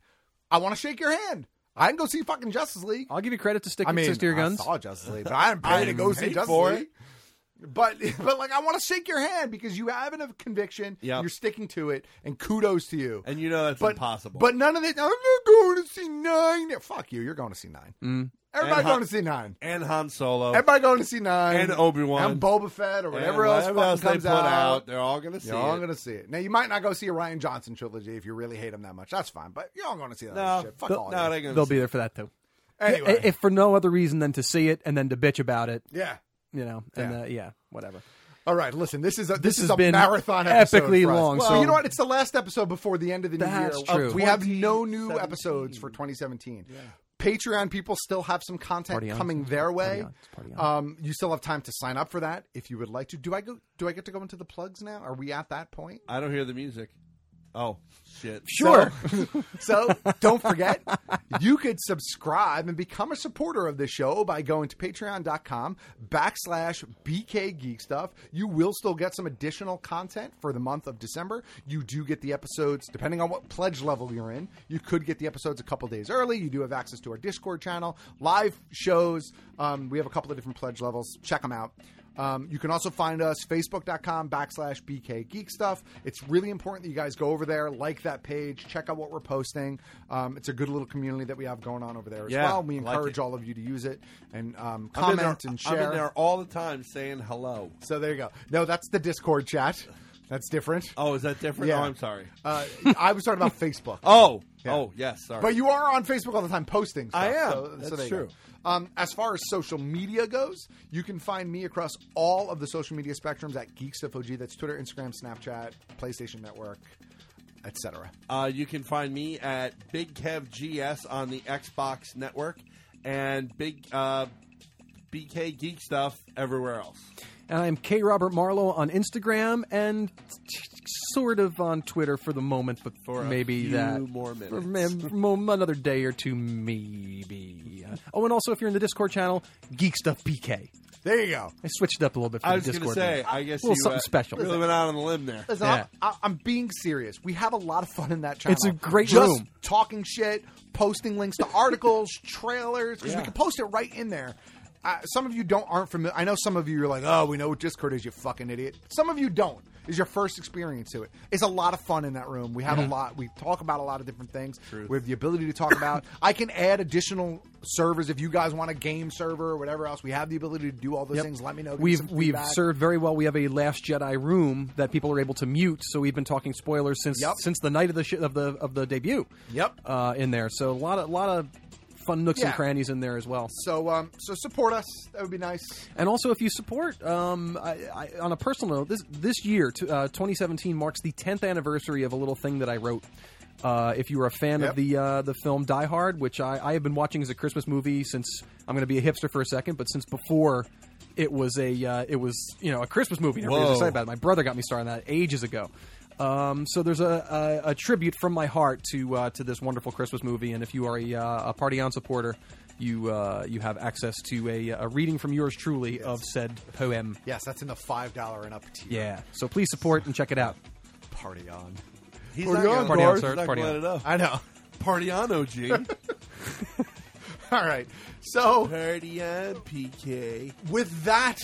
I want to shake your hand. I didn't go see fucking Justice League. I'll give you credit to stick I mean, stick to your guns. I saw Justice League, but I didn't pay to go see paid Justice for League. But but like I want to shake your hand because you have a conviction. Yep. You're sticking to it, and kudos to you. And you know that's but, impossible. But none of it. I'm not going to see nine. Yeah, Fuck you. You're going to see nine. Mm. Everybody And going Han- to see nine. and Han Solo. Everybody going to see nine And Obi-Wan. and Boba Fett or And whatever else whatever fucking else they comes put out. out, they're all gonna see You're all it. going to see it. Now you might not go see a Ryan Johnson trilogy if you really hate him that much. That's fine, but you're all going to see that No. shit. Fuck They'll- all. no, of you. they're gonna They'll be there for that too. Anyway. I- if for no other reason than to see it and then to bitch about it. Yeah. you know, and Yeah. uh, yeah, whatever. All right, listen. This is a This this, has is a been marathon episode epically for us. long, Well, so- you know what? It's the last episode before the end of the That's new year. true. We have no new episodes for 2017. Patreon people still have some content Party on. coming their way. on. It's party Um, you still have time to sign up for that if you would like to. Do I go? Do I get to go into the plugs now? Are we at that point? I don't hear the music. Oh shit! So, so don't forget, you could subscribe and become a supporter of the show by going to patreon.com backslash BK Geek Stuff. You will still get some additional content for the month of December. You do get the episodes, depending on what pledge level you're in, you could get the episodes a couple days early. You do have access to our Discord channel, live shows. Um, we have a couple of different pledge levels. Check them out. Um, you can also find us facebook.com backslash BK Geek Stuff. It's really important that you guys go over there, like that page, check out what we're posting. Um, it's a good little community that we have going on over there as Yeah, well. We like encourage it. all of you to use it and um, I'm in comment there- and I'm share. in there all the time saying hello. So there you go. No, that's the Discord chat. That's different. Oh, is that different? Yeah. Oh, I'm sorry. Uh, I was talking about Facebook. Oh, oh yes, sorry. But you are on Facebook all the time posting stuff. I am. So, so That's there you go. true. Um, as far as social media goes, you can find me across all of the social media spectrums at GeekStuffOG. That's Twitter, Instagram, Snapchat, PlayStation Network, etc. Uh, you can find me at Big Kev GS on the Xbox Network and Big uh, BK Geek Stuff everywhere else. And I'm K Robert Marlowe on Instagram and sort of on Twitter for the moment, but For a maybe few that more minutes. for ma- mo- another day or two, maybe. Oh, and also if you're in the Discord channel, Geek Stuff PK. There you go. I switched it up a little bit for the I was going to Discord. say, there. I guess a little you, something uh, special. Really went out on a limb there. Listen, I'm, I- I'm being serious. We have a lot of fun in that channel. It's a great Just room. talking shit, posting links to articles, trailers, because we Yeah. can post it right in there. Uh, some of you don't aren't familiar. I know some of you are like, oh, we know what Discord is, you fucking idiot. Some of you don't. Is your first experience to it. It's a lot of fun in that room. We have a Mm-hmm. Yeah. lot. We talk about a lot of different things. Truth. We have the ability to talk about. I can add additional servers if you guys want a game server or whatever else. We have the ability to do all those Yep. things. Let me know. Give me We've some we've feedback. served very well. We have a Last Jedi room that people are able to mute, so we've been talking spoilers since Yep. since the night of the sh- of the of the debut. Yep. uh, in there. So a lot of lot of fun nooks Yeah. and crannies in there as well. So um, so support us. That would be nice. And also, if you support, um, I, I, on a personal note, this this year, t- uh, 2017 marks the 10th anniversary of a little thing that I wrote. Uh, if you are a fan Yep. of the uh, the film Die Hard, which I, I have been watching as a Christmas movie since I'm going to be a hipster for a second, but since before it was a uh, it was you know a Christmas movie, and everybody was Whoa. excited about it. My brother got me started on that ages ago. Um, so there's a, a, a tribute from my heart to uh, to this wonderful Christmas movie, and if you are a, uh, a Party On supporter, you uh, you have access to a, a reading from yours truly of said poem. Yes, that's in the five dollar and up tier. Yeah, so please support and check it out. Party on. He's Party not on, going Party on, He's sir. not Party gonna on. let it up. I know. Party on, OG. All right. So Party on, PK. with that,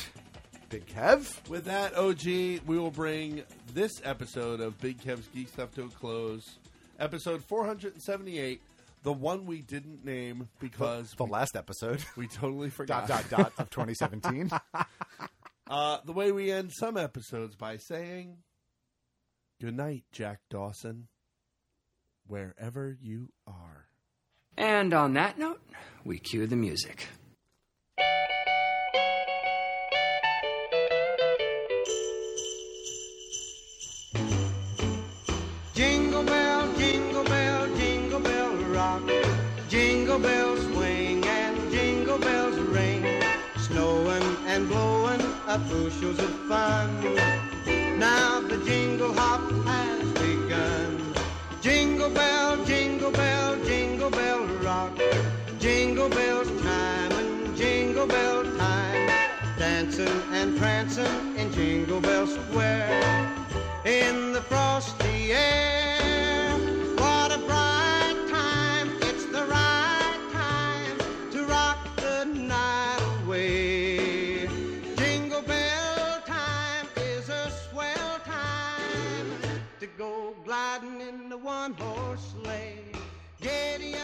Big Kev. With that, OG, we will bring this episode of Big Kev's Geek Stuff to a close. Episode 478, the one we didn't name because The last episode. we totally dot forgot. dot dot of 2017. Uh, the way we end some episodes by saying, Good night, Jack Dawson, wherever you are. And on that note, we cue the music. Jingle bell, jingle bell, jingle bell rock. Jingle bells swing a bushels of fun. Now the jingle hop has begun. Jingle bell, jingle bell, jingle bell rock. Jingle bell time and jingle bell time. Dancing and prancing in Jingle Bell Square. In the frosty air. What a bright time. It's the right time to rock the night away. Jingle bell time is a swell time to go gliding in the one horse sleigh. Giddy up.